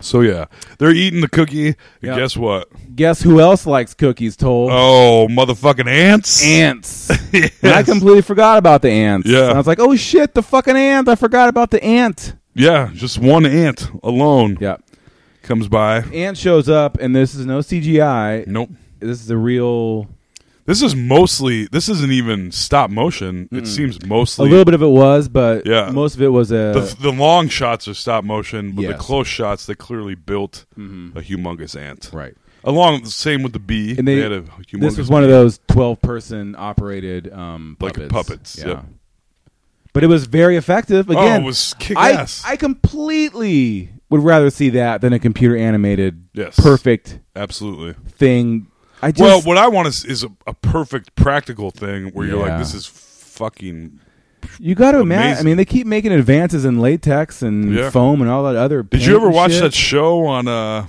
Speaker 7: So yeah, they're eating the cookie. And
Speaker 8: Yeah.
Speaker 7: guess what?
Speaker 8: Guess who else likes cookies? Told
Speaker 7: Oh, motherfucking ants!
Speaker 8: ants.
Speaker 7: Yes.
Speaker 8: And I completely forgot about the ants.
Speaker 7: Yeah.
Speaker 8: And I was like, oh shit, the fucking ant. I forgot about the ant.
Speaker 7: yeah, just one ant alone
Speaker 8: Yeah.
Speaker 7: comes by.
Speaker 8: Ant shows up, and this is no CGI.
Speaker 7: Nope.
Speaker 8: This is the real.
Speaker 7: This is mostly. This isn't even stop motion. It seems
Speaker 8: Mm. A
Speaker 7: mostly
Speaker 8: little bit of it was, but
Speaker 7: Yeah.
Speaker 8: most of it was uh, a.
Speaker 7: The, the long shots are stop motion, but the
Speaker 8: Yes. Mm-hmm.
Speaker 7: close shots they clearly built a humongous ant.
Speaker 8: right.
Speaker 7: Along the same with the bee.
Speaker 8: And they,
Speaker 7: had a humongous.
Speaker 8: this was one of
Speaker 7: bee.
Speaker 8: those 12 person operated um,
Speaker 7: Like
Speaker 8: puppets.
Speaker 7: puppets,
Speaker 8: Yeah.
Speaker 7: yep.
Speaker 8: but it was very effective. Again,
Speaker 7: it was
Speaker 8: I,
Speaker 7: kick-ass.
Speaker 8: I completely would rather see that than a computer animated
Speaker 7: Yes.
Speaker 8: perfect
Speaker 7: Absolutely.
Speaker 8: thing. I just
Speaker 7: well, what I want is, is a, a perfect practical thing where you're
Speaker 8: Yeah.
Speaker 7: like, this is fucking.
Speaker 8: you got to imagine. I
Speaker 7: amazing.
Speaker 8: mean, they keep making advances in latex and
Speaker 7: Yeah.
Speaker 8: foam and all that other.
Speaker 7: Did you ever watch that show on? Uh, I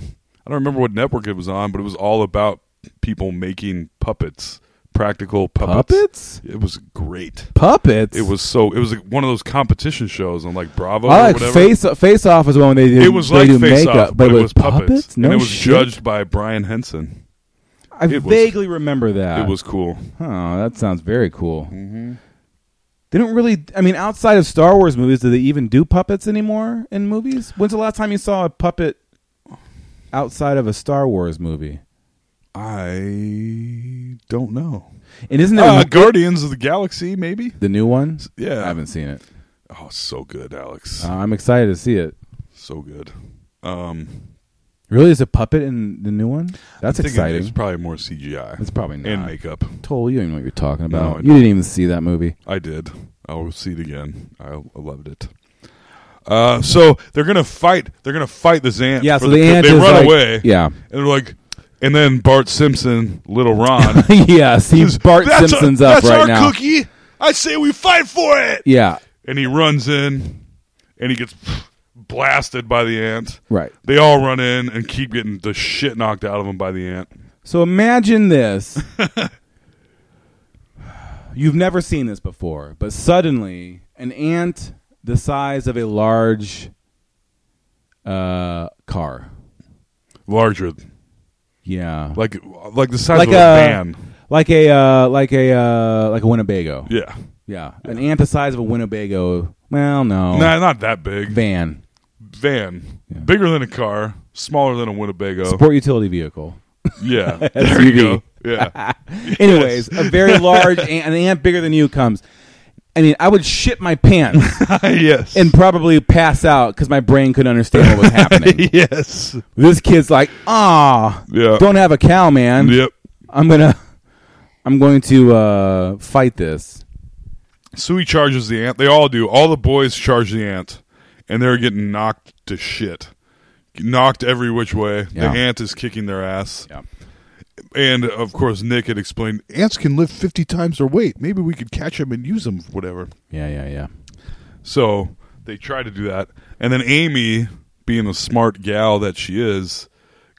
Speaker 7: don't remember what network it was on, but it was all about people making puppets, practical puppets.
Speaker 8: puppets?
Speaker 7: It was great.
Speaker 8: Puppets.
Speaker 7: It was so. It was like one of those competition shows on like Bravo
Speaker 8: I
Speaker 7: or
Speaker 8: like
Speaker 7: whatever.
Speaker 8: face face off is the one they do,
Speaker 7: it was
Speaker 8: they
Speaker 7: like
Speaker 8: do
Speaker 7: Face
Speaker 8: makeup,
Speaker 7: Off,
Speaker 8: but,
Speaker 7: it was puppets,
Speaker 8: No
Speaker 7: and it was
Speaker 8: shit.
Speaker 7: judged by Brian Henson.
Speaker 8: I
Speaker 7: it was-
Speaker 8: vaguely remember that.
Speaker 7: It was Mm-hmm. cool.
Speaker 8: Oh, that sounds very cool. They don't really. I mean, outside of Star Wars movies, do they even do puppets anymore in movies? When's the last time you saw a puppet outside of a Star Wars movie?
Speaker 7: I don't know.
Speaker 8: And isn't it
Speaker 7: Uh, Guardians of the Galaxy, maybe.
Speaker 8: the new one?
Speaker 7: Yeah.
Speaker 8: I haven't seen it.
Speaker 7: Oh, so good, Alex.
Speaker 8: Uh, I'm excited to see it.
Speaker 7: so good. Um,
Speaker 8: Really, is a puppet in the new one? That's
Speaker 7: I think it-
Speaker 8: exciting.
Speaker 7: It's probably more CGI.
Speaker 8: It's probably not.
Speaker 7: and makeup.
Speaker 8: Toll, you don't even know what you're talking
Speaker 7: I
Speaker 8: about. you didn't even see that movie.
Speaker 7: I did. I'll see it again. I, I loved it. Uh, so they're gonna fight. They're gonna fight this ant.
Speaker 8: Yeah,
Speaker 7: for
Speaker 8: so the ant
Speaker 7: they
Speaker 8: is
Speaker 7: run
Speaker 8: like-
Speaker 7: away.
Speaker 8: yeah.
Speaker 7: and they're like, and then Bart Simpson, little Ron,
Speaker 8: yeah, see,
Speaker 7: says,
Speaker 8: Bart
Speaker 7: "That's our-
Speaker 8: Simpson's up
Speaker 7: that's
Speaker 8: right
Speaker 7: our
Speaker 8: now.
Speaker 7: cookie. I say we fight for it.
Speaker 8: Yeah,
Speaker 7: And he runs in, and he gets blasted by the ant.
Speaker 8: right.
Speaker 7: They all run in and keep getting the shit knocked out of them by the ant.
Speaker 8: So imagine this. You've never seen this before, but suddenly an ant the size of a large uh, car.
Speaker 7: Larger,
Speaker 8: Yeah.
Speaker 7: like like the size
Speaker 8: Like
Speaker 7: of a,
Speaker 8: a-
Speaker 7: van.
Speaker 8: Like a uh, like a uh, like a Winnebago.
Speaker 7: Yeah,
Speaker 8: Yeah. An ant the size of a Winnebago. Well, no.
Speaker 7: nah, not that big.
Speaker 8: Oh. van.
Speaker 7: van, bigger than a car, smaller than a Winnebago.
Speaker 8: Sport utility vehicle.
Speaker 7: Yeah, there you go. Yeah,
Speaker 8: Anyways, a very large ant, an ant bigger than you comes. I mean, I would shit my pants
Speaker 7: yes,
Speaker 8: and probably pass out because my brain couldn't understand what was happening.
Speaker 7: yes,
Speaker 8: this kid's like, ah,
Speaker 7: Yeah.
Speaker 8: don't have a cow, man.
Speaker 7: yep.
Speaker 8: I'm gonna, I'm going to uh, fight this.
Speaker 7: So he charges the ant. They all do. All the boys charge the ant, and they're getting knocked to shit, knocked every which way.
Speaker 8: Yeah.
Speaker 7: The ant is kicking their ass,
Speaker 8: Yeah.
Speaker 7: and of course Nick had explained ants can lift fifty times their weight. Maybe we could catch them and use them, whatever.
Speaker 8: Yeah, yeah, yeah.
Speaker 7: So they try to do that. And then Amy, being the smart gal that she is,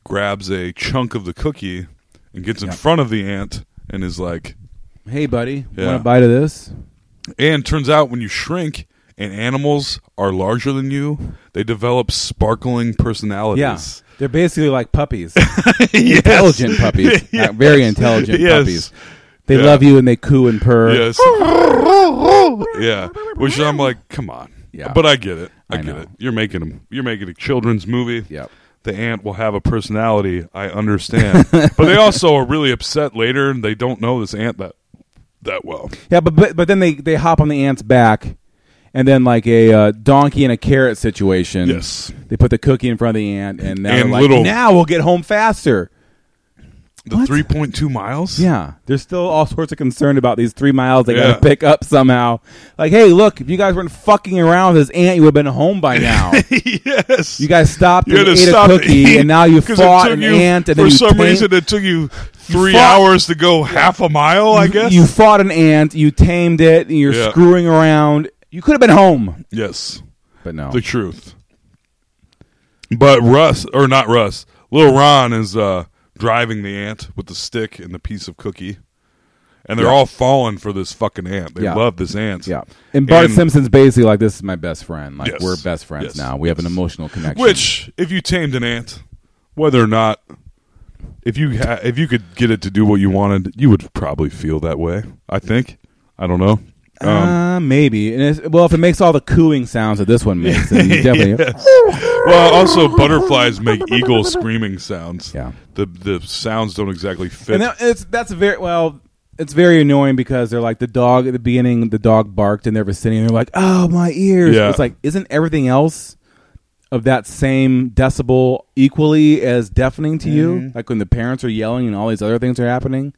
Speaker 7: grabs a chunk of the cookie and gets in front of the ant and is like,
Speaker 8: Hey, buddy,
Speaker 7: Yeah.
Speaker 8: want a bite of this?
Speaker 7: and turns out when you shrink and animals are larger than you, they develop sparkling
Speaker 8: Yeah,
Speaker 7: personalities.
Speaker 8: they're basically like puppies,
Speaker 7: Yes.
Speaker 8: intelligent puppies, Uh, very intelligent
Speaker 7: Yes.
Speaker 8: puppies. They
Speaker 7: Yeah.
Speaker 8: love you and they coo and purr.
Speaker 7: Yes. yeah. Which I'm like, come on.
Speaker 8: Yeah.
Speaker 7: But I get it. I,
Speaker 8: I
Speaker 7: get
Speaker 8: know.
Speaker 7: it. You're making them. You're making a children's movie.
Speaker 8: Yep.
Speaker 7: The ant will have a personality. I understand. but they also are really upset later, and they don't know this ant that that well.
Speaker 8: Yeah, but, but but then they they hop on the ant's back, and then like a uh, donkey and a carrot situation.
Speaker 7: Yes.
Speaker 8: they put the cookie in front of the ant, and now
Speaker 7: And
Speaker 8: they're like,
Speaker 7: little-
Speaker 8: now we'll get home faster.
Speaker 7: The three point two miles.
Speaker 8: Yeah, there's still all sorts of concern about these three miles they
Speaker 7: Yeah.
Speaker 8: got to pick up somehow. Like, hey, look, if you guys weren't fucking around with this ant, you would have been home by now.
Speaker 7: yes.
Speaker 8: you guys stopped
Speaker 7: You had
Speaker 8: and
Speaker 7: to
Speaker 8: ate a
Speaker 7: stop to
Speaker 8: cookie,
Speaker 7: eat,
Speaker 8: and now you
Speaker 7: 'cause it
Speaker 8: fought
Speaker 7: took
Speaker 8: an
Speaker 7: you-
Speaker 8: ant, and
Speaker 7: for
Speaker 8: then you
Speaker 7: some
Speaker 8: tanked-
Speaker 7: reason it took you three
Speaker 8: fought-
Speaker 7: hours to go half a mile. I guess.
Speaker 8: you fought an ant, you tamed it, and you're
Speaker 7: Yeah.
Speaker 8: screwing around. You could have been home,
Speaker 7: yes.
Speaker 8: but no.
Speaker 7: the truth. But Russ, or not Russ, little Ron is uh, driving the ant with the stick and the piece of cookie, and they're all falling for this fucking ant. They
Speaker 8: Yeah.
Speaker 7: love this ant.
Speaker 8: yeah, and Bart
Speaker 7: And-
Speaker 8: Simpson's basically like, "This is my best friend. Like,
Speaker 7: Yes.
Speaker 8: we're best friends
Speaker 7: Yes.
Speaker 8: now. We have an emotional connection."
Speaker 7: Which, if you tamed an ant, whether or not, if you ha- if you could get it to do what you wanted, you would probably feel that way. I think. I don't know. Um,
Speaker 8: uh, maybe, and it's, well, if it makes all the cooing sounds that this one makes, then you definitely.
Speaker 7: well, also butterflies make eagle screaming sounds.
Speaker 8: Yeah.
Speaker 7: The the sounds don't exactly fit.
Speaker 8: And that, it's that's very well. It's very annoying because they're like the dog at the beginning. The dog barked in their vicinity. and They're like, "Oh, my ears!"
Speaker 7: Yeah.
Speaker 8: It's like, isn't everything else of that same decibel equally as deafening to you?
Speaker 7: Mm-hmm.
Speaker 8: Like when the parents are yelling and all these other things are happening.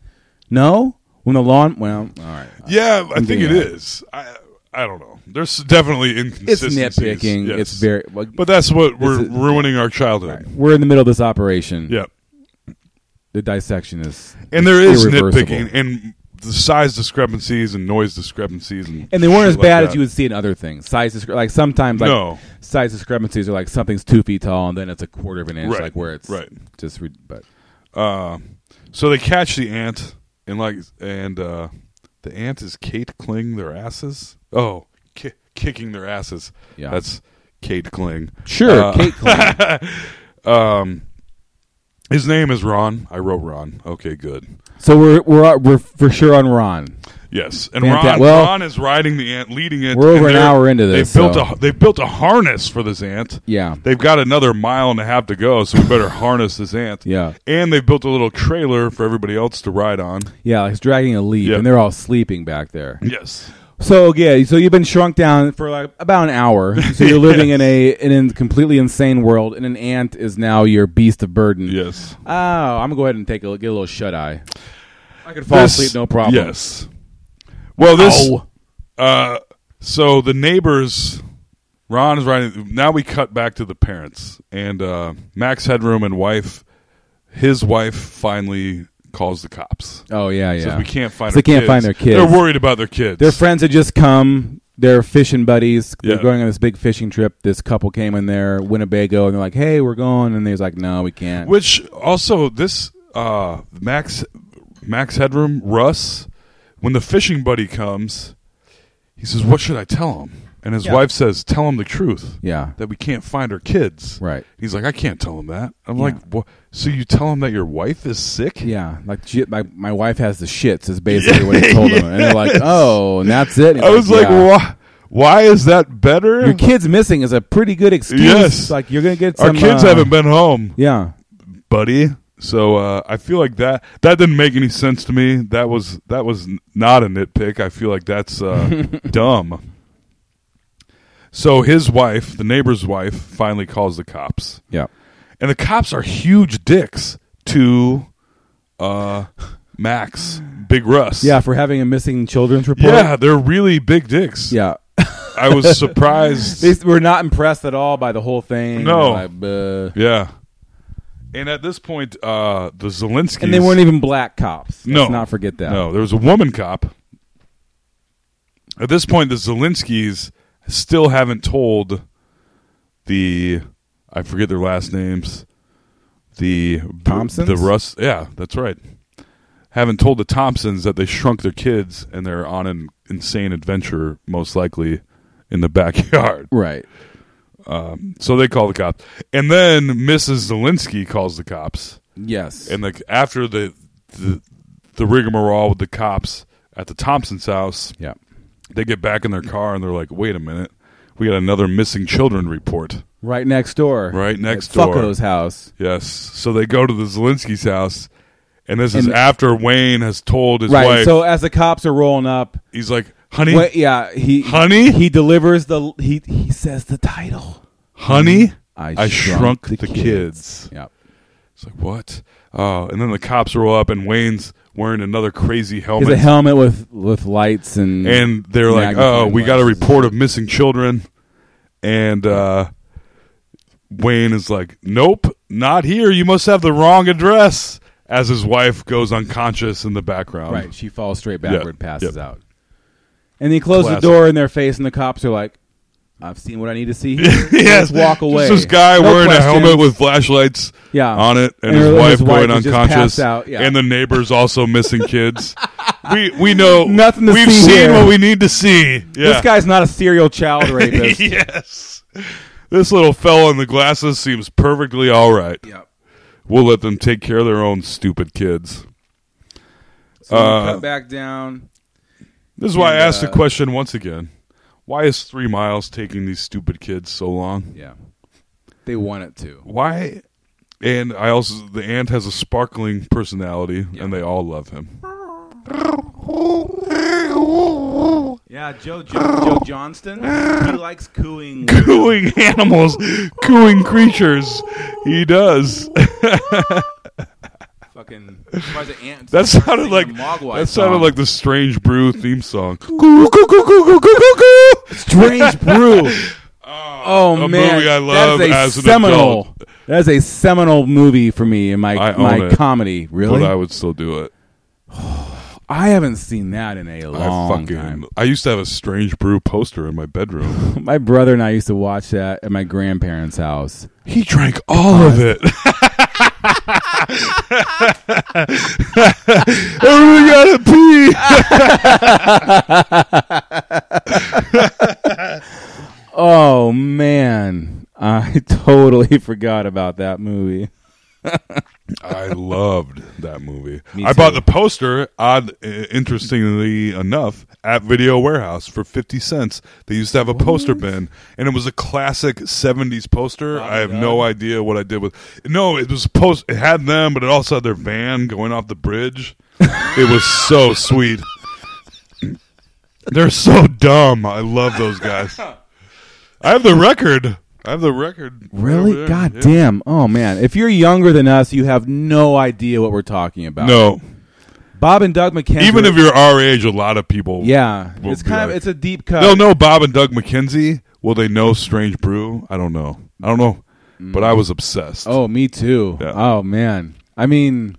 Speaker 8: No, when the lawn. Well, all right.
Speaker 7: Yeah, I think it
Speaker 8: being
Speaker 7: is. I I don't know. There's definitely inconsistencies.
Speaker 8: nitpicking.
Speaker 7: yes.
Speaker 8: It's very- well,
Speaker 7: but that's what we're
Speaker 8: is-
Speaker 7: ruining our childhood.
Speaker 8: We're in the middle of this operation.
Speaker 7: Yep.
Speaker 8: The dissection is
Speaker 7: And there is
Speaker 8: irreversible.
Speaker 7: nitpicking and the size discrepancies and noise discrepancies and
Speaker 8: And they weren't
Speaker 7: shit
Speaker 8: as
Speaker 7: like
Speaker 8: bad
Speaker 7: that.
Speaker 8: as you would see in other things. Size discre- like sometimes like
Speaker 7: No.
Speaker 8: size discrepancies are like something's two feet tall and then it's a quarter of an inch,
Speaker 7: Right,
Speaker 8: like where it's
Speaker 7: right.
Speaker 8: just re- but
Speaker 7: Uh, So they catch the ant and like and uh the ant is Kate Kling their asses. Oh, ki- kicking their asses.
Speaker 8: Yeah.
Speaker 7: That's Kate Kling.
Speaker 8: sure,
Speaker 7: Uh,
Speaker 8: Kate Klein.
Speaker 7: His name is Ron. I wrote Ron. Okay, good.
Speaker 8: so we're we're we're for sure on Ron.
Speaker 7: Yes, and
Speaker 8: Fanta-
Speaker 7: Ron,
Speaker 8: well,
Speaker 7: Ron is riding the ant, leading it.
Speaker 8: we're over
Speaker 7: and
Speaker 8: an
Speaker 7: they're-
Speaker 8: hour into this,
Speaker 7: They've built
Speaker 8: so-
Speaker 7: a they've built a harness for this ant.
Speaker 8: Yeah.
Speaker 7: they've got another mile and a half to go, so we better harness this ant.
Speaker 8: Yeah.
Speaker 7: and they've built a little trailer for everybody else to ride on.
Speaker 8: Yeah, like he's dragging a leaf
Speaker 7: Yeah.
Speaker 8: and they're all sleeping back there.
Speaker 7: Yes,
Speaker 8: So yeah, so you've been shrunk down for like about an hour. So you're living in a in a completely insane world, and an ant is now your beast of burden.
Speaker 7: yes.
Speaker 8: Oh, I'm gonna go ahead and take a get a little shut eye. I could fall
Speaker 7: This-
Speaker 8: asleep, no problem.
Speaker 7: Yes. Well, this.
Speaker 8: Ow.
Speaker 7: Uh, so the neighbors. Ron is riding. Now we cut back to the parents and uh, Max Headroom and wife. His wife finally calls the cops.
Speaker 8: Oh yeah, yeah.
Speaker 7: Says we can't find.
Speaker 8: So they
Speaker 7: our
Speaker 8: can't
Speaker 7: kids.
Speaker 8: find their kids.
Speaker 7: They're worried about their kids.
Speaker 8: Their friends had just come. They're fishing buddies.
Speaker 7: Yeah.
Speaker 8: They're going on this big fishing trip. This couple came in there, Winnebago, and they're like, "Hey, we're going," and they was like, "No, we can't."
Speaker 7: Which also this uh, Max Max Headroom Russ, when the fishing buddy comes, he says, "What should I tell him?" And his wife says, "Tell him the truth."
Speaker 8: Yeah.
Speaker 7: that we can't find our kids.
Speaker 8: Right.
Speaker 7: He's like, "I can't tell him that." I'm like, "What?" So you tell him that your wife is sick?
Speaker 8: yeah, like she, my my wife has the shits is basically what he told them, and they're like, "Oh, and that's it." And
Speaker 7: I
Speaker 8: he's
Speaker 7: was like,
Speaker 8: "Yeah."
Speaker 7: "Why? Why is that better?"
Speaker 8: Your kid's missing is a pretty good excuse.
Speaker 7: Yes.
Speaker 8: like you're gonna get
Speaker 7: our
Speaker 8: some.
Speaker 7: kids
Speaker 8: uh,
Speaker 7: haven't been home.
Speaker 8: Yeah,
Speaker 7: buddy. So uh, I feel like that that didn't make any sense to me. That was that was n- not a nitpick. I feel like that's uh, dumb. So his wife, the neighbor's wife, finally calls the cops,
Speaker 8: yeah.
Speaker 7: and the cops are huge dicks to uh, Max Big Russ.
Speaker 8: Yeah, for having a missing children's report.
Speaker 7: yeah, they're really big dicks.
Speaker 8: yeah.
Speaker 7: I was surprised.
Speaker 8: They were not impressed at all by the whole thing.
Speaker 7: No.
Speaker 8: Like, "Buh."
Speaker 7: yeah, and at this point, uh, the Zelensky
Speaker 8: and they weren't even black cops. Let's
Speaker 7: No,
Speaker 8: not forget that.
Speaker 7: No, there was a woman cop. At this point, the Zelenskys still haven't told the I forget their last names. The
Speaker 8: Thompsons?
Speaker 7: the Russ. Yeah, that's right. Haven't told the Thompsons that they shrunk their kids and they're on an insane adventure, most likely in the backyard.
Speaker 8: right.
Speaker 7: So they call the cops, and then Mrs. Zelensky calls the cops.
Speaker 8: Yes,
Speaker 7: And like after the the, the rigmarole with the cops at the Thompson's house,
Speaker 8: yeah.
Speaker 7: they get back in their car and they're like, "Wait a minute, we got another missing children report."
Speaker 8: Right next door.
Speaker 7: Right next
Speaker 8: at
Speaker 7: door.
Speaker 8: Fucko's house.
Speaker 7: Yes, so they go to the Zelensky's house, and this is
Speaker 8: And-
Speaker 7: after Wayne has told his
Speaker 8: Right.
Speaker 7: wife.
Speaker 8: So as the cops are rolling up,
Speaker 7: he's like, "Honey,
Speaker 8: wait, yeah, he
Speaker 7: Honey?
Speaker 8: he delivers the he he says the title.
Speaker 7: honey, shrunk,
Speaker 8: I shrunk
Speaker 7: the,
Speaker 8: the
Speaker 7: kids.
Speaker 8: Yeah.
Speaker 7: It's like what? Oh, and then the cops roll up, and Wayne's wearing another crazy
Speaker 8: He
Speaker 7: helmet.
Speaker 8: has a helmet with with lights and
Speaker 7: and they're like, "Oh,
Speaker 8: magnifying
Speaker 7: we got a
Speaker 8: glasses.
Speaker 7: report of missing children," and uh, Wayne is like, "Nope, not here. You must have the wrong address." As his wife goes unconscious in the background,
Speaker 8: Right. She falls straight backward,
Speaker 7: Yeah,
Speaker 8: passes
Speaker 7: yeah.
Speaker 8: out. Um, And they close
Speaker 7: Classic.
Speaker 8: the door in their face, and the cops are like, I've seen what I need to see.
Speaker 7: yes,
Speaker 8: Let's walk away.
Speaker 7: Just this guy
Speaker 8: No
Speaker 7: wearing a
Speaker 8: questions.
Speaker 7: helmet with flashlights
Speaker 8: Yeah.
Speaker 7: on it, and,
Speaker 8: And
Speaker 7: his,
Speaker 8: her-
Speaker 7: wife
Speaker 8: his wife
Speaker 7: going
Speaker 8: is just
Speaker 7: unconscious,
Speaker 8: passed out, yeah.
Speaker 7: and the neighbors also missing kids. We we know
Speaker 8: Nothing to
Speaker 7: We've
Speaker 8: see
Speaker 7: seen
Speaker 8: here.
Speaker 7: what we need to see. Yeah.
Speaker 8: This guy's not a serial child rapist.
Speaker 7: yes. This little fellow in the glasses seems perfectly all right.
Speaker 8: Yep.
Speaker 7: We'll let them take care of their own stupid kids.
Speaker 8: So we
Speaker 7: Uh,
Speaker 8: cut back down.
Speaker 7: This is why
Speaker 8: And,
Speaker 7: I asked the
Speaker 8: uh,
Speaker 7: question once again. Why is three miles taking these stupid kids so long?
Speaker 8: Yeah. They want it to.
Speaker 7: Why? And I also the ant has a sparkling personality, and they all love him.
Speaker 8: Yeah, Joe, Joe, Joe Johnston, he likes cooing.
Speaker 7: Cooing animals, cooing creatures. He does.
Speaker 8: Fuck, fucking. Surprised the ant
Speaker 7: That
Speaker 8: started
Speaker 7: sounded
Speaker 8: singing
Speaker 7: like
Speaker 8: the Mogwai
Speaker 7: that sounded
Speaker 8: song.
Speaker 7: like the Strange Brew theme song. Coo, coo, coo, coo, coo, coo, coo, coo.
Speaker 8: Strange Brew. Oh,
Speaker 7: a
Speaker 8: man,
Speaker 7: movie I love
Speaker 8: that is a
Speaker 7: as an
Speaker 8: seminal.
Speaker 7: adult.
Speaker 8: That is a seminal movie for me in my
Speaker 7: I own
Speaker 8: my
Speaker 7: it.
Speaker 8: comedy. Really,
Speaker 7: But I
Speaker 8: I,
Speaker 7: would still do it.
Speaker 8: haven't seen that in a
Speaker 7: I
Speaker 8: long
Speaker 7: fucking
Speaker 8: time.
Speaker 7: I used to have a Strange Brew poster in my bedroom.
Speaker 8: My brother and I used to watch that at my grandparents' house.
Speaker 7: he drank all of it. Everyone gotta pee.
Speaker 8: Oh man, I totally forgot about that movie.
Speaker 7: I loved that movie.
Speaker 8: Me
Speaker 7: I bought
Speaker 8: too.
Speaker 7: the poster, odd, uh, interestingly enough, at Video Warehouse for 50 cents. They used to have a poster bin, and it was a classic 70s poster. I have no idea what I did with No, it was post it had them, but it also had their van going off the bridge. it was so sweet. They're so dumb. I love those guys. I have the record. I have the record.
Speaker 8: Really?
Speaker 7: over there.
Speaker 8: God
Speaker 7: Yeah.
Speaker 8: damn. Oh man, if you're younger than us, you have no idea what we're talking about.
Speaker 7: No.
Speaker 8: Bob and Doug McKenzie.
Speaker 7: Even if you're our age, a lot of people.
Speaker 8: yeah,
Speaker 7: We'll
Speaker 8: it's
Speaker 7: be
Speaker 8: kind of
Speaker 7: like-
Speaker 8: it's a deep cut.
Speaker 7: They'll know Bob and Doug McKenzie. Will they know Strange Brew? I don't know. I don't know. But I was obsessed.
Speaker 8: Oh, me too.
Speaker 7: Yeah.
Speaker 8: Oh man, I mean,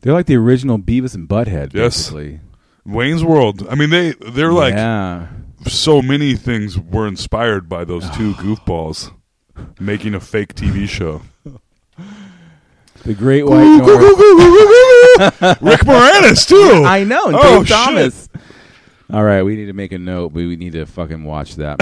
Speaker 8: they're like the original Beavis and Butthead,
Speaker 7: Yes.
Speaker 8: basically.
Speaker 7: Wayne's World. I mean, they they're like
Speaker 8: yeah,
Speaker 7: so many things were inspired by those two goofballs making a fake TV show.
Speaker 8: the Great White North.
Speaker 7: Rick Moranis too.
Speaker 8: I know. and
Speaker 7: Oh,
Speaker 8: Dave
Speaker 7: shit.
Speaker 8: Thomas. All right, we need to make a note. We, we need to fucking watch that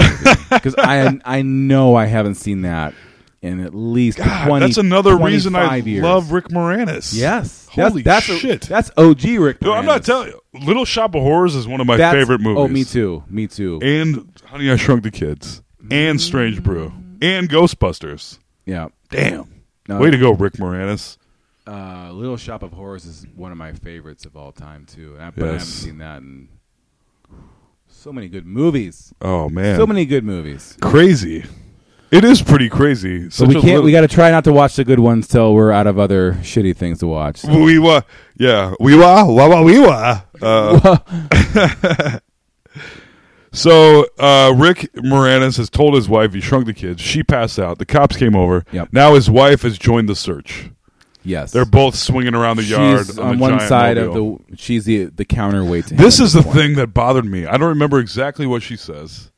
Speaker 8: because I I know I haven't seen that in at least
Speaker 7: God,
Speaker 8: 20,
Speaker 7: that's another reason I
Speaker 8: 25 years.
Speaker 7: love Rick Moranis.
Speaker 8: Yes,
Speaker 7: Holy
Speaker 8: that's, that's a-
Speaker 7: shit.
Speaker 8: that's OG Rick.
Speaker 7: no, I'm not
Speaker 8: Moranis.
Speaker 7: telling you. Little Shop of Horrors is one of my
Speaker 8: That's-
Speaker 7: favorite movies.
Speaker 8: Oh, me too. Me too.
Speaker 7: and Honey I Shrunk the Kids and Strange Brew and Ghostbusters.
Speaker 8: yeah.
Speaker 7: Damn.
Speaker 8: No,
Speaker 7: Way to go, Rick Moranis.
Speaker 8: Uh, Little Shop of Horrors is one of my favorites of all time too, and I, but I haven't
Speaker 7: Yes.
Speaker 8: seen that in so many good movies.
Speaker 7: Oh man,
Speaker 8: So many good movies.
Speaker 7: crazy. It is pretty crazy.
Speaker 8: So
Speaker 7: Such
Speaker 8: we
Speaker 7: a
Speaker 8: can't.
Speaker 7: little-
Speaker 8: We got to try not to watch the good ones till we're out of other shitty things to watch. so.
Speaker 7: We wa, yeah, we wa, wa wa we wa. Uh, so uh, Rick Moranis has told his wife he shrunk the kids. She passed out. The cops came over.
Speaker 8: Yep.
Speaker 7: Now his wife has joined the search.
Speaker 8: Yes,
Speaker 7: They're both swinging around the yard
Speaker 8: She's
Speaker 7: on,
Speaker 8: on
Speaker 7: the
Speaker 8: one
Speaker 7: giant
Speaker 8: side
Speaker 7: mobile.
Speaker 8: of the. She's the the counterweight. To him
Speaker 7: This
Speaker 8: at
Speaker 7: is the
Speaker 8: point.
Speaker 7: thing that bothered me. I don't remember exactly what she says,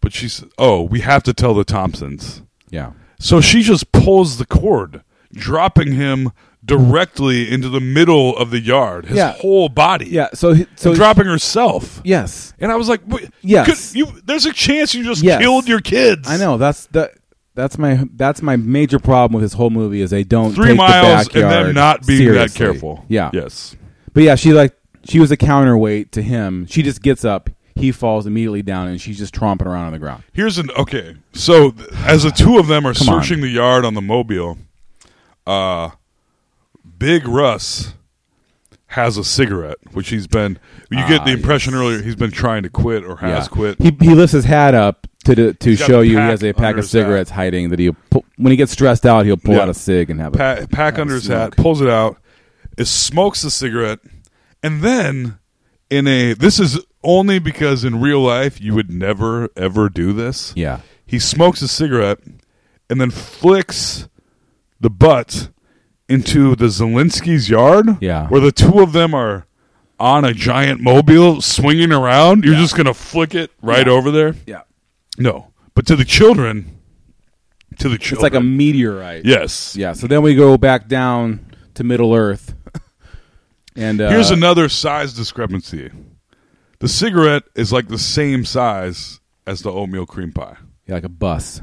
Speaker 7: but she says, "Oh, we have to tell the Thompsons."
Speaker 8: Yeah.
Speaker 7: So she just pulls the cord, dropping him directly into the middle of the yard, his
Speaker 8: Yeah.
Speaker 7: whole body,
Speaker 8: Yeah. So he- so
Speaker 7: and dropping herself.
Speaker 8: Yes,
Speaker 7: And I was like, "Wait,
Speaker 8: Yes.
Speaker 7: could you, there's a chance you just
Speaker 8: Yes.
Speaker 7: killed your kids."
Speaker 8: I know. That's the. That's my that's my major problem with this whole movie is they don't
Speaker 7: Three
Speaker 8: take
Speaker 7: miles
Speaker 8: the
Speaker 7: and
Speaker 8: backyard
Speaker 7: then not being that
Speaker 8: seriously.
Speaker 7: careful.
Speaker 8: Yeah,
Speaker 7: Yes.
Speaker 8: But yeah, she like she was a counterweight to him. She just gets up, he falls immediately down, and she's just tromping around on the ground.
Speaker 7: Here's an okay. So th- as the two of them are
Speaker 8: Come on.
Speaker 7: searching the yard on the mobile, uh, Big Russ has a cigarette, which he's been. You get the impression earlier he's been trying to quit or has
Speaker 8: Ah, yeah,
Speaker 7: quit.
Speaker 8: He he lifts his hat up to to, to
Speaker 7: got
Speaker 8: show
Speaker 7: the
Speaker 8: you he
Speaker 7: pack
Speaker 8: has a
Speaker 7: under
Speaker 8: pack of
Speaker 7: his
Speaker 8: cigarettes hiding that he pull, when he gets stressed out he'll pull
Speaker 7: Yeah.
Speaker 8: out a cig and have a
Speaker 7: pa- pack under his hat, pulls it out, it smokes the cigarette, and then in a this is only because in real life you would never ever do this.
Speaker 8: Yeah.
Speaker 7: He smokes a cigarette and then flicks the butt into the Zelensky's yard.
Speaker 8: Yeah.
Speaker 7: Where the two of them are on a giant mobile swinging around. You're just going to flick it right over there?
Speaker 8: Yeah,
Speaker 7: No. But to the children, to the
Speaker 8: it's like a
Speaker 7: children.
Speaker 8: meteorite.
Speaker 7: Yes.
Speaker 8: yeah. So then we go back down to Middle Earth, and uh,
Speaker 7: Here's another size discrepancy. The cigarette is like the same size as the oatmeal cream pie.
Speaker 8: yeah, like a bus.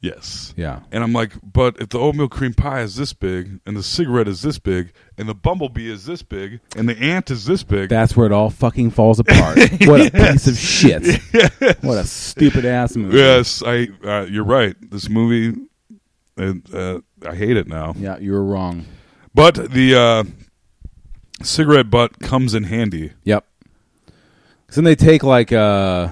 Speaker 7: Yes.
Speaker 8: Yeah.
Speaker 7: And I'm like, but if the oatmeal cream pie is this big, and the cigarette is this big, and the bumblebee is this big, and the ant is this big,
Speaker 8: That's where it all fucking falls apart. What a piece of shit! What a stupid ass movie.
Speaker 7: yes, I. Uh, you're right. This movie, and uh, I hate it now.
Speaker 8: Yeah, you were wrong.
Speaker 7: But the uh, cigarette butt comes in handy.
Speaker 8: Yep. So then they take like uh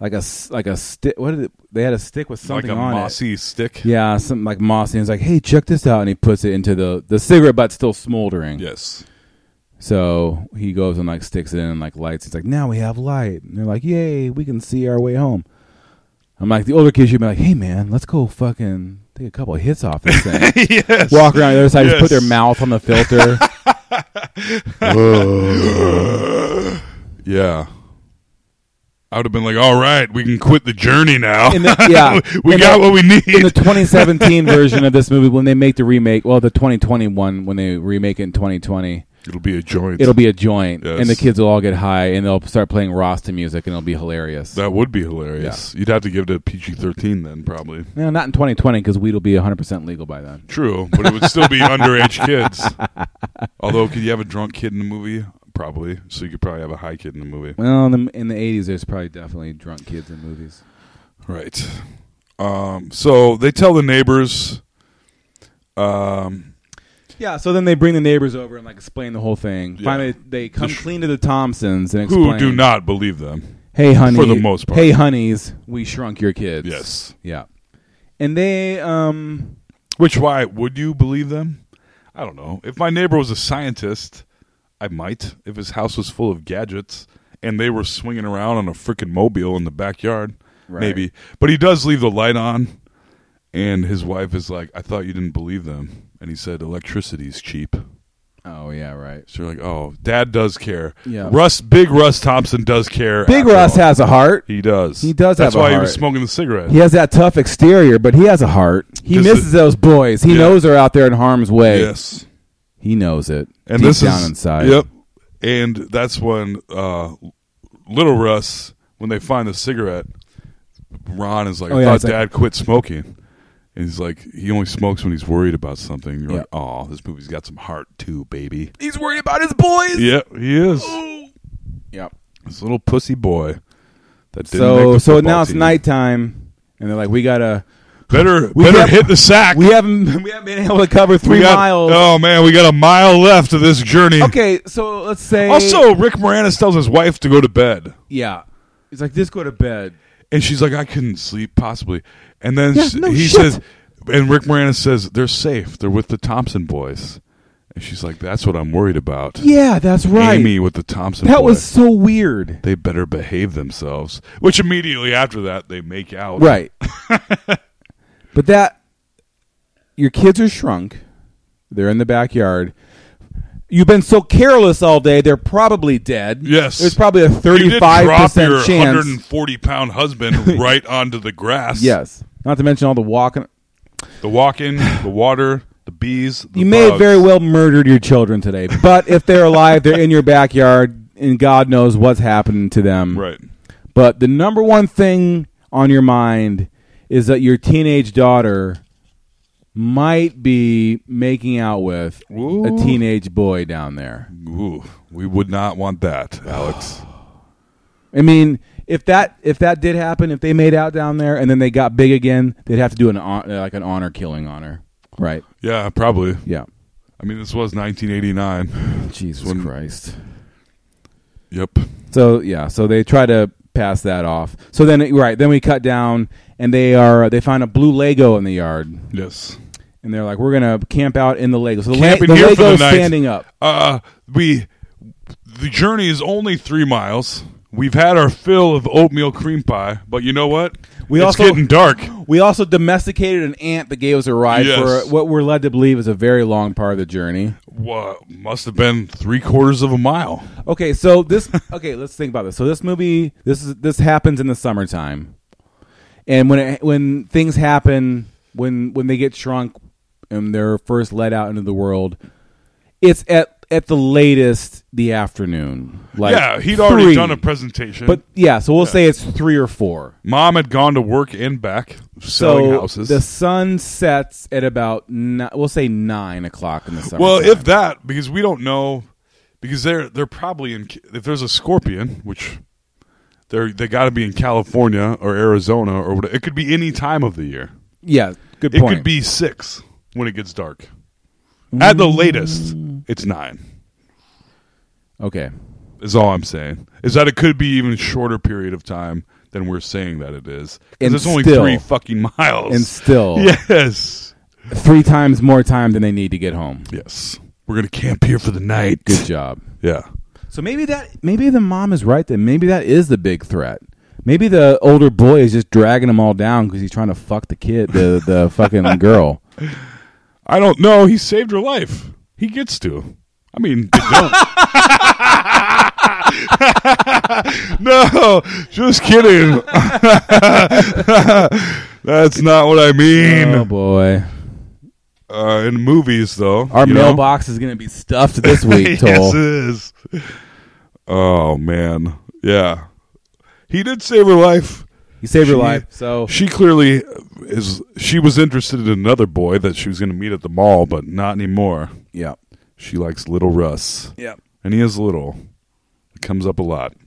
Speaker 8: like a s- like a stick. What did it, they had a stick with something
Speaker 7: like a
Speaker 8: on it?
Speaker 7: mossy stick.
Speaker 8: Yeah, something like mossy. And it's like, hey, check this out, and he puts it into the the cigarette butt's still smoldering.
Speaker 7: Yes.
Speaker 8: So he goes and like sticks it in and like lights. He's like, now we have light. And they're like, yay, we can see our way home. I'm like, the older kids should be like, hey man, let's go fucking take a couple of hits off this thing.
Speaker 7: yes.
Speaker 8: Walk around the other side, just put
Speaker 7: Yes.
Speaker 8: their mouth on the filter.
Speaker 7: Yeah. I would have been like, all right, we can quit the journey now.
Speaker 8: In the- yeah.
Speaker 7: we
Speaker 8: In
Speaker 7: got
Speaker 8: the-
Speaker 7: what we need.
Speaker 8: in the 2017 version of this movie, when they make the remake, well, the 2021 when they remake it in 2020,
Speaker 7: It'll be a joint.
Speaker 8: it'll be a joint,
Speaker 7: Yes.
Speaker 8: and the kids will all get high and they'll start playing Rasta music, and it'll be hilarious.
Speaker 7: That would be hilarious. You'd have to give it a PG 13 then, probably.
Speaker 8: no, not in 2020 because weed will be 100 percent legal by then.
Speaker 7: True, but it would still be underage kids. Although, could you have a drunk kid in the movie? Probably. So you could probably have a high kid in the movie.
Speaker 8: Well, in the, in the 80s, there's probably definitely drunk kids in movies.
Speaker 7: Right. Um, so they tell the neighbors. Um,
Speaker 8: Yeah, so then they bring the neighbors over and like explain the whole thing.
Speaker 7: Yeah.
Speaker 8: Finally, they come
Speaker 7: The sh-
Speaker 8: clean to the Thompsons and explain.
Speaker 7: who do not believe them.
Speaker 8: Hey, honey.
Speaker 7: for the most part.
Speaker 8: Hey, honeys, we shrunk your kids.
Speaker 7: Yes.
Speaker 8: Yeah. And they, um,
Speaker 7: Which why would you believe them? I don't know. If my neighbor was a scientist, I might. If his house was full of gadgets and they were swinging around on a freaking mobile in the backyard,
Speaker 8: Right.
Speaker 7: maybe. But he does leave the light on, and his wife is like, "I thought you didn't believe them." And he said, "Electricity's cheap."
Speaker 8: oh yeah, right.
Speaker 7: So you're like, "Oh, Dad does care."
Speaker 8: Yeah.
Speaker 7: Russ, big Russ Thompson does care.
Speaker 8: Big
Speaker 7: after
Speaker 8: Russ
Speaker 7: all.
Speaker 8: has a heart.
Speaker 7: He does.
Speaker 8: He does
Speaker 7: That's
Speaker 8: have a
Speaker 7: why he
Speaker 8: heart.
Speaker 7: was smoking the cigarette.
Speaker 8: He has that tough exterior, but he has a heart. He
Speaker 7: Does
Speaker 8: misses
Speaker 7: the-
Speaker 8: those boys. He
Speaker 7: Yeah.
Speaker 8: knows they're out there in harm's way.
Speaker 7: Yes.
Speaker 8: He knows it.
Speaker 7: and
Speaker 8: Deep
Speaker 7: this
Speaker 8: down
Speaker 7: is
Speaker 8: inside.
Speaker 7: Yep, and that's when uh, little Russ, when they find the cigarette, Ron is like,
Speaker 8: Oh,
Speaker 7: "I
Speaker 8: yeah,
Speaker 7: thought
Speaker 8: it's like-
Speaker 7: Dad quit smoking," and he's like, "He only smokes when he's worried about something." You're
Speaker 8: Yeah.
Speaker 7: like, "Oh, this movie's got some heart too, baby."
Speaker 8: He's worried about his boys.
Speaker 7: yeah, he is
Speaker 8: Yep.
Speaker 7: this little pussy boy. That didn't make
Speaker 8: So
Speaker 7: the
Speaker 8: so
Speaker 7: football
Speaker 8: now it's
Speaker 7: team.
Speaker 8: nighttime, and they're like, we gotta.
Speaker 7: Better
Speaker 8: We
Speaker 7: better
Speaker 8: have-
Speaker 7: hit the sack.
Speaker 8: We haven't we haven't been able to cover
Speaker 7: We
Speaker 8: three
Speaker 7: got-
Speaker 8: miles.
Speaker 7: Oh man, we got a mile left of this journey.
Speaker 8: Okay, so let's say
Speaker 7: Also, Rick Moranis tells his wife to go to bed.
Speaker 8: yeah. He's like, just go to bed.
Speaker 7: And she's like, I couldn't sleep possibly. And then
Speaker 8: Yeah,
Speaker 7: sh-
Speaker 8: no
Speaker 7: he
Speaker 8: shit.
Speaker 7: says, and Rick Moranis says, they're safe. They're with the Thompson boys. And she's like, that's what I'm worried about.
Speaker 8: Yeah, that's right.
Speaker 7: Amy with the Thompson
Speaker 8: that
Speaker 7: boys.
Speaker 8: was so weird.
Speaker 7: They better behave themselves. Which immediately after that, they make out.
Speaker 8: Right. but that your kids are shrunk. They're in the backyard. You've been so careless all day. They're probably dead.
Speaker 7: Yes.
Speaker 8: There's probably a
Speaker 7: You did
Speaker 8: thirty-five
Speaker 7: drop your
Speaker 8: percent chance.
Speaker 7: 140 pound husband right onto the grass.
Speaker 8: Yes. Not to mention all the walking.
Speaker 7: The walk in, the water, the bees. The
Speaker 8: You may have
Speaker 7: bugs.
Speaker 8: very well murdered your children today, but if they're alive, they're in your backyard, and God knows what's happening to them.
Speaker 7: Right.
Speaker 8: But the number one thing on your mind is that your teenage daughter might be making out with a
Speaker 7: Ooh.
Speaker 8: teenage boy down there.
Speaker 7: Ooh, we would not want that, Alex.
Speaker 8: I mean, if that if that did happen, if they made out down there and then they got big again, they'd have to do an hon- uh, like an honor killing on her. Right?
Speaker 7: yeah, probably.
Speaker 8: Yeah.
Speaker 7: I mean, this was 1989.
Speaker 8: Jesus
Speaker 7: When-
Speaker 8: Christ.
Speaker 7: Yep.
Speaker 8: So yeah, so they try to pass that off. So then right, then we cut down and they are they find a blue Lego in the yard.
Speaker 7: Yes.
Speaker 8: and they're like, "We're gonna camp out in the Lego." So the, la-
Speaker 7: Camping
Speaker 8: the
Speaker 7: here for the
Speaker 8: Lego's
Speaker 7: night.
Speaker 8: standing up.
Speaker 7: Uh, we the journey is only three miles. We've had our fill of oatmeal cream pie, but you know what?
Speaker 8: We
Speaker 7: it's
Speaker 8: also-
Speaker 7: getting dark.
Speaker 8: We also domesticated an ant that gave us a ride
Speaker 7: Yes.
Speaker 8: for what we're led to believe is a very long part of the journey.
Speaker 7: Wha must have been three quarters of a mile.
Speaker 8: Okay, so this okay, let's think about this. So this movie, this is this happens in the summertime, and when it, when things happen, when when they get shrunk and they're first let out into the world, it's at at the latest the afternoon. Like
Speaker 7: yeah, he'd already
Speaker 8: three.
Speaker 7: done a presentation.
Speaker 8: But yeah, so we'll say it's three or four.
Speaker 7: mom had gone to work and back selling
Speaker 8: so
Speaker 7: houses.
Speaker 8: the sun sets at about ni- we'll say nine o'clock in the summer.
Speaker 7: well, if that, because we don't know, because they're they're probably in. If there's a scorpion, which they're they got to be in California or Arizona or whatever. It could be any time of the year.
Speaker 8: yeah, good
Speaker 7: It
Speaker 8: point.
Speaker 7: could be six when it gets dark. At the latest,
Speaker 8: Mm.
Speaker 7: it's nine.
Speaker 8: okay.
Speaker 7: Is all I'm saying is that it could be even shorter period of time than we're saying that it is.
Speaker 8: And
Speaker 7: Because it's only
Speaker 8: still-
Speaker 7: three fucking miles.
Speaker 8: and still
Speaker 7: yes,
Speaker 8: three times more time than they need to get home.
Speaker 7: yes, we're gonna camp here for the night.
Speaker 8: Good job.
Speaker 7: Yeah,
Speaker 8: So maybe that maybe the mom is right then. Maybe that is the big threat. Maybe the older boy is just dragging them all down because he's trying to fuck the kid, the the fucking girl.
Speaker 7: I don't know. He saved her life. He gets to. I mean, they don't. no, just kidding. That's not what I
Speaker 8: Oh
Speaker 7: mean.
Speaker 8: boy,
Speaker 7: Uh, in movies, though,
Speaker 8: our
Speaker 7: you know?
Speaker 8: mailbox is gonna be stuffed this week.
Speaker 7: yes,
Speaker 8: Toll.
Speaker 7: it is. Oh man, yeah. He did save her life.
Speaker 8: you saved your
Speaker 7: She-
Speaker 8: life. So
Speaker 7: She clearly is. She was interested in another boy that she was going to meet at the mall, but not anymore.
Speaker 8: yeah,
Speaker 7: She likes little Russ.
Speaker 8: yeah.
Speaker 7: and he is little. It comes up a lot.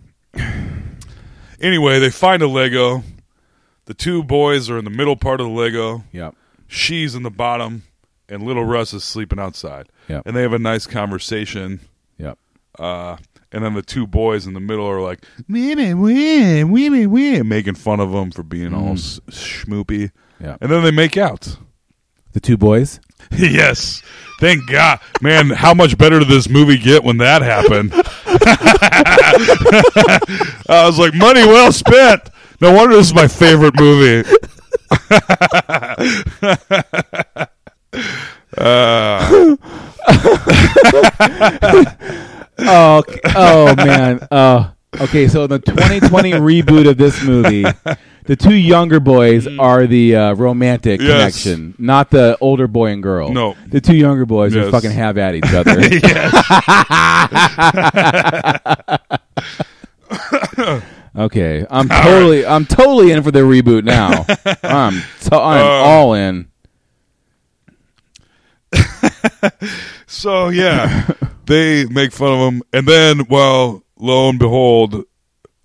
Speaker 7: Anyway, they find a Lego. The two boys are in the middle part of the Lego.
Speaker 8: Yep.
Speaker 7: She's in the bottom, and little Russ is sleeping outside.
Speaker 8: Yep.
Speaker 7: And they have a nice conversation.
Speaker 8: Yep.
Speaker 7: Uh, and then the two boys in the middle are like, women, women, women, women, making fun of them for being all s- schmoopy.
Speaker 8: Yep.
Speaker 7: And then they make out.
Speaker 8: The two boys.
Speaker 7: yes. Thank God. Man, how much better did this movie get when that happened? I was like, money well spent. No wonder this is my favorite movie.
Speaker 8: Oh, okay. oh man. Oh, okay. So in the 2020 reboot of this movie, the two younger boys are the uh, romantic
Speaker 7: Mm. Yes.
Speaker 8: connection, not the older boy and girl.
Speaker 7: No.
Speaker 8: the two younger boys
Speaker 7: Yes.
Speaker 8: are fucking have at each other. okay, I'm totally, I'm totally in for the reboot now. I'm, to-
Speaker 7: Uh,
Speaker 8: I'm all in.
Speaker 7: So yeah, they make fun of him, and then well, lo and behold,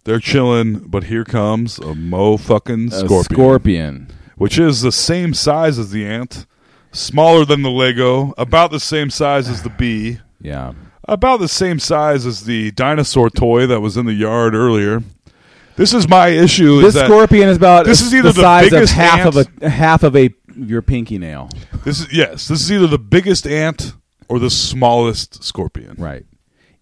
Speaker 7: they're chilling. But here comes a mo fucking
Speaker 8: A
Speaker 7: scorpion,
Speaker 8: Uh, scorpion.
Speaker 7: which is the same size as the ant, smaller than the Lego, about the same size as the bee,
Speaker 8: Yeah.
Speaker 7: about the same size as the dinosaur toy that was in the yard earlier. This is my issue. is
Speaker 8: This
Speaker 7: that
Speaker 8: scorpion is about
Speaker 7: this is either the
Speaker 8: the size of
Speaker 7: biggest
Speaker 8: half
Speaker 7: ant-
Speaker 8: of a half of a your pinky nail.
Speaker 7: This is yes. This is either the biggest ant or the smallest scorpion.
Speaker 8: Right.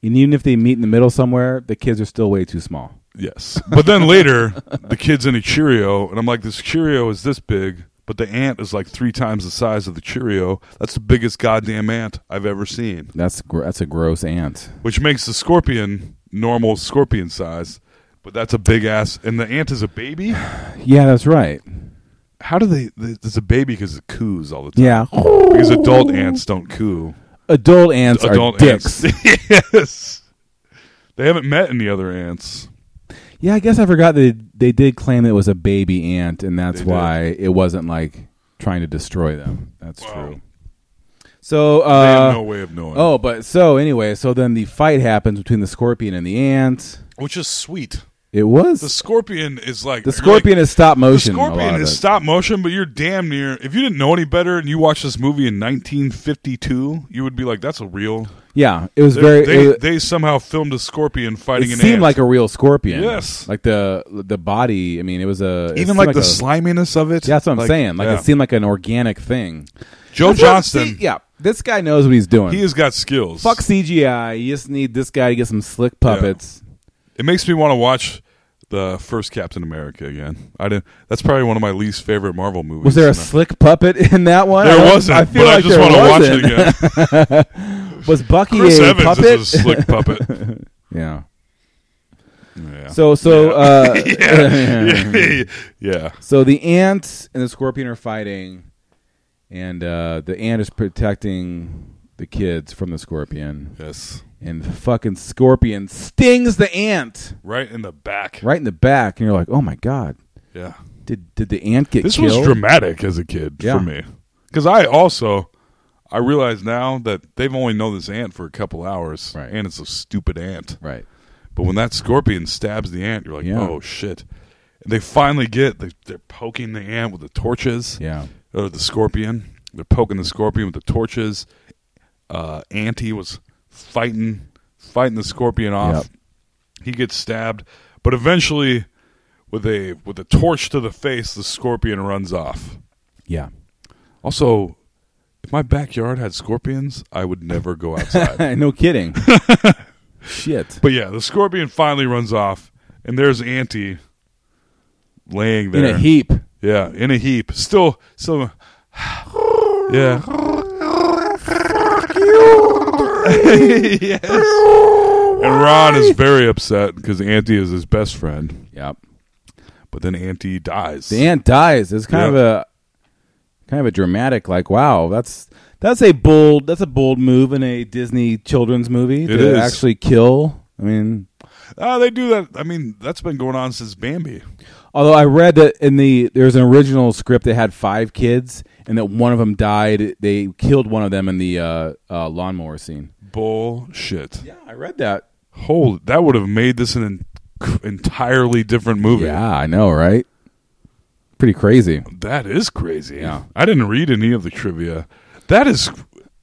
Speaker 8: And even if they meet in the middle somewhere, the kids are still way too small.
Speaker 7: Yes. But then later, the kid's in a Cheerio, and I'm like, this Cheerio is this big, but the ant is like three times the size of the Cheerio. That's the biggest goddamn ant I've ever seen,
Speaker 8: That's gr- that's a gross ant.
Speaker 7: which makes the scorpion normal scorpion size, but that's a big ass. And the ant is a baby?
Speaker 8: Yeah, that's right.
Speaker 7: How do they? th- It's a baby because it coos all the time.
Speaker 8: Yeah,
Speaker 7: Because adult ants don't coo.
Speaker 8: adult ants
Speaker 7: adult
Speaker 8: are dicks.
Speaker 7: ants. yes. They haven't met any other ants.
Speaker 8: yeah, I guess I forgot that they did claim it was a baby ant, and that's
Speaker 7: They did.
Speaker 8: why it wasn't like trying to destroy them. That's
Speaker 7: Wow.
Speaker 8: true. So uh,
Speaker 7: They have no way of knowing.
Speaker 8: oh, but so anyway, so then the fight happens between the scorpion and the ant.
Speaker 7: which is sweet.
Speaker 8: It was
Speaker 7: The scorpion is like
Speaker 8: The scorpion
Speaker 7: like-
Speaker 8: is stop motion.
Speaker 7: The scorpion is stop
Speaker 8: stop.
Speaker 7: motion, but you're damn near. If you didn't know any better and you watched this movie in 1952, you would be like, "That's a real."
Speaker 8: Yeah, it was
Speaker 7: They-
Speaker 8: very.
Speaker 7: they,
Speaker 8: it,
Speaker 7: they somehow filmed a scorpion
Speaker 8: it
Speaker 7: fighting an
Speaker 8: seemed
Speaker 7: ant.
Speaker 8: like a real scorpion.
Speaker 7: Yes.
Speaker 8: like the the body. I mean, it was a it
Speaker 7: even
Speaker 8: seemed
Speaker 7: like, the
Speaker 8: a-
Speaker 7: sliminess of it.
Speaker 8: Yeah, that's what I'm saying. Like
Speaker 7: yeah.
Speaker 8: it seemed like an organic thing.
Speaker 7: Joe
Speaker 8: That's what-
Speaker 7: Johnston.
Speaker 8: see, yeah, this guy knows what he's doing.
Speaker 7: he has got skills.
Speaker 8: fuck CGI. You just need this guy to get some slick puppets.
Speaker 7: It makes me want to watch the first Captain America again. I didn't. That's probably one of my least favorite Marvel movies.
Speaker 8: Was there a
Speaker 7: And I-
Speaker 8: slick puppet in that one? I
Speaker 7: There
Speaker 8: don't-
Speaker 7: wasn't.
Speaker 8: I feel
Speaker 7: but
Speaker 8: like
Speaker 7: I just
Speaker 8: there
Speaker 7: want to watch
Speaker 8: wasn't.
Speaker 7: it again.
Speaker 8: Was Bucky
Speaker 7: Chris
Speaker 8: a
Speaker 7: Evans
Speaker 8: puppet?
Speaker 7: is a slick puppet.
Speaker 8: yeah.
Speaker 7: Yeah.
Speaker 8: So so uh,
Speaker 7: yeah.
Speaker 8: So the ant and the scorpion are fighting, and uh, the ant is protecting the kids from the scorpion.
Speaker 7: Yes.
Speaker 8: And the fucking scorpion stings the ant
Speaker 7: Right in the back.
Speaker 8: right in the back, and you're like, "Oh my god,
Speaker 7: Yeah.
Speaker 8: did did the ant get
Speaker 7: This
Speaker 8: killed?"
Speaker 7: was dramatic as a kid
Speaker 8: Yeah.
Speaker 7: for me. Because I also, I realize now that they've only known this ant for a couple hours.
Speaker 8: Right.
Speaker 7: And it's a stupid ant.
Speaker 8: Right.
Speaker 7: But when that scorpion stabs the ant, you're like,
Speaker 8: Yeah.
Speaker 7: oh, shit. And they finally get, they, they're poking the ant with the torches.
Speaker 8: Yeah.
Speaker 7: Or the scorpion. They're poking the scorpion with the torches. Uh, Auntie was fighting, fighting the scorpion off.
Speaker 8: Yep.
Speaker 7: He gets stabbed, but eventually, with a with a torch to the face, the scorpion runs off.
Speaker 8: Yeah.
Speaker 7: Also, if my backyard had scorpions, I would never go outside.
Speaker 8: no kidding. Shit.
Speaker 7: but yeah, the scorpion finally runs off, and there's Auntie laying
Speaker 8: In
Speaker 7: there
Speaker 8: a heap.
Speaker 7: Yeah, in a heap. Still, still. Yeah. yes. And Ron is very upset because Auntie is his best friend,
Speaker 8: Yep.
Speaker 7: but then Auntie dies.
Speaker 8: The ant dies. It's kind of
Speaker 7: Yeah.
Speaker 8: a kind of a dramatic like wow, that's that's a bold that's a bold move in a Disney children's movie to
Speaker 7: is.
Speaker 8: actually kill. I mean,
Speaker 7: Ah, they do that. I mean, that's been going on since Bambi.
Speaker 8: Although I read that in the there's an original script that had five kids and that one of them died. They killed one of them in the uh, uh, lawnmower scene.
Speaker 7: Bullshit.
Speaker 8: Yeah, I read that.
Speaker 7: Holy, that would have made this an en- entirely different movie.
Speaker 8: Yeah, I know, right? Pretty crazy.
Speaker 7: That is crazy.
Speaker 8: Yeah.
Speaker 7: I didn't read any of the trivia. That is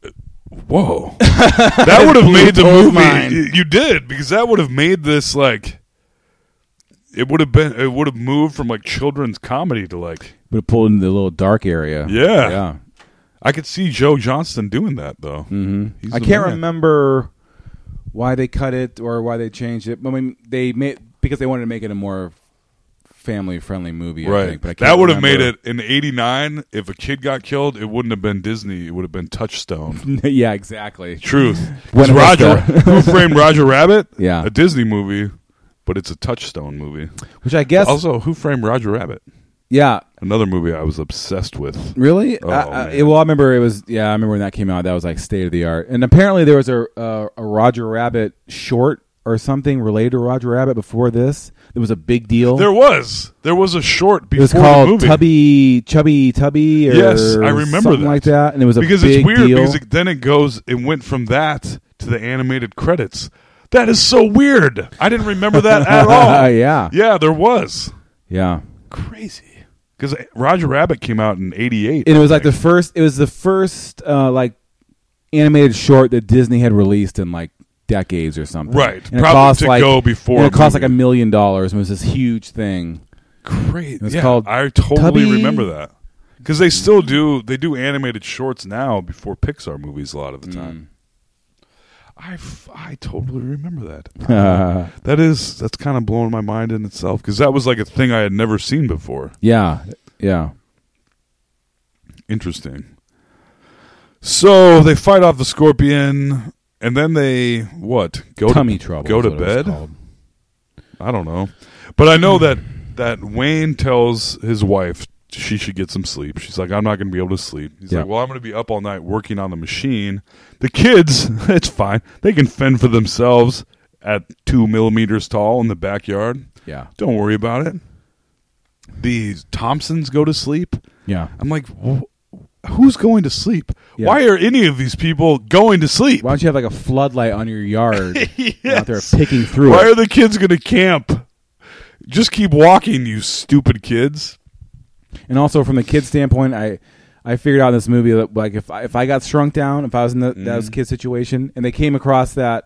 Speaker 7: whoa. that would have made the
Speaker 8: Blew Joel's
Speaker 7: movie.
Speaker 8: mind.
Speaker 7: Y- You did because that would have made this like it would have been it would have moved from like children's comedy to like
Speaker 8: But it pulled into the little dark area.
Speaker 7: Yeah.
Speaker 8: yeah.
Speaker 7: I could see Joe Johnston doing that though. Mm-hmm.
Speaker 8: I can't remember why they cut it or why they changed it. I mean, they made because they wanted to make it a more family friendly movie. I
Speaker 7: Right.
Speaker 8: think, but I
Speaker 7: that
Speaker 8: can't
Speaker 7: would have made
Speaker 8: remember.
Speaker 7: it in 89 if a kid got killed it wouldn't have been Disney, it would have been Touchstone.
Speaker 8: yeah, exactly.
Speaker 7: Truth. It's
Speaker 8: When it was
Speaker 7: Roger
Speaker 8: the-
Speaker 7: Who Framed Roger Rabbit?
Speaker 8: Yeah.
Speaker 7: A Disney movie, but it's a Touchstone movie.
Speaker 8: Which I guess.
Speaker 7: Also, Who Framed Roger Rabbit?
Speaker 8: yeah,
Speaker 7: Another movie I was obsessed with.
Speaker 8: Really?
Speaker 7: Oh,
Speaker 8: I, I,
Speaker 7: man.
Speaker 8: well, I remember it was. Yeah, I remember when that came out. That was like state of the art. And apparently, there was a uh, a Roger Rabbit short or something related to Roger Rabbit before this. It was a big deal.
Speaker 7: There was there was a short
Speaker 8: it
Speaker 7: before
Speaker 8: was
Speaker 7: the
Speaker 8: called
Speaker 7: movie.
Speaker 8: Tubby Chubby Tubby. Or
Speaker 7: yes, I remember
Speaker 8: something
Speaker 7: that.
Speaker 8: like that. And it was a
Speaker 7: because
Speaker 8: big
Speaker 7: it's weird
Speaker 8: deal.
Speaker 7: because it, then it goes it went from that to the animated credits. That is so weird. I didn't remember that at all.
Speaker 8: Yeah.
Speaker 7: yeah, there was
Speaker 8: yeah.
Speaker 7: crazy because Roger Rabbit came out in '88
Speaker 8: And it was like the first. It was the first uh, like animated short that Disney had released in like decades or something.
Speaker 7: Right.
Speaker 8: And it
Speaker 7: Probably
Speaker 8: cost
Speaker 7: to
Speaker 8: like
Speaker 7: go before
Speaker 8: and it
Speaker 7: a
Speaker 8: cost like a
Speaker 7: movie.
Speaker 8: million dollars. and It was this huge thing.
Speaker 7: crazy.
Speaker 8: was
Speaker 7: yeah,
Speaker 8: called
Speaker 7: I totally
Speaker 8: Tubby-
Speaker 7: remember that because they still do they do animated shorts now before Pixar movies a lot
Speaker 8: Mm.
Speaker 7: of the time. I, f- I totally remember that. that is that's kind of blowing my mind in itself because that was like a thing I had never seen before.
Speaker 8: Yeah, yeah.
Speaker 7: Interesting. So they fight off the scorpion and then they what go
Speaker 8: Tummy
Speaker 7: to,
Speaker 8: trouble.
Speaker 7: Go
Speaker 8: is
Speaker 7: to
Speaker 8: what it was
Speaker 7: bed.
Speaker 8: called.
Speaker 7: I don't know. But I know that that Wayne tells his wife she should get some sleep. She's like, I'm not going to be able to sleep. He's
Speaker 8: Yeah.
Speaker 7: like, Well, I'm going to be up all night working on the machine. The kids, it's fine. They can fend for themselves at two millimeters tall in the backyard.
Speaker 8: Yeah,
Speaker 7: Don't worry about it. The Thompsons go to sleep.
Speaker 8: yeah.
Speaker 7: I'm like, "Wh- Who's going to sleep?
Speaker 8: Yeah.
Speaker 7: Why are any of these people going to sleep?
Speaker 8: Why don't you have like a floodlight on your yard and out there
Speaker 7: Yes.
Speaker 8: picking through
Speaker 7: Why
Speaker 8: it?
Speaker 7: are the kids going to camp? Just keep walking, you stupid kids.
Speaker 8: and also from the kid's standpoint, I I figured out in this movie that like if I, if I got shrunk down, if I was in the, that was
Speaker 7: Mm-hmm.
Speaker 8: kid situation, and they came across that,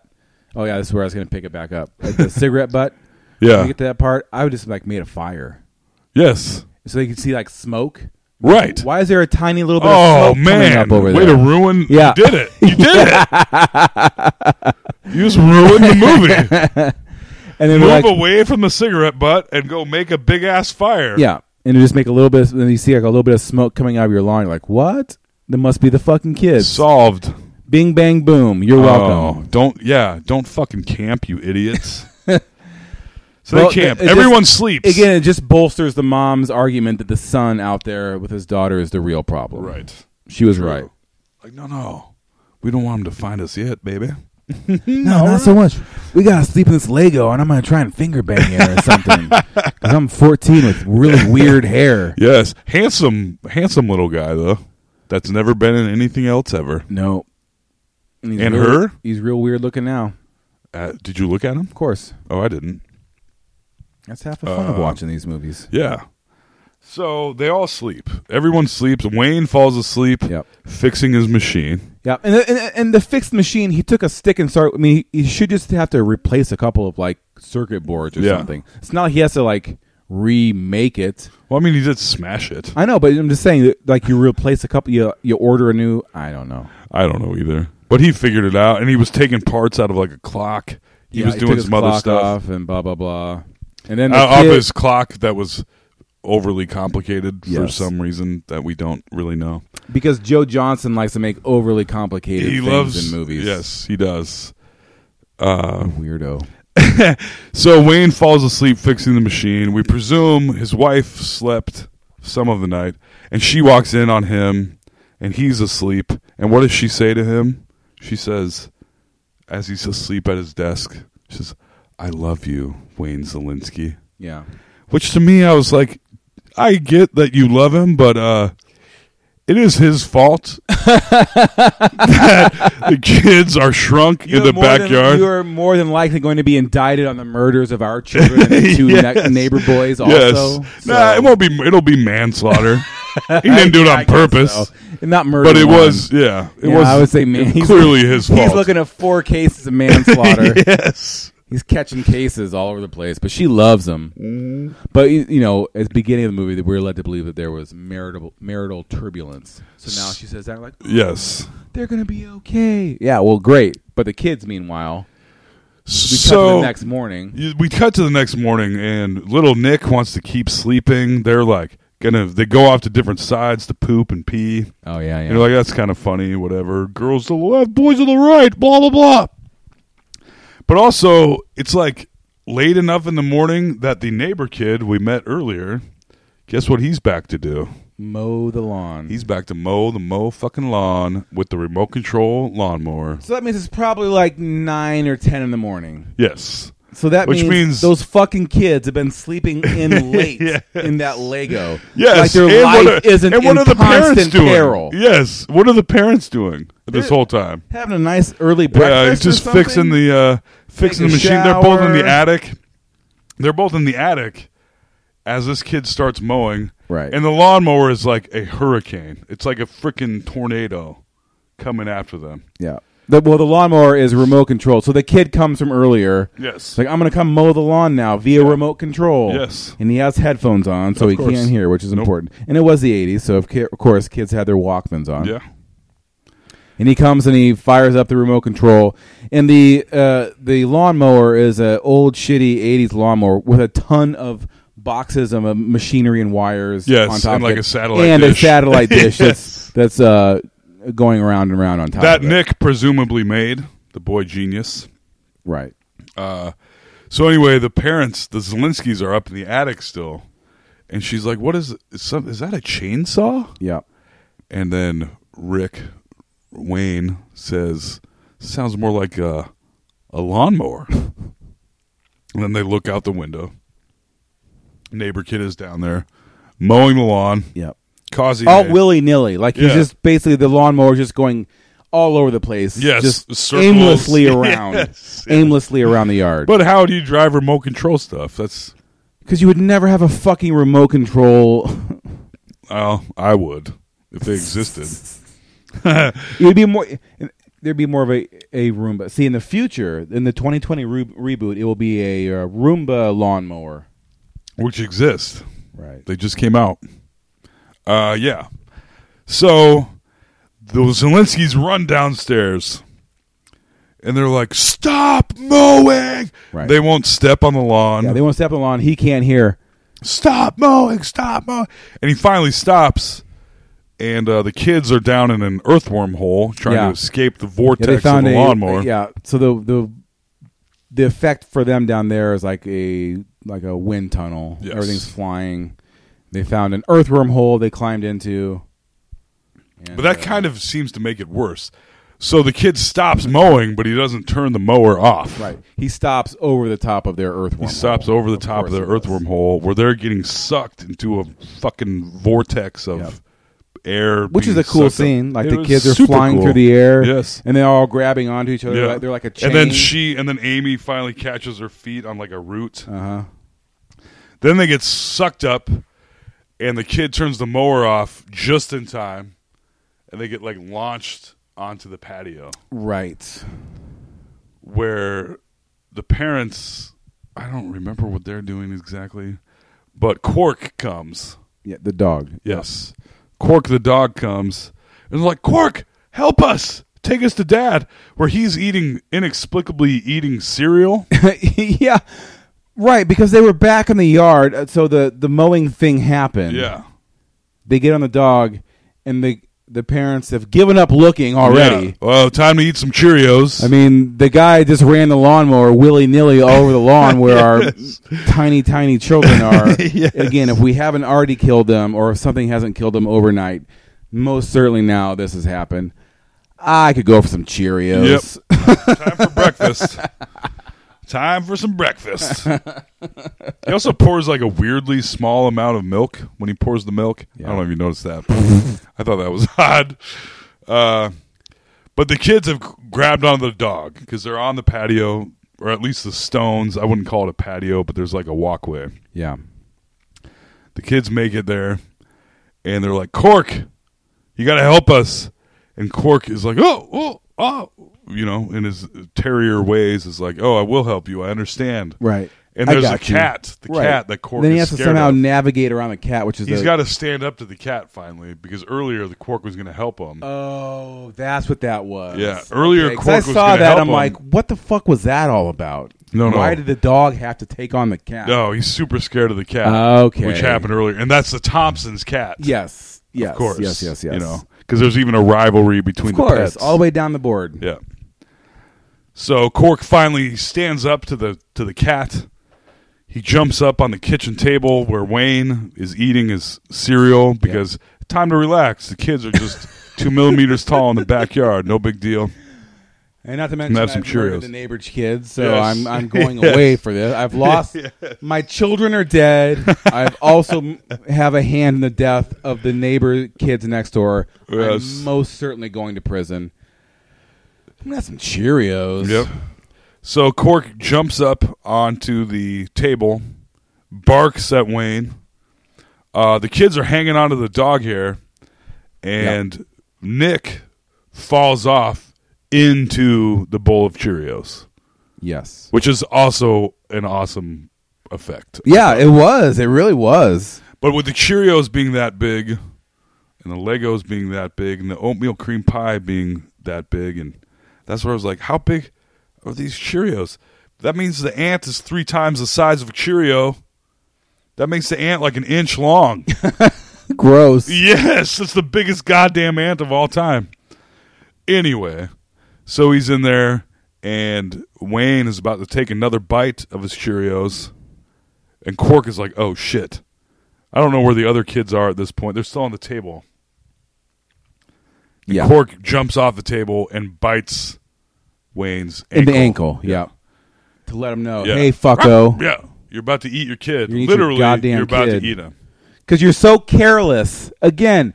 Speaker 8: oh yeah, this is where I was going to pick it back up, like the cigarette butt. When
Speaker 7: Yeah.
Speaker 8: you get to that part, I would just like made a fire
Speaker 7: Yes.
Speaker 8: so they could see like smoke.
Speaker 7: Right.
Speaker 8: Why is there a tiny little bit
Speaker 7: Oh
Speaker 8: of smoke coming
Speaker 7: man!
Speaker 8: up over
Speaker 7: Way
Speaker 8: there?
Speaker 7: to ruin.
Speaker 8: Yeah.
Speaker 7: You did it. You did it. you just ruined the movie.
Speaker 8: and then
Speaker 7: Move
Speaker 8: we're like,
Speaker 7: away from the cigarette butt and go make a big ass fire.
Speaker 8: Yeah, and you just make a little bit. Of, then you see like a little bit of smoke coming out of your lawn. You're like, what? That must be the fucking kids.
Speaker 7: Solved.
Speaker 8: Bing bang boom. You're
Speaker 7: Oh,
Speaker 8: welcome.
Speaker 7: don't. Yeah. Don't fucking camp, you idiots. so
Speaker 8: Well,
Speaker 7: they camp.
Speaker 8: it- it
Speaker 7: Everyone
Speaker 8: just-
Speaker 7: sleeps.
Speaker 8: Again, it just bolsters the mom's argument that the son out there with his daughter is the real problem.
Speaker 7: Right.
Speaker 8: She was right.
Speaker 7: Like no, no. We don't want them to find us yet, baby.
Speaker 8: No, not so much. We gotta sleep in this Lego, and I'm gonna try and finger bang it or something. Because I'm 14 with really weird hair.
Speaker 7: Yes, handsome, handsome little guy though. That's never been in anything else ever.
Speaker 8: No. he's
Speaker 7: And
Speaker 8: real-
Speaker 7: her?
Speaker 8: He's real weird looking now.
Speaker 7: Uh, did you look at him?
Speaker 8: Of course.
Speaker 7: Oh, I didn't.
Speaker 8: That's half the
Speaker 7: Uh,
Speaker 8: fun of watching these movies.
Speaker 7: Yeah. So they all sleep. Everyone sleeps. Wayne falls asleep,
Speaker 8: Yep.
Speaker 7: fixing his machine.
Speaker 8: Yeah, and the, and, and the fixed machine, he took a stick and started. I mean, he, he should just have to replace a couple of like circuit boards or
Speaker 7: Yeah.
Speaker 8: something. It's not like he has to like remake it.
Speaker 7: Well, I mean, he did smash it.
Speaker 8: I know, but I'm just saying that like you replace a couple you you order a new I don't know.
Speaker 7: I don't know either. But he figured it out, and he was taking parts out of like a clock. He
Speaker 8: Yeah,
Speaker 7: was
Speaker 8: took
Speaker 7: doing
Speaker 8: his
Speaker 7: some other
Speaker 8: clock
Speaker 7: stuff
Speaker 8: off and blah blah blah. And then the
Speaker 7: out
Speaker 8: kid-
Speaker 7: of his clock that was overly complicated for
Speaker 8: Yes.
Speaker 7: some reason that we don't really know.
Speaker 8: because Joe Johnson likes to make overly complicated
Speaker 7: he
Speaker 8: things
Speaker 7: loves
Speaker 8: in movies.
Speaker 7: Yes, he does.
Speaker 8: weirdo.
Speaker 7: So Wayne falls asleep fixing the machine. We presume his wife slept some of the night, and she walks in on him, and he's asleep. And what does she say to him? She says, as he's asleep at his desk, she says, "I love you, Wayne Zelinsky."
Speaker 8: Yeah,
Speaker 7: Which to me, I was like, I get that you love him, but uh, it is his fault that the kids are shrunk in the backyard.
Speaker 8: you are more than likely going to be indicted on the murders of our children and the two
Speaker 7: Yes.
Speaker 8: ne- neighbor boys. Also,
Speaker 7: Yes. Nah, it won't be. It'll be manslaughter. he didn't do it on purpose,
Speaker 8: So, not murder,
Speaker 7: but it
Speaker 8: one.
Speaker 7: was. Yeah, it
Speaker 8: Yeah,
Speaker 7: was.
Speaker 8: I would say man, he's-
Speaker 7: clearly his fault.
Speaker 8: He's looking at four cases of manslaughter.
Speaker 7: yes.
Speaker 8: He's catching cases all over the place, but she loves him.
Speaker 7: Mm-hmm.
Speaker 8: But you you know, at the beginning of the movie, we were led to believe that there was marital marital turbulence. So now she says that like
Speaker 7: Yes.
Speaker 8: they're gonna be okay. Yeah, well, great. But the kids, meanwhile, we cut to
Speaker 7: so
Speaker 8: the next morning.
Speaker 7: you- we cut to the next morning, and little Nick wants to keep sleeping. They're like gonna. They go off to different sides to poop and pee.
Speaker 8: Oh yeah, yeah.
Speaker 7: And you're like, that's kind of funny, whatever. Girls to the left, boys to the right, blah, blah, blah. But also, it's like late enough in the morning that the neighbor kid we met earlier, guess what he's back to do?
Speaker 8: mow the lawn.
Speaker 7: He's back to mow the mow fucking lawn with the remote control lawnmower.
Speaker 8: so that means it's probably like nine or ten in the morning.
Speaker 7: Yes.
Speaker 8: So that
Speaker 7: Which
Speaker 8: means,
Speaker 7: means-
Speaker 8: those fucking kids have been sleeping in late
Speaker 7: Yes.
Speaker 8: in that Lego.
Speaker 7: Yes.
Speaker 8: like their
Speaker 7: and
Speaker 8: life
Speaker 7: what are-
Speaker 8: isn't
Speaker 7: and what
Speaker 8: in
Speaker 7: are the parents
Speaker 8: constant
Speaker 7: doing?
Speaker 8: peril.
Speaker 7: Yes. What are the parents doing this whole time?
Speaker 8: Having a nice early breakfast.
Speaker 7: Yeah, he's just
Speaker 8: or something?
Speaker 7: fixing the uh, fixing the
Speaker 8: Take a
Speaker 7: machine. They're both in the
Speaker 8: shower.
Speaker 7: attic. They're both in the attic as this kid starts mowing.
Speaker 8: Right.
Speaker 7: And the lawnmower is like a hurricane. It's like a freaking tornado coming after them.
Speaker 8: Yeah. The, well, the lawnmower is remote controlled. So the kid comes from earlier.
Speaker 7: Yes.
Speaker 8: Like, I'm going to come mow the lawn now via remote control.
Speaker 7: Yes.
Speaker 8: And he has headphones on, so
Speaker 7: Of
Speaker 8: he
Speaker 7: course.
Speaker 8: can't hear, which is
Speaker 7: Nope.
Speaker 8: important. And it was the 80s, so of, ki- of course, kids had their Walkmans on.
Speaker 7: yeah.
Speaker 8: And he comes and he fires up the remote control. And the uh, the lawnmower is an old, shitty 80s lawnmower with a ton of boxes of uh, machinery and wires
Speaker 7: Yes,
Speaker 8: on top
Speaker 7: and
Speaker 8: of
Speaker 7: like
Speaker 8: it.
Speaker 7: a satellite
Speaker 8: and
Speaker 7: dish.
Speaker 8: a satellite dish
Speaker 7: Yes.
Speaker 8: that's, that's uh, going around and around on top
Speaker 7: That
Speaker 8: of it.
Speaker 7: Nick presumably made the boy genius.
Speaker 8: Right.
Speaker 7: So anyway, the parents, the Zelinskys, are up in the attic still, and she's like, "What is is, some, is that a chainsaw?"
Speaker 8: Yeah.
Speaker 7: And then Rick Wayne says, "Sounds more like a a lawnmower." and then they look out the window. Neighbor kid is down there mowing the lawn.
Speaker 8: Yep.
Speaker 7: Causing
Speaker 8: All
Speaker 7: a-
Speaker 8: willy nilly. Like he's
Speaker 7: Yeah.
Speaker 8: just basically the lawnmower just going all over the place.
Speaker 7: Yes,
Speaker 8: Just
Speaker 7: circles.
Speaker 8: aimlessly around.
Speaker 7: Yes, yes.
Speaker 8: Aimlessly around the yard.
Speaker 7: But how do you drive remote control stuff? That's
Speaker 8: Because you would never have a fucking remote control.
Speaker 7: well, I would if they existed.
Speaker 8: it would be more. There'd be more of a, a Roomba. See, in the future, in the 2020 re- reboot, it will be a uh, Roomba lawnmower.
Speaker 7: which exist.
Speaker 8: Right.
Speaker 7: They just came out. Uh, yeah. So the Zelenskys run downstairs and they're like, Stop mowing.
Speaker 8: Right.
Speaker 7: They won't step on the lawn.
Speaker 8: Yeah, they won't step on the lawn. He can't hear.
Speaker 7: stop mowing, stop mowing. And he finally stops. And uh, the kids are down in an earthworm hole trying
Speaker 8: Yeah.
Speaker 7: to escape the
Speaker 8: Yeah,
Speaker 7: vortex
Speaker 8: they found
Speaker 7: of the
Speaker 8: a
Speaker 7: lawnmower.
Speaker 8: Yeah, so the the the effect for them down there is like a like a wind tunnel.
Speaker 7: Yes.
Speaker 8: Everything's flying. They found an earthworm hole they climbed into.
Speaker 7: But that kind of seems to make it worse. So the kid stops mowing, but he doesn't turn the mower off.
Speaker 8: Right. He stops over the top of their earthworm.
Speaker 7: He stops over the top of their earthworm hole where they're getting sucked into a fucking vortex of
Speaker 8: Yep.
Speaker 7: air.
Speaker 8: Which is
Speaker 7: being
Speaker 8: a cool
Speaker 7: sucked up.
Speaker 8: scene. Like
Speaker 7: It
Speaker 8: the
Speaker 7: was
Speaker 8: kids are
Speaker 7: super
Speaker 8: flying
Speaker 7: cool.
Speaker 8: through the air.
Speaker 7: Yes.
Speaker 8: And they're all grabbing onto each other.
Speaker 7: Yeah.
Speaker 8: Like, they're like a chain.
Speaker 7: And then she and then Amy finally catches her feet on like a root.
Speaker 8: Uh-huh.
Speaker 7: Then they get sucked up and the kid turns the mower off just in time and they get like launched onto the patio
Speaker 8: Right.
Speaker 7: where the parents I don't remember what they're doing exactly, But Quark comes.
Speaker 8: Yeah, the dog.
Speaker 7: Yes. Quark the dog comes and is like, Quark, help us. Take us to dad, where he's eating, inexplicably eating cereal.
Speaker 8: yeah, right. Because they were back in the yard, uh, so the the mowing thing happened.
Speaker 7: yeah.
Speaker 8: they get on the dog, and the the parents have given up looking already.
Speaker 7: Yeah. Well, time to eat some Cheerios.
Speaker 8: I mean, the guy just ran the lawnmower willy nilly all over the lawn where our tiny, tiny children are. Again, if we haven't already killed them or if something hasn't killed them overnight, most certainly now this has happened. I could go for some Cheerios.
Speaker 7: time for breakfast. Time for some breakfast. he also pours like a weirdly small amount of milk when he pours the milk. I don't know if you noticed that. but I thought that was odd. Uh, but the kids have grabbed onto the dog because they're on the patio, or at least the stones. I wouldn't call it a patio, but there's like a walkway.
Speaker 8: Yeah.
Speaker 7: The kids make it there, and they're like, "Cork, you got to help us." And Cork is like, "Oh, oh, oh," you know, in his terrier ways, is like, "Oh, I will help you. I understand."
Speaker 8: Right.
Speaker 7: And
Speaker 8: I
Speaker 7: there's a
Speaker 8: got you.
Speaker 7: cat. The
Speaker 8: Right.
Speaker 7: cat that Cork
Speaker 8: Then he
Speaker 7: is
Speaker 8: has to
Speaker 7: scared
Speaker 8: somehow
Speaker 7: of.
Speaker 8: navigate around the cat, which is
Speaker 7: He's
Speaker 8: the-
Speaker 7: got to stand up to the cat finally because earlier the Cork was going to help him.
Speaker 8: Oh, that's what that was.
Speaker 7: Yeah, earlier
Speaker 8: 'cause
Speaker 7: Quark
Speaker 8: I
Speaker 7: was
Speaker 8: saw
Speaker 7: gonna
Speaker 8: that.
Speaker 7: help
Speaker 8: I'm
Speaker 7: him.
Speaker 8: like, what the fuck was that all about?
Speaker 7: No, no.
Speaker 8: Why did the dog have to take on the cat?
Speaker 7: no, he's super scared of the cat.
Speaker 8: Okay.
Speaker 7: Which happened earlier, and that's the Thompsons' cat.
Speaker 8: Yes. Yes.
Speaker 7: of course.
Speaker 8: Yes. Yes. Yes.
Speaker 7: You know, because there's even a rivalry between
Speaker 8: Of course,
Speaker 7: the pets.
Speaker 8: all the way down the board.
Speaker 7: Yeah. So Cork finally stands up to the to the cat. He jumps up on the kitchen table where Wayne is eating his cereal because time to relax. The kids are just two millimeters tall in the backyard. No big deal.
Speaker 8: And not to mention,
Speaker 7: have some
Speaker 8: I've murdered
Speaker 7: Cheerios.
Speaker 8: the neighbor's kids, so
Speaker 7: Yes.
Speaker 8: I'm I'm going away for this. I've lost my children are dead. I've also m- have a hand in the death of the neighbor kids next door.
Speaker 7: Yes.
Speaker 8: I'm most certainly going to prison. I'm gonna have some Cheerios.
Speaker 7: Yep. So Cork jumps up onto the table, barks at Wayne. Uh, the kids are hanging onto the dog hair, and Nick falls off into the bowl of Cheerios,
Speaker 8: Yes.
Speaker 7: which is also an awesome effect.
Speaker 8: Yeah, it was. It really was.
Speaker 7: But with the Cheerios being that big, and the Legos being that big, and the oatmeal cream pie being that big, and that's where I was like, how big are these Cheerios? That means the ant is three times the size of a Cheerio. That makes the ant like an inch long.
Speaker 8: Gross.
Speaker 7: yes, it's the biggest goddamn ant of all time. Anyway, so he's in there, and Wayne is about to take another bite of his Cheerios, and Cork is like, "Oh shit!" I don't know where the other kids are at this point. They're still on the table. And
Speaker 8: Yeah.
Speaker 7: Cork jumps off the table and bites Wayne's
Speaker 8: In
Speaker 7: ankle.
Speaker 8: the ankle. Yeah. To let him know,
Speaker 7: Yeah.
Speaker 8: hey, fucko.
Speaker 7: Yeah, you're about to eat your kid.
Speaker 8: You eat your
Speaker 7: Literally,
Speaker 8: goddamn
Speaker 7: you're about
Speaker 8: kid.
Speaker 7: to eat him.
Speaker 8: because you're so careless. Again,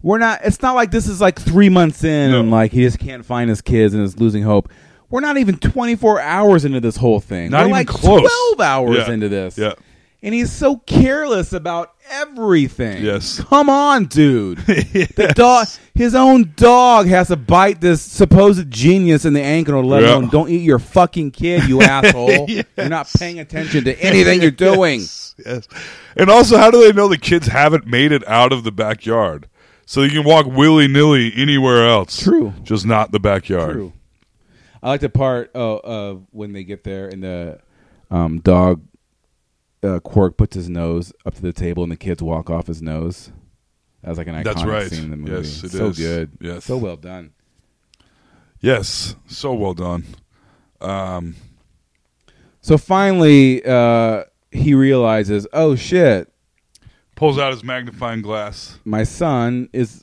Speaker 8: we're not. It's not like this is like three months in
Speaker 7: No.
Speaker 8: and like he just can't find his kids and is losing hope. We're not even 24 hours into this whole thing.
Speaker 7: Not
Speaker 8: we're
Speaker 7: even
Speaker 8: like
Speaker 7: close.
Speaker 8: 12 hours
Speaker 7: Yeah.
Speaker 8: into this.
Speaker 7: Yeah.
Speaker 8: And he's so careless about everything.
Speaker 7: Yes.
Speaker 8: Come on, dude. The dog, his own dog, has to bite this supposed genius in the ankle to let
Speaker 7: Yeah.
Speaker 8: him. Don't eat your fucking kid, you asshole. You're not paying attention to anything you're doing.
Speaker 7: Yes. And also, how do they know the kids haven't made it out of the backyard? So you can walk willy nilly anywhere else.
Speaker 8: True.
Speaker 7: Just not the backyard.
Speaker 8: True. I like the part oh, uh, when they get there and the um, dog uh, Quark puts his nose up to the table and the kids walk off his nose. That was like an iconic
Speaker 7: That's right.
Speaker 8: scene in the movie.
Speaker 7: Yes, it
Speaker 8: so
Speaker 7: is.
Speaker 8: good.
Speaker 7: Yes.
Speaker 8: So well done.
Speaker 7: Yes. So well done.
Speaker 8: So finally, uh, he realizes, oh shit,
Speaker 7: Pulls out his magnifying glass
Speaker 8: my son is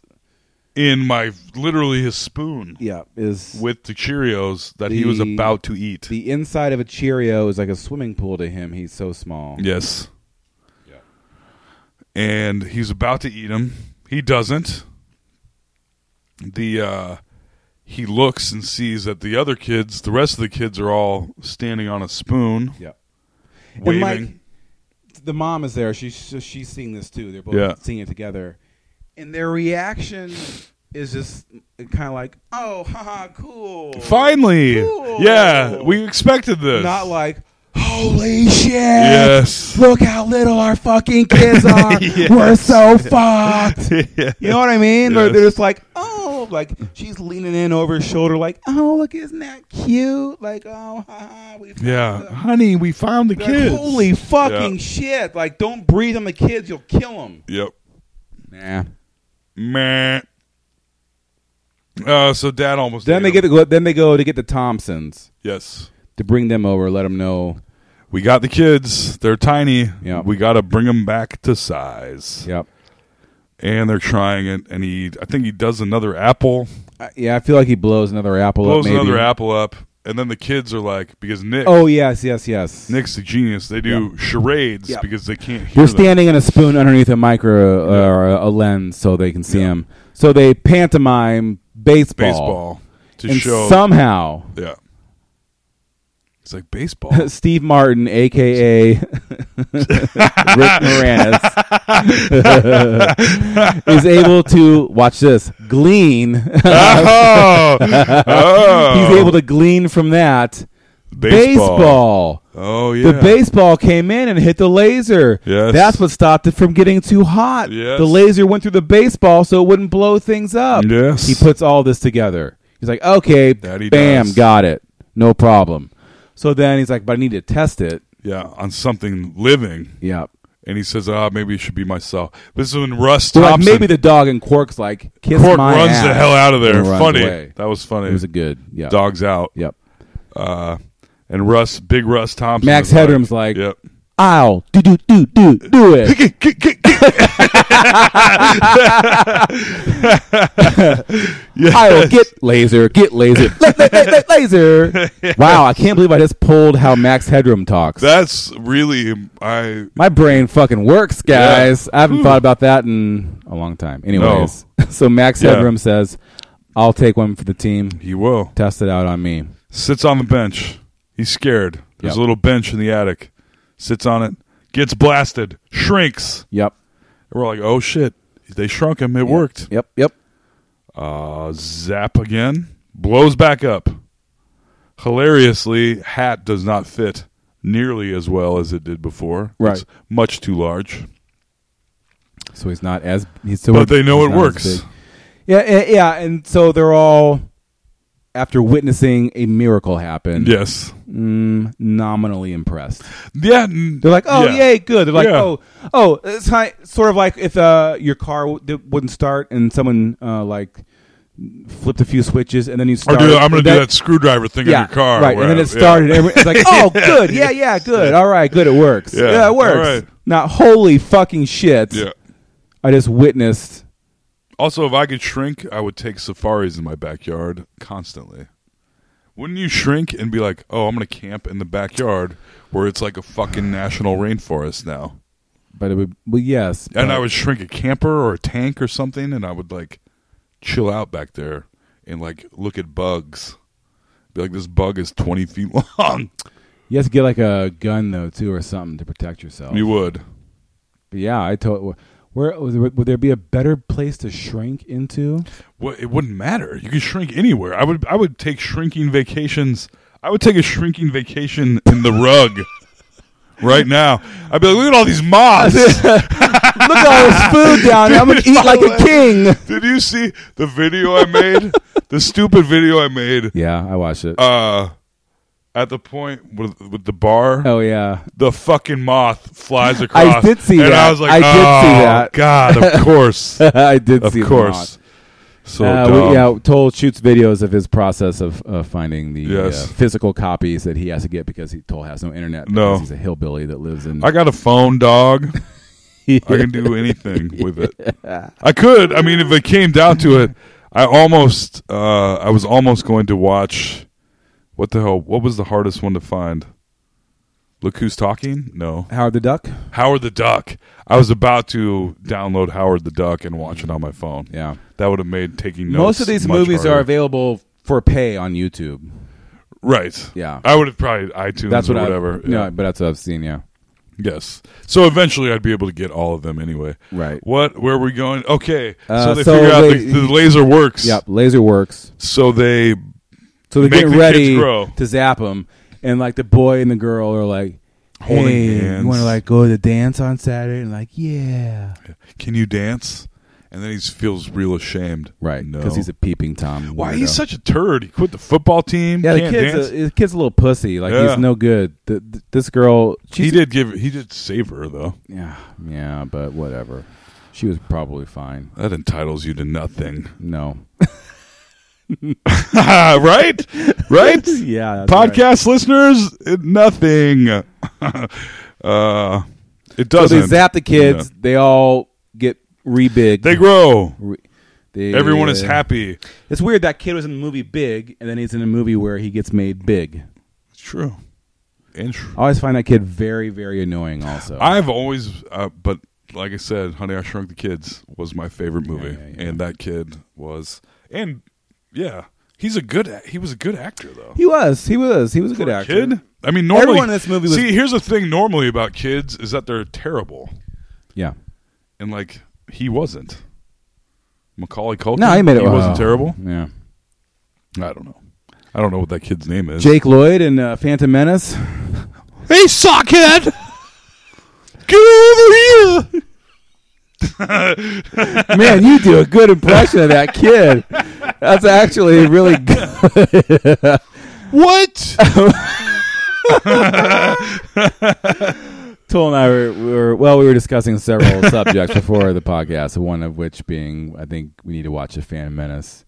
Speaker 7: in my literally his spoon
Speaker 8: yeah is
Speaker 7: with the Cheerios that he was
Speaker 8: The-
Speaker 7: about to eat.
Speaker 8: the inside of a Cheerio is like a swimming pool to him. He's so small.
Speaker 7: Yes. Yeah. And he's about to eat him. He doesn't. The uh he looks and sees that the other kids, the rest of the kids are all standing on a spoon
Speaker 8: Yeah.
Speaker 7: waving.
Speaker 8: And like the mom is there. She's so she's seeing this too. They're both
Speaker 7: Yeah.
Speaker 8: seeing it together, and their reaction is just kind of like, "Oh, haha, cool."
Speaker 7: Finally.
Speaker 8: Cool.
Speaker 7: Yeah, we expected this.
Speaker 8: Not like, "Oh holy shit.
Speaker 7: Yes.
Speaker 8: Look how little our fucking kids are. We're so fucked. You know what I mean? They're,
Speaker 7: Yes.
Speaker 8: they're just like, oh, like she's leaning in over his shoulder, like, oh, look, isn't that cute? Like, oh, ha, ha, we found
Speaker 7: Yeah.
Speaker 8: them."
Speaker 7: Honey, we found the
Speaker 8: Like, holy fucking
Speaker 7: Yeah.
Speaker 8: shit. Like, don't breathe on the kids. You'll kill them.
Speaker 7: Yep.
Speaker 8: Nah.
Speaker 7: Meh. Uh, so dad almost.
Speaker 8: Then they
Speaker 7: ate
Speaker 8: get
Speaker 7: him.
Speaker 8: to go, then they go to get the Thompsons
Speaker 7: Yes.
Speaker 8: to bring them over, let them know.
Speaker 7: We got the kids. They're tiny.
Speaker 8: Yeah.
Speaker 7: We got to bring them back to size.
Speaker 8: Yep.
Speaker 7: And they're trying it. And he, I think he does another apple,
Speaker 8: I- Yeah, I feel like he blows another apple up.
Speaker 7: blows
Speaker 8: maybe.
Speaker 7: another apple up. And then the kids are like, because Nick,
Speaker 8: Oh yes, yes, yes.
Speaker 7: Nick's the genius. They do charades
Speaker 8: Yeah.
Speaker 7: because they can't hear.
Speaker 8: They're
Speaker 7: them.
Speaker 8: standing in a spoon underneath a micro uh, or a, a lens so they can see him. So they pantomime baseball.
Speaker 7: baseball to
Speaker 8: and
Speaker 7: show.
Speaker 8: somehow
Speaker 7: yeah. It's like baseball.
Speaker 8: Steve Martin, aka Rick Moranis, is able to watch this glean.
Speaker 7: oh, oh.
Speaker 8: He's able to glean from that baseball.
Speaker 7: Oh yeah.
Speaker 8: The baseball came in and hit the laser.
Speaker 7: Yes.
Speaker 8: That's what stopped it from getting too hot.
Speaker 7: Yes.
Speaker 8: The laser went through the baseball so it wouldn't blow things up.
Speaker 7: Yes.
Speaker 8: He puts all this together. He's like, okay,
Speaker 7: That he
Speaker 8: bam,
Speaker 7: does.
Speaker 8: got it. No problem. So then he's like, but I need to test it.
Speaker 7: yeah, on something living.
Speaker 8: Yeah.
Speaker 7: and he says, "Ah, maybe it should be myself." This is when Russ
Speaker 8: So like
Speaker 7: Thompson,
Speaker 8: maybe the dog and Quark's like, kiss
Speaker 7: Cork
Speaker 8: my
Speaker 7: runs
Speaker 8: ass.
Speaker 7: the hell out of there.
Speaker 8: And runs
Speaker 7: Funny,
Speaker 8: away.
Speaker 7: that was funny.
Speaker 8: It was a good, yeah.
Speaker 7: Dogs out,
Speaker 8: Yep.
Speaker 7: and Russ, big Russ Thompson,
Speaker 8: Max
Speaker 7: is like-
Speaker 8: Headroom's like,
Speaker 7: "Yep,
Speaker 8: I'll do, do, do, do, do it. I'll get laser, get laser, la- la- la- la- laser. Wow, I can't believe I just pulled how Max Headroom talks.
Speaker 7: that's really I."
Speaker 8: My brain fucking works, guys. I haven't thought about that in a long time. Anyways, so Max
Speaker 7: Yeah.
Speaker 8: Headroom says, I'll take one for the team.
Speaker 7: He will
Speaker 8: Test it out on me.
Speaker 7: sits on the bench. He's scared. There's
Speaker 8: Yep.
Speaker 7: a little bench in the attic. Sits on it, gets blasted, shrinks.
Speaker 8: Yep.
Speaker 7: And we're like, "Oh shit!" They shrunk him. It worked.
Speaker 8: Yep. Yep.
Speaker 7: Uh, zap again. Blows back up. Hilariously, hat does not fit nearly as well as it did before.
Speaker 8: Right.
Speaker 7: It's much too large.
Speaker 8: So he's not as he's so
Speaker 7: But they know
Speaker 8: he's
Speaker 7: it
Speaker 8: not as
Speaker 7: works.
Speaker 8: big. Yeah, yeah, yeah, and so they're all after witnessing a miracle happen.
Speaker 7: Yes.
Speaker 8: mm, nominally impressed.
Speaker 7: Yeah. n-
Speaker 8: They're like, "Oh,
Speaker 7: yeah.
Speaker 8: yay, good." They're like,
Speaker 7: Yeah.
Speaker 8: "Oh, oh, it's hi- sort of like if uh, your car w- that wouldn't start and someone uh, like flipped a few switches and then you
Speaker 7: Or
Speaker 8: start.
Speaker 7: do, I'm going to do
Speaker 8: and
Speaker 7: that screwdæver thing in your car.
Speaker 8: Right. And then
Speaker 7: where-
Speaker 8: it started. and It's like, oh, good. Yeah, yeah, good. All right, good. It works.
Speaker 7: Yeah,
Speaker 8: Yeah, it works.
Speaker 7: all right.
Speaker 8: Now, holy fucking shit.
Speaker 7: Yeah. yeah.
Speaker 8: I just witnessed.
Speaker 7: Also, if I could shrink, I would take safaris in my backyard constantly. Wouldn't you shrink and be like, "Oh, I'm going to camp in the backyard where it's like a fucking national rainforest now"?
Speaker 8: But it would, well, yes.
Speaker 7: and
Speaker 8: but-
Speaker 7: I would shrink a camper or a tank or something, and I would like chill out back there and like look at bugs. Be like, this bug is twenty feet long.
Speaker 8: You have to get like a gun though too, or something to protect yourself.
Speaker 7: You would.
Speaker 8: But yeah, I told. Where would there be a better place to shrink into?
Speaker 7: What? It wouldn't matter. You could shrink anywhere. I would. I would take shrinking vacations. I would take a shrinking vacation in the rug. Right now, I'd be like, look at all these moths.
Speaker 8: Look at all this food down. here. I'm gonna eat like a king.
Speaker 7: Did you see the video I made? the stupid video I made
Speaker 8: Yeah, I watched it.
Speaker 7: uh, at the point with, with the bar.
Speaker 8: oh yeah,
Speaker 7: the fucking moth flies across.
Speaker 8: I did see
Speaker 7: and
Speaker 8: that.
Speaker 7: I was like,
Speaker 8: I did see
Speaker 7: "Oh,
Speaker 8: that."
Speaker 7: God, of course, of
Speaker 8: I did see. the
Speaker 7: course. So
Speaker 8: moth. Uh, we-
Speaker 7: dumb.
Speaker 8: yeah, Toll shoots videos of his process of uh, finding the
Speaker 7: Yes.
Speaker 8: uh, physical copies that he has to get because he Toll has no internet.
Speaker 7: No.
Speaker 8: because he's a hillbilly that lives in.
Speaker 7: I got a phone, dog. I can do anything with it. I could. I mean, if it came down to it, I almost, uh, I was almost going to watch. What the hell? What was the hardest one to find? Look who's talking. No,
Speaker 8: Howard the Duck.
Speaker 7: Howard the Duck. I was about to download Howard the Duck and watch it on my phone.
Speaker 8: Yeah.
Speaker 7: that would have made taking notes
Speaker 8: Most of these
Speaker 7: much
Speaker 8: movies
Speaker 7: harder.
Speaker 8: are available for pay on YouTube.
Speaker 7: Right.
Speaker 8: Yeah.
Speaker 7: I would have probably iTunes
Speaker 8: That's
Speaker 7: or
Speaker 8: what I-
Speaker 7: whatever.
Speaker 8: No,
Speaker 7: Yeah.
Speaker 8: but that's what I've seen. Yeah.
Speaker 7: Yes. So eventually I'd be able to get all of them anyway.
Speaker 8: Right.
Speaker 7: What? Where are we going? Okay. so
Speaker 8: Uh,
Speaker 7: they
Speaker 8: so
Speaker 7: figure out
Speaker 8: they-
Speaker 7: the, the laser works.
Speaker 8: Yep. Laser works.
Speaker 7: So they.
Speaker 8: So they're
Speaker 7: Make
Speaker 8: getting
Speaker 7: the kids
Speaker 8: ready
Speaker 7: grow.
Speaker 8: to zap him, and like the boy and the girl are like,
Speaker 7: Holding
Speaker 8: hey,
Speaker 7: hands.
Speaker 8: you want to like go to dance on Saturday and like yeah,
Speaker 7: Can you dance? And then he feels real ashamed.
Speaker 8: right?
Speaker 7: No.
Speaker 8: Because he's a peeping tom.
Speaker 7: Why
Speaker 8: weirdo.
Speaker 7: he's such a turd? He quit the football team.
Speaker 8: yeah. The
Speaker 7: can't
Speaker 8: kid's
Speaker 7: dance.
Speaker 8: a, the kid's a little pussy. Like
Speaker 7: Yeah.
Speaker 8: he's no good. The, th this girl,
Speaker 7: he
Speaker 8: she's
Speaker 7: did give. He did save her though.
Speaker 8: Yeah, yeah, but whatever. She was probably fine.
Speaker 7: That entitles you to nothing.
Speaker 8: No,
Speaker 7: right? Right?
Speaker 8: Yeah, that's
Speaker 7: Podcast listeners, it- nothing. uh, it
Speaker 8: so
Speaker 7: doesn't.
Speaker 8: they zap the kids.
Speaker 7: Yeah.
Speaker 8: They all get re big.
Speaker 7: They grow.
Speaker 8: Re- they-
Speaker 7: Everyone is happy.
Speaker 8: It's weird that kid was in the movie Big, and then he's in a movie where he gets made big.
Speaker 7: It's true. And true.
Speaker 8: I always find that kid very, very annoying. Also,
Speaker 7: I've always, uh, but like I said, Honey, I Shrunk the Kids was my favorite movie,
Speaker 8: yeah, yeah.
Speaker 7: and that kid was, and yeah, he's a good. a- He was a good actor though.
Speaker 8: he was, he was, he was a good
Speaker 7: For a
Speaker 8: actor.
Speaker 7: Kid. I mean, normally
Speaker 8: Everyone in this movie was-
Speaker 7: See, here's the thing. Normally about kids is that they're terrible,
Speaker 8: Yeah,
Speaker 7: and like he wasn't. Macaulay Culkin.
Speaker 8: no, he made it.
Speaker 7: He
Speaker 8: well.
Speaker 7: wasn't terrible.
Speaker 8: Yeah,
Speaker 7: I don't know. I don't know what that kid's name is.
Speaker 8: Jake Lloyd and uh, Phantom Menace.
Speaker 7: Hey, sockhead! Get over here!
Speaker 8: Man, you do a good impression of that kid. That's actually really good.
Speaker 7: What?
Speaker 8: Toll and I were, were well, we were discussing several subjects before the podcast. One of which being, I think we need to watch a Phantom Menace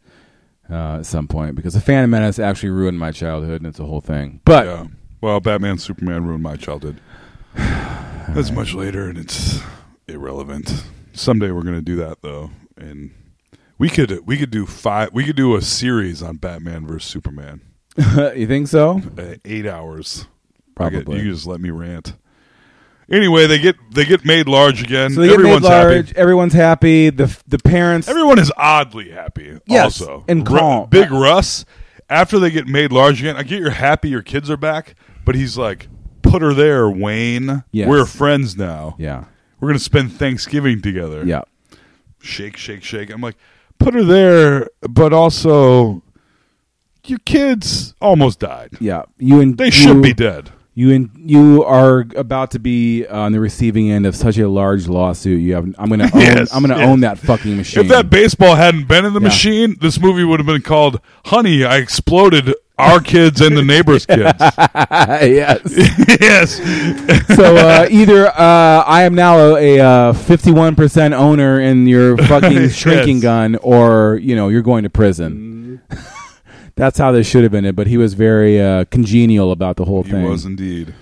Speaker 8: uh, at some point because the Phantom Menace actually ruined my childhood and it's a whole thing. But
Speaker 7: Yeah. Well, Batman Superman ruined my childhood. That's much later, and it's irrelevant. Someday we're gonna do that though, and we could we could do five. We could do a series on Batman versus Superman,
Speaker 8: you think so?
Speaker 7: uh, eight hours. I
Speaker 8: Probably.
Speaker 7: could- you could just let me rant. Anyway, they get they get made large again.
Speaker 8: So they
Speaker 7: Everyone's
Speaker 8: get made large.
Speaker 7: happy.
Speaker 8: Everyone's happy. The the parents.
Speaker 7: Everyone is oddly happy.
Speaker 8: Yes,
Speaker 7: also,
Speaker 8: and
Speaker 7: Ru-
Speaker 8: calm.
Speaker 7: Big Russ. After they get made large again, I get you're happy your kids are back, but he's like, "Put her there, Wayne.
Speaker 8: Yes.
Speaker 7: We're friends now.
Speaker 8: yeah,
Speaker 7: We're gonna spend Thanksgiving together.
Speaker 8: yeah.
Speaker 7: Shake, shake, shake. I'm like, put her there, but also, your kids almost died.
Speaker 8: Yeah, you and
Speaker 7: They
Speaker 8: you-
Speaker 7: should be dead.
Speaker 8: You and you are about to be on the receiving end of such a large lawsuit. You have. I'm gonna. Own,
Speaker 7: Yes,
Speaker 8: I'm gonna
Speaker 7: yes.
Speaker 8: own that fucking machine.
Speaker 7: If that baseball hadn't been in the
Speaker 8: Yeah.
Speaker 7: machine, this movie would have been called "Honey, I Exploded Our Kids and the Neighbors' Kids."
Speaker 8: yes.
Speaker 7: yes,
Speaker 8: So uh, either uh, I am now a uh, fifty-one percent owner in your fucking shrinking
Speaker 7: Yes.
Speaker 8: gun, or you know you're going to prison.
Speaker 7: Mm-hmm.
Speaker 8: That's how this should have been. It, but he was very uh, congenial about the whole
Speaker 7: he
Speaker 8: thing.
Speaker 7: was indeed.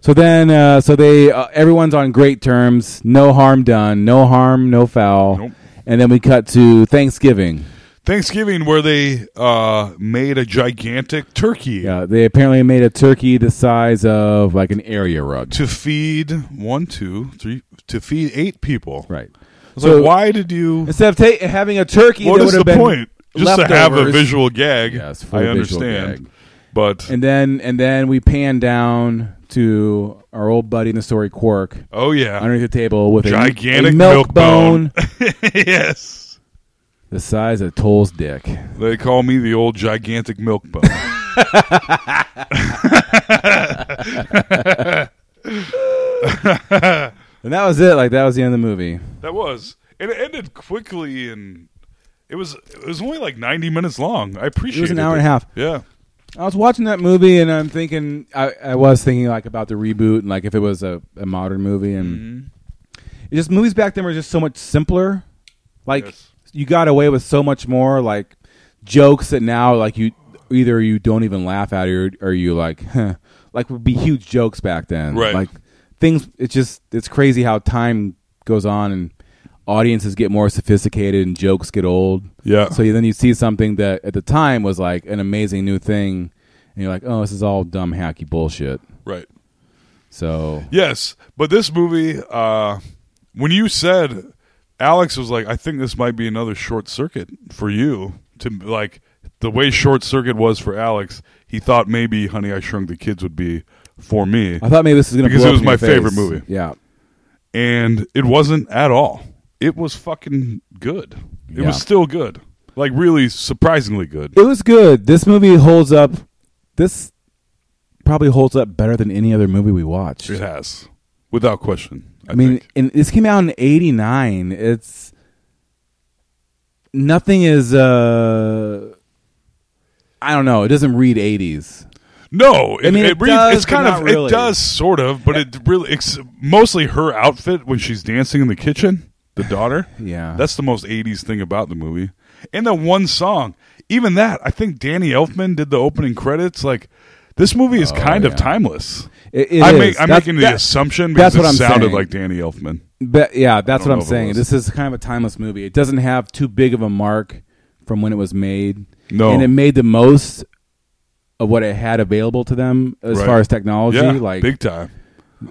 Speaker 8: So then, uh, so they uh, everyone's on great terms, no harm done, no harm, no foul.
Speaker 7: Nope.
Speaker 8: And then we cut to Thanksgiving.
Speaker 7: Thanksgiving, where they uh, made a gigantic turkey
Speaker 8: Yeah, they apparently made a turkey the size of like an area rug.
Speaker 7: to feed one, two, three, to feed eight people.
Speaker 8: Right.
Speaker 7: So why did you?
Speaker 8: Instead of ta- having a turkey,
Speaker 7: What
Speaker 8: that
Speaker 7: is
Speaker 8: would
Speaker 7: the
Speaker 8: have been
Speaker 7: point? Just to have a
Speaker 8: leftovers.
Speaker 7: visual gag.
Speaker 8: Yes, for
Speaker 7: I
Speaker 8: a visual
Speaker 7: understand.
Speaker 8: gag.
Speaker 7: But
Speaker 8: And then and then we pan down to our old buddy in the story, Quark,
Speaker 7: oh yeah,
Speaker 8: underneath the table with a-
Speaker 7: Gigantic
Speaker 8: a milk,
Speaker 7: milk bone.
Speaker 8: bone,
Speaker 7: yes.
Speaker 8: the size of Toll's dick.
Speaker 7: They call me the old gigantic milk bone.
Speaker 8: And that was it. Like that was the end of the movie.
Speaker 7: that was. And it ended quickly, and it was it was only like ninety minutes long. I appreciate it.
Speaker 8: hour and a half.
Speaker 7: Yeah.
Speaker 8: I was watching that movie and I'm thinking I, I was thinking like about the reboot and like if it was a, a modern movie and
Speaker 7: Mm-hmm.
Speaker 8: it just movies back then were just so much simpler. Like
Speaker 7: Yes.
Speaker 8: you got away with so much more like jokes that now like you either you don't even laugh at or or you like huh, like would be huge jokes back then.
Speaker 7: Right.
Speaker 8: Like things it's just it's crazy how time goes on and audiences get more sophisticated and jokes get old.
Speaker 7: Yeah.
Speaker 8: So you- then you see something that at the time was like an amazing new thing, and you're like, oh, this is all dumb hacky bullshit.
Speaker 7: Right.
Speaker 8: So
Speaker 7: Yes, but this movie, uh, when you said, Alex was like, I think this might be another short circuit for you to like the way short circuit was for Alex. He thought maybe Honey I Shrunk the Kids would be for me,
Speaker 8: I thought maybe this was gonna
Speaker 7: Because
Speaker 8: blow
Speaker 7: it was
Speaker 8: up in your
Speaker 7: my favorite
Speaker 8: face.
Speaker 7: movie.
Speaker 8: Yeah.
Speaker 7: and it wasn't at all. It was fucking good. It
Speaker 8: Yeah.
Speaker 7: was still good, like really surprisingly good.
Speaker 8: It was good. This movie holds up. This probably holds up better than any other movie we watched.
Speaker 7: It has, without question. I,
Speaker 8: I mean,
Speaker 7: think.
Speaker 8: and this came out in '89. It's nothing is. uh I don't know. It doesn't read '80s.
Speaker 7: no. It,
Speaker 8: I mean,
Speaker 7: it
Speaker 8: it
Speaker 7: reads-
Speaker 8: does,
Speaker 7: it's
Speaker 8: but
Speaker 7: kind
Speaker 8: not
Speaker 7: of
Speaker 8: really.
Speaker 7: it does sort of, but it really it's mostly her outfit when she's dancing in the kitchen. The daughter,
Speaker 8: Yeah.
Speaker 7: that's the most '80s thing about the movie. And the one song, even that, I think Danny Elfman did the opening credits. Like, this movie is kind of
Speaker 8: Oh, yeah.
Speaker 7: timeless.
Speaker 8: It- it
Speaker 7: I
Speaker 8: is.
Speaker 7: make, I'm
Speaker 8: That's-
Speaker 7: making the
Speaker 8: that-
Speaker 7: assumption because
Speaker 8: that's what
Speaker 7: it
Speaker 8: I'm
Speaker 7: sounded
Speaker 8: saying.
Speaker 7: like Danny Elfman.
Speaker 8: But yeah, that's
Speaker 7: I
Speaker 8: what
Speaker 7: don't
Speaker 8: I'm
Speaker 7: know if it
Speaker 8: saying.
Speaker 7: was.
Speaker 8: This is kind of a timeless movie. It doesn't have too big of a mark from when it was made.
Speaker 7: No.
Speaker 8: and it made the most of what it had available to them as
Speaker 7: Right.
Speaker 8: far as technology.
Speaker 7: yeah,
Speaker 8: like
Speaker 7: big time.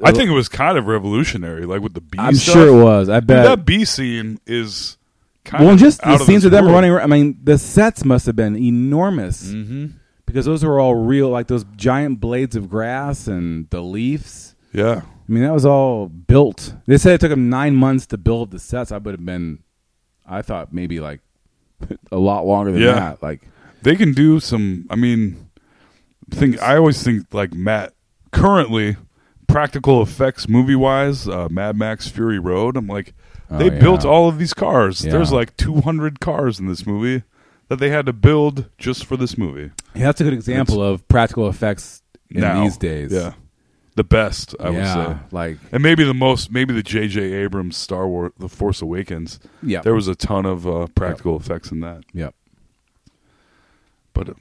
Speaker 7: I think it was kind of revolutionary, like with the bee.
Speaker 8: I'm
Speaker 7: stuff.
Speaker 8: sure it was. I
Speaker 7: Dude,
Speaker 8: bet
Speaker 7: that bee scene is kind
Speaker 8: well,
Speaker 7: of
Speaker 8: and just
Speaker 7: out
Speaker 8: the scenes
Speaker 7: this
Speaker 8: of them
Speaker 7: world.
Speaker 8: running around. I mean, the sets must have been enormous
Speaker 7: Mm-hmm.
Speaker 8: because those were all real, like those giant blades of grass and the leaves.
Speaker 7: Yeah,
Speaker 8: I mean, that was all built. They said it took them nine months to build the sets. I would have been, I thought maybe like a lot longer than
Speaker 7: Yeah.
Speaker 8: that. Like,
Speaker 7: they can do some. I mean, think I always think like Matt currently practical effects movie wise, uh, Mad Max Fury Road. I'm like, they
Speaker 8: Oh, yeah.
Speaker 7: built all of these cars.
Speaker 8: Yeah.
Speaker 7: There's like 200 cars in this movie that they had to build just for this movie.
Speaker 8: yeah, that's a good example of practical effects in
Speaker 7: now.
Speaker 8: these days.
Speaker 7: yeah, the best I
Speaker 8: Yeah,
Speaker 7: would say.
Speaker 8: like
Speaker 7: and maybe the most maybe the J.J. Abrams Star Wars The Force Awakens.
Speaker 8: Yeah.
Speaker 7: there was a ton of uh, practical effects in that,
Speaker 8: yep.
Speaker 7: but uh,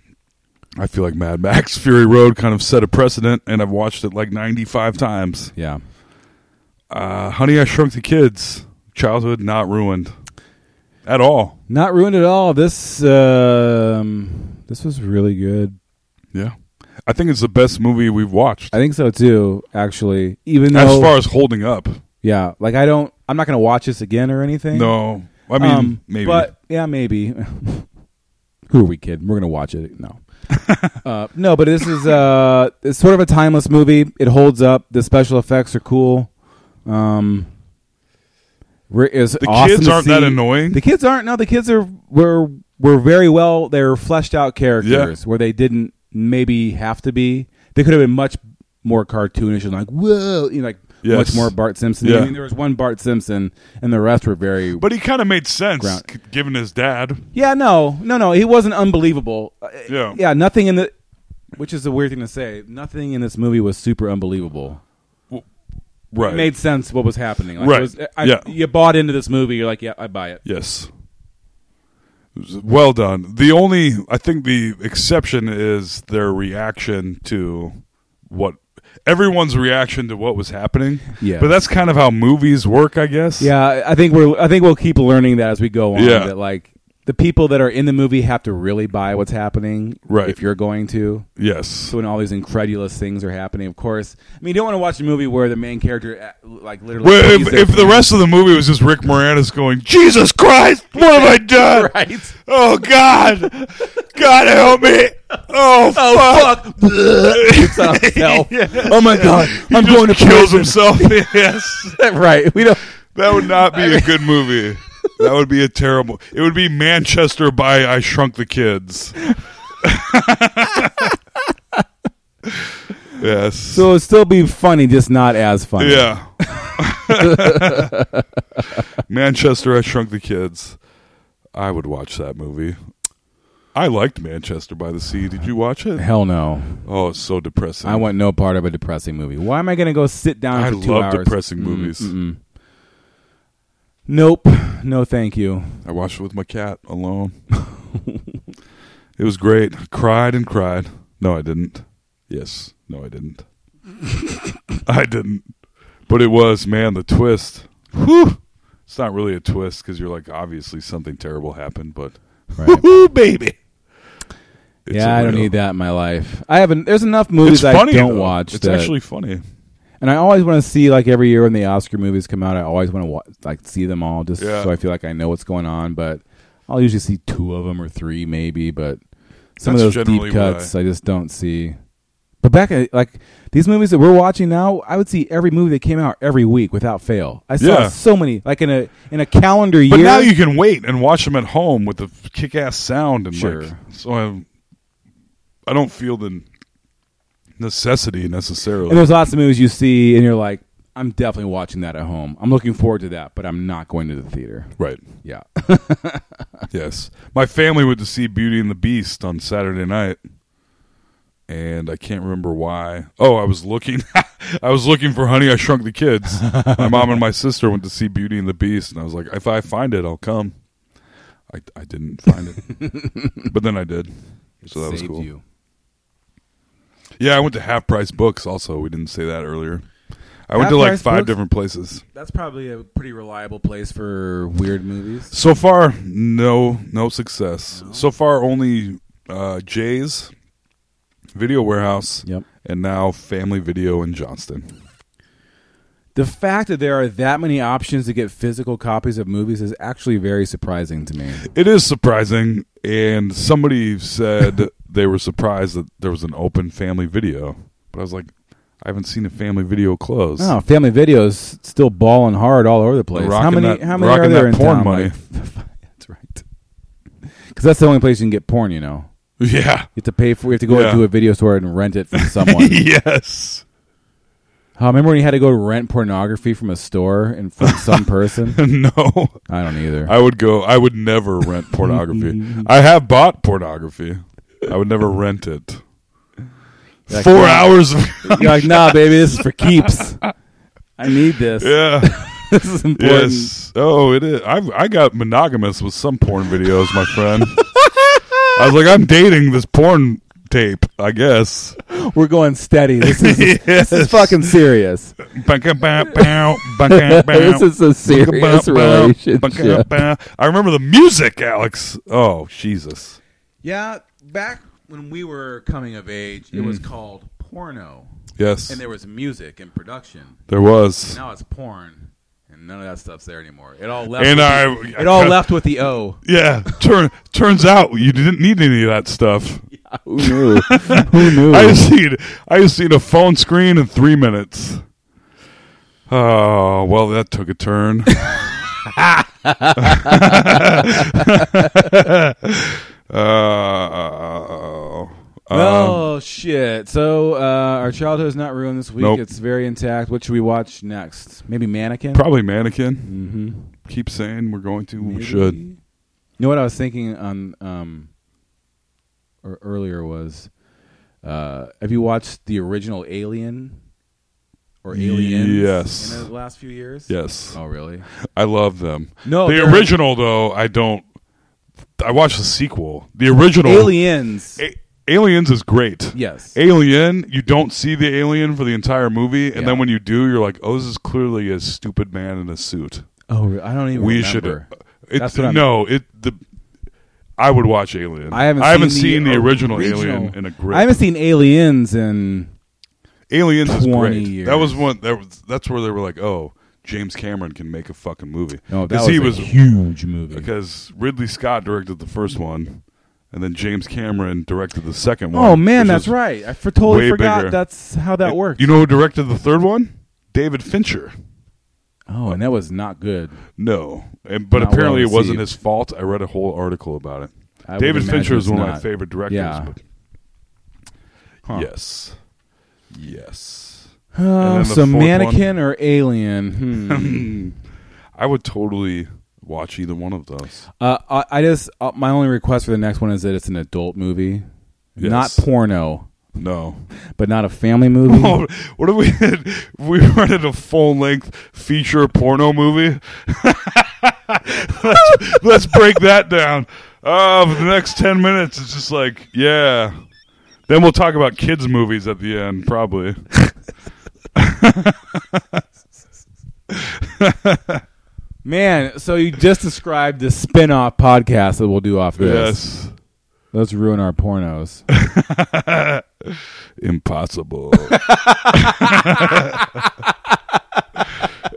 Speaker 7: I feel like Mad Max Fury Road kind of set a precedent, and I've watched it like ninety five times.
Speaker 8: Yeah.
Speaker 7: Uh, Honey, I Shrunk the Kids. Childhood not ruined at all.
Speaker 8: Not ruined at all. This um this was really good.
Speaker 7: Yeah, I think it's the best movie we've watched
Speaker 8: I think so too, actually. Even though
Speaker 7: as far as holding up.
Speaker 8: Yeah, like I don't. I'm not gonna watch this again or anything.
Speaker 7: No, I mean
Speaker 8: Um,
Speaker 7: maybe.
Speaker 8: But yeah, maybe. Who are we kidding? We're gonna watch it. No. uh, no, but this is uh, it's sort of a timeless movie. It holds up. The special effects are cool. Um, re- is
Speaker 7: The
Speaker 8: awesome
Speaker 7: kids
Speaker 8: to
Speaker 7: aren't that
Speaker 8: see.
Speaker 7: annoying.
Speaker 8: The kids aren't. No, the kids are were were very well. They're fleshed out characters where they didn't maybe have to be. They could have been much more cartoonish and like whoa, you know, like
Speaker 7: Yes.
Speaker 8: much more Bart Simpson.
Speaker 7: Yeah.
Speaker 8: I mean, there was one Bart Simpson, and the rest were very.
Speaker 7: but he kind of made sense
Speaker 8: Ground-
Speaker 7: g- given his dad.
Speaker 8: yeah, no, no, no. He wasn't unbelievable. Uh,
Speaker 7: Yeah.
Speaker 8: yeah. Nothing in the, which is a weird thing to say. Nothing in this movie was super unbelievable.
Speaker 7: Right.
Speaker 8: It made sense what was happening. Like, it
Speaker 7: Right.
Speaker 8: was- I-
Speaker 7: Yeah.
Speaker 8: You bought into this movie. You're like, yeah, I buy it.
Speaker 7: Yes. Well done. The only I think the exception is their reaction to what everyone's reaction to what was happening.
Speaker 8: Yeah.
Speaker 7: But that's kind of how movies work, I guess.
Speaker 8: Yeah, I think we're. I think we'll keep learning that as we go on.
Speaker 7: Yeah.
Speaker 8: That like the people that are in the movie have to really buy what's happening.
Speaker 7: Right.
Speaker 8: If you're going to.
Speaker 7: Yes.
Speaker 8: So when all these incredulous things are happening, of course, I mean, you don't want to watch a movie where the main character uh, like literally.
Speaker 7: Well, if,
Speaker 8: pees their
Speaker 7: if the
Speaker 8: pants.
Speaker 7: rest of the movie was just Rick Moranis going, Jesus Christ, what have I done?
Speaker 8: Right.
Speaker 7: Oh God, God help me! Oh, fuck!
Speaker 8: Hell. Oh my god, uh, I'm
Speaker 7: Just
Speaker 8: going to
Speaker 7: kills
Speaker 8: prison.
Speaker 7: himself. yes.
Speaker 8: right. We don't.
Speaker 7: That would not be a good movie. That would be a terrible. It would be Manchester by I Shrunk the Kids. yes.
Speaker 8: So it'll still be funny, just not as funny.
Speaker 7: yeah. Manchester I Shrunk the Kids. I would watch that movie. I liked Manchester by the Sea. Did you watch it?
Speaker 8: Hell no.
Speaker 7: Oh, it's so depressing.
Speaker 8: I want no part of a depressing movie. Why am I going to go sit down
Speaker 7: I
Speaker 8: for two
Speaker 7: love
Speaker 8: hours? Mm,
Speaker 7: depressing movies.
Speaker 8: Nope. No, thank you.
Speaker 7: I watched it with my cat alone. it was great. I cried and cried. No, I didn't. Yes. No, I didn't. I didn't. But it was, man, the twist. Whew. It's not really a twist because you're like, obviously something terrible happened, but
Speaker 8: Right.
Speaker 7: whoo, baby. It's
Speaker 8: yeah,
Speaker 7: a
Speaker 8: I don't
Speaker 7: real-
Speaker 8: need that in my life. I haven't. There's enough
Speaker 7: It's
Speaker 8: movies I
Speaker 7: funny.
Speaker 8: don't
Speaker 7: though.
Speaker 8: watch.
Speaker 7: It's
Speaker 8: that-
Speaker 7: actually funny.
Speaker 8: and I always want to see like every year when the Oscar movies come out. I always want to wa- like see them all just
Speaker 7: Yeah.
Speaker 8: so I feel like I know what's going on. But I'll usually see two of them or three maybe. But some
Speaker 7: That's
Speaker 8: of those
Speaker 7: generally
Speaker 8: deep
Speaker 7: what
Speaker 8: cuts
Speaker 7: I-
Speaker 8: I, just don't see. But back at, like these movies that we're watching now, I would see every movie that came out every week without fail. I saw
Speaker 7: Yeah.
Speaker 8: so many like in a in a calendar year.
Speaker 7: But now you can wait and watch them at home with the kick ass sound and
Speaker 8: Sure.
Speaker 7: like so I I don't feel the necessity necessarily.
Speaker 8: And there's lots of movies you see, and you're like, I'm definitely watching that at home. I'm looking forward to that, but I'm not going to the theater.
Speaker 7: right.
Speaker 8: Yeah.
Speaker 7: Yes. My family went to see Beauty and the Beast on Saturday night. And I can't remember why. Oh, I was looking I was looking for Honey I Shrunk the Kids. my mom and my sister went to see Beauty and the Beast and I was like, if I find it, I'll come. I I didn't find it. but then I did. So that was
Speaker 8: Saved
Speaker 7: cool.
Speaker 8: you.
Speaker 7: Yeah, I went to Half Price Books also. We didn't say that earlier. I went to
Speaker 8: Half
Speaker 7: like
Speaker 8: Price
Speaker 7: five
Speaker 8: Books?
Speaker 7: different places.
Speaker 8: That's probably a pretty reliable place for weird movies.
Speaker 7: So far, no, no success. So far, only uh, Jay's, Video Warehouse,
Speaker 8: Yep.
Speaker 7: and now Family Video in Johnston.
Speaker 8: The fact that there are that many options to get physical copies of movies is actually very surprising to me.
Speaker 7: It is surprising, and somebody said they were surprised that there was an open Family Video, but I was like, I haven't seen a Family Video close.
Speaker 8: Oh, Family Video's still balling hard all over the place.
Speaker 7: Rocking
Speaker 8: how many?
Speaker 7: that-
Speaker 8: how many are
Speaker 7: rocking
Speaker 8: there
Speaker 7: that
Speaker 8: in
Speaker 7: porn
Speaker 8: town?
Speaker 7: money.
Speaker 8: Like, that's right. Because that's the only place you can get porn. You know,
Speaker 7: Yeah.
Speaker 8: you have to pay for. You have to go
Speaker 7: Yeah.
Speaker 8: to a video store and rent it from someone.
Speaker 7: yes.
Speaker 8: Oh, remember when you had to go rent pornography from a store and from some person?
Speaker 7: no.
Speaker 8: I don't either.
Speaker 7: I would go. I would never rent pornography. I have bought pornography. I would never rent it.
Speaker 8: Like,
Speaker 7: Four
Speaker 8: no.
Speaker 7: hours. Of,
Speaker 8: You're like, nah, baby, this is for keeps. I need this.
Speaker 7: yeah.
Speaker 8: This is important.
Speaker 7: Yes. Oh, it is. I I got monogamous with some porn videos, my friend. I was like, I'm dating this porn tape. I guess.
Speaker 8: We're going steady. This is this is
Speaker 7: Yes.
Speaker 8: fucking serious.
Speaker 7: this
Speaker 8: This is a serious relationship.
Speaker 7: I remember the music, Alex. Oh, Jesus.
Speaker 8: Yeah, back when we were coming of age, it was called porno,
Speaker 7: Yes.
Speaker 8: and there was music and production.
Speaker 7: there was.
Speaker 8: Now it's porn, and none of that stuff's there anymore. It all left.
Speaker 7: And
Speaker 8: with
Speaker 7: I.
Speaker 8: the- it all left with the O.
Speaker 7: Yeah, turn, turns out you didn't need any of that stuff.
Speaker 8: Who knew? Who knew?
Speaker 7: I just seen I just seen a phone screen in three minutes. Oh well, that took a turn. uh, um,
Speaker 8: Oh shit! So uh, our childhood is not ruined this week.
Speaker 7: Nope.
Speaker 8: It's very intact. What should we watch next? Maybe Mannequin.
Speaker 7: probably mannequin.
Speaker 8: Mm-hmm.
Speaker 7: Keep saying we're going to. We should.
Speaker 8: You know what I was thinking on um, or earlier was, uh, have you watched the original Alien or Aliens?
Speaker 7: Yes.
Speaker 8: In the last few years.
Speaker 7: Yes,
Speaker 8: Oh really?
Speaker 7: I love them.
Speaker 8: No,
Speaker 7: the
Speaker 8: they're-
Speaker 7: original though, I don't. I watched the sequel. The original
Speaker 8: Aliens.
Speaker 7: Oh. A- Aliens is great.
Speaker 8: Yes.
Speaker 7: Alien, you don't see the alien for the entire movie, and
Speaker 8: Yeah.
Speaker 7: then when you do, you're like, "Oh, this is clearly a stupid man in a suit."
Speaker 8: oh, re- I don't even.
Speaker 7: we
Speaker 8: remember.
Speaker 7: should. It,
Speaker 8: That's what I'm-
Speaker 7: no, it the. I would watch Alien.
Speaker 8: I haven't.
Speaker 7: I haven't
Speaker 8: seen,
Speaker 7: seen, the, original, Alien
Speaker 8: original-
Speaker 7: in a great.
Speaker 8: I haven't seen Aliens in.
Speaker 7: Aliens is
Speaker 8: 20
Speaker 7: great. That was
Speaker 8: years.
Speaker 7: one. That was that's where they were like, "Oh, James Cameron can make a fucking movie."
Speaker 8: No, that
Speaker 7: 'Cause
Speaker 8: was,
Speaker 7: he
Speaker 8: a
Speaker 7: was
Speaker 8: huge movie.
Speaker 7: Mm-hmm. because Ridley Scott directed the first one, and then James Cameron directed the second one.
Speaker 8: Oh man,
Speaker 7: which
Speaker 8: that's
Speaker 7: was
Speaker 8: right. I for, totally
Speaker 7: way
Speaker 8: forgot
Speaker 7: bigger.
Speaker 8: that's how that
Speaker 7: And
Speaker 8: works.
Speaker 7: You know who directed the third one? David Fincher.
Speaker 8: oh, and that was not good.
Speaker 7: No, and, but
Speaker 8: Not well
Speaker 7: apparently it wasn't
Speaker 8: received.
Speaker 7: his fault. I read a whole article about it.
Speaker 8: I would
Speaker 7: David
Speaker 8: imagine
Speaker 7: Fincher is
Speaker 8: it's
Speaker 7: one of my
Speaker 8: not.
Speaker 7: favorite directors.
Speaker 8: Yeah.
Speaker 7: But
Speaker 8: Huh.
Speaker 7: Yes, yes,
Speaker 8: Oh,
Speaker 7: then the
Speaker 8: so
Speaker 7: fourth
Speaker 8: mannequin or alien? Hmm.
Speaker 7: I would totally watch either one of those.
Speaker 8: uh, I, I just uh, my only request for the next one is that it's an adult movie,
Speaker 7: Yes.
Speaker 8: not porno,
Speaker 7: No,
Speaker 8: but not a family movie.
Speaker 7: Oh, what if we had, we were in a full length feature porno movie? let's, let's break that down. Uh, for the next ten minutes, it's just like yeah. Then we'll talk about kids movies at the end, probably.
Speaker 8: Man, so you just described the spin-off podcast that we'll do off this.
Speaker 7: Yes.
Speaker 8: Let's ruin our pornos.
Speaker 7: Impossible.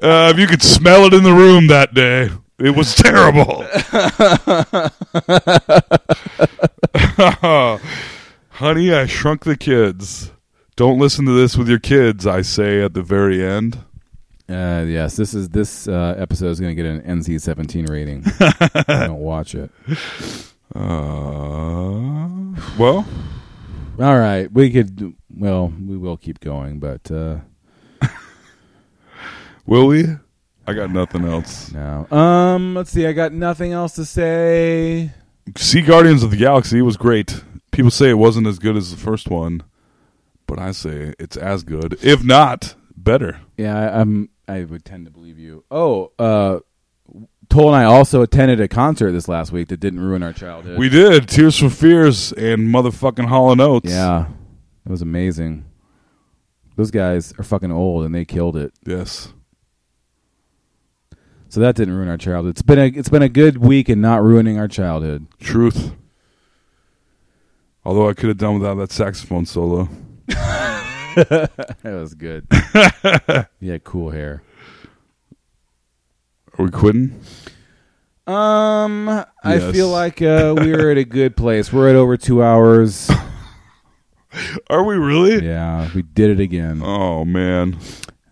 Speaker 7: uh, if you could smell it in the room that day, it was terrible. Honey, I shrunk the kids. Don't listen to this with your kids, I say at the very end.
Speaker 8: Uh, yes, this is this uh, episode is going to get an NC-17 rating. Don't watch it.
Speaker 7: Uh, well,
Speaker 8: All right, we could well, we will keep going, but uh,
Speaker 7: Will we? I got nothing else.
Speaker 8: no. Um, let's see. I got nothing else to say.
Speaker 7: See Guardians of the Galaxy was great. People say it wasn't as good as the first one, but I say it's as good, if not better.
Speaker 8: Yeah, I, I'm. I would tend to believe you. Oh, uh, Toll and I also attended a concert this last week that didn't ruin our childhood.
Speaker 7: We did Tears for Fears and motherfucking Hall and Oates.
Speaker 8: Yeah, it was amazing. Those guys are fucking old, and they killed it.
Speaker 7: Yes.
Speaker 8: So that didn't ruin our childhood. It's been a it's been a good week and not ruining our childhood.
Speaker 7: Truth. Although I could have done without that saxophone solo.
Speaker 8: That was good. yeah, cool hair.
Speaker 7: Are we quitting?
Speaker 8: Um, I
Speaker 7: Yes.
Speaker 8: feel like uh, we're at a good place. We're at over two hours.
Speaker 7: Are we really?
Speaker 8: yeah, we did it again.
Speaker 7: Oh man.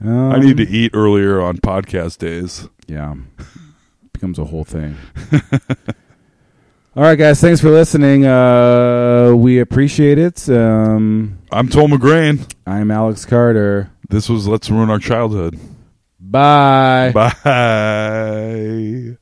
Speaker 8: Um,
Speaker 7: I need to eat earlier on podcast days.
Speaker 8: Yeah. Becomes a whole thing. All right, guys. Thanks for listening. Uh, we appreciate it. Um,
Speaker 7: I'm Tom McGrain.
Speaker 8: I'm Alex Carter.
Speaker 7: This was Let's Ruin Our Childhood.
Speaker 8: Bye.
Speaker 7: Bye.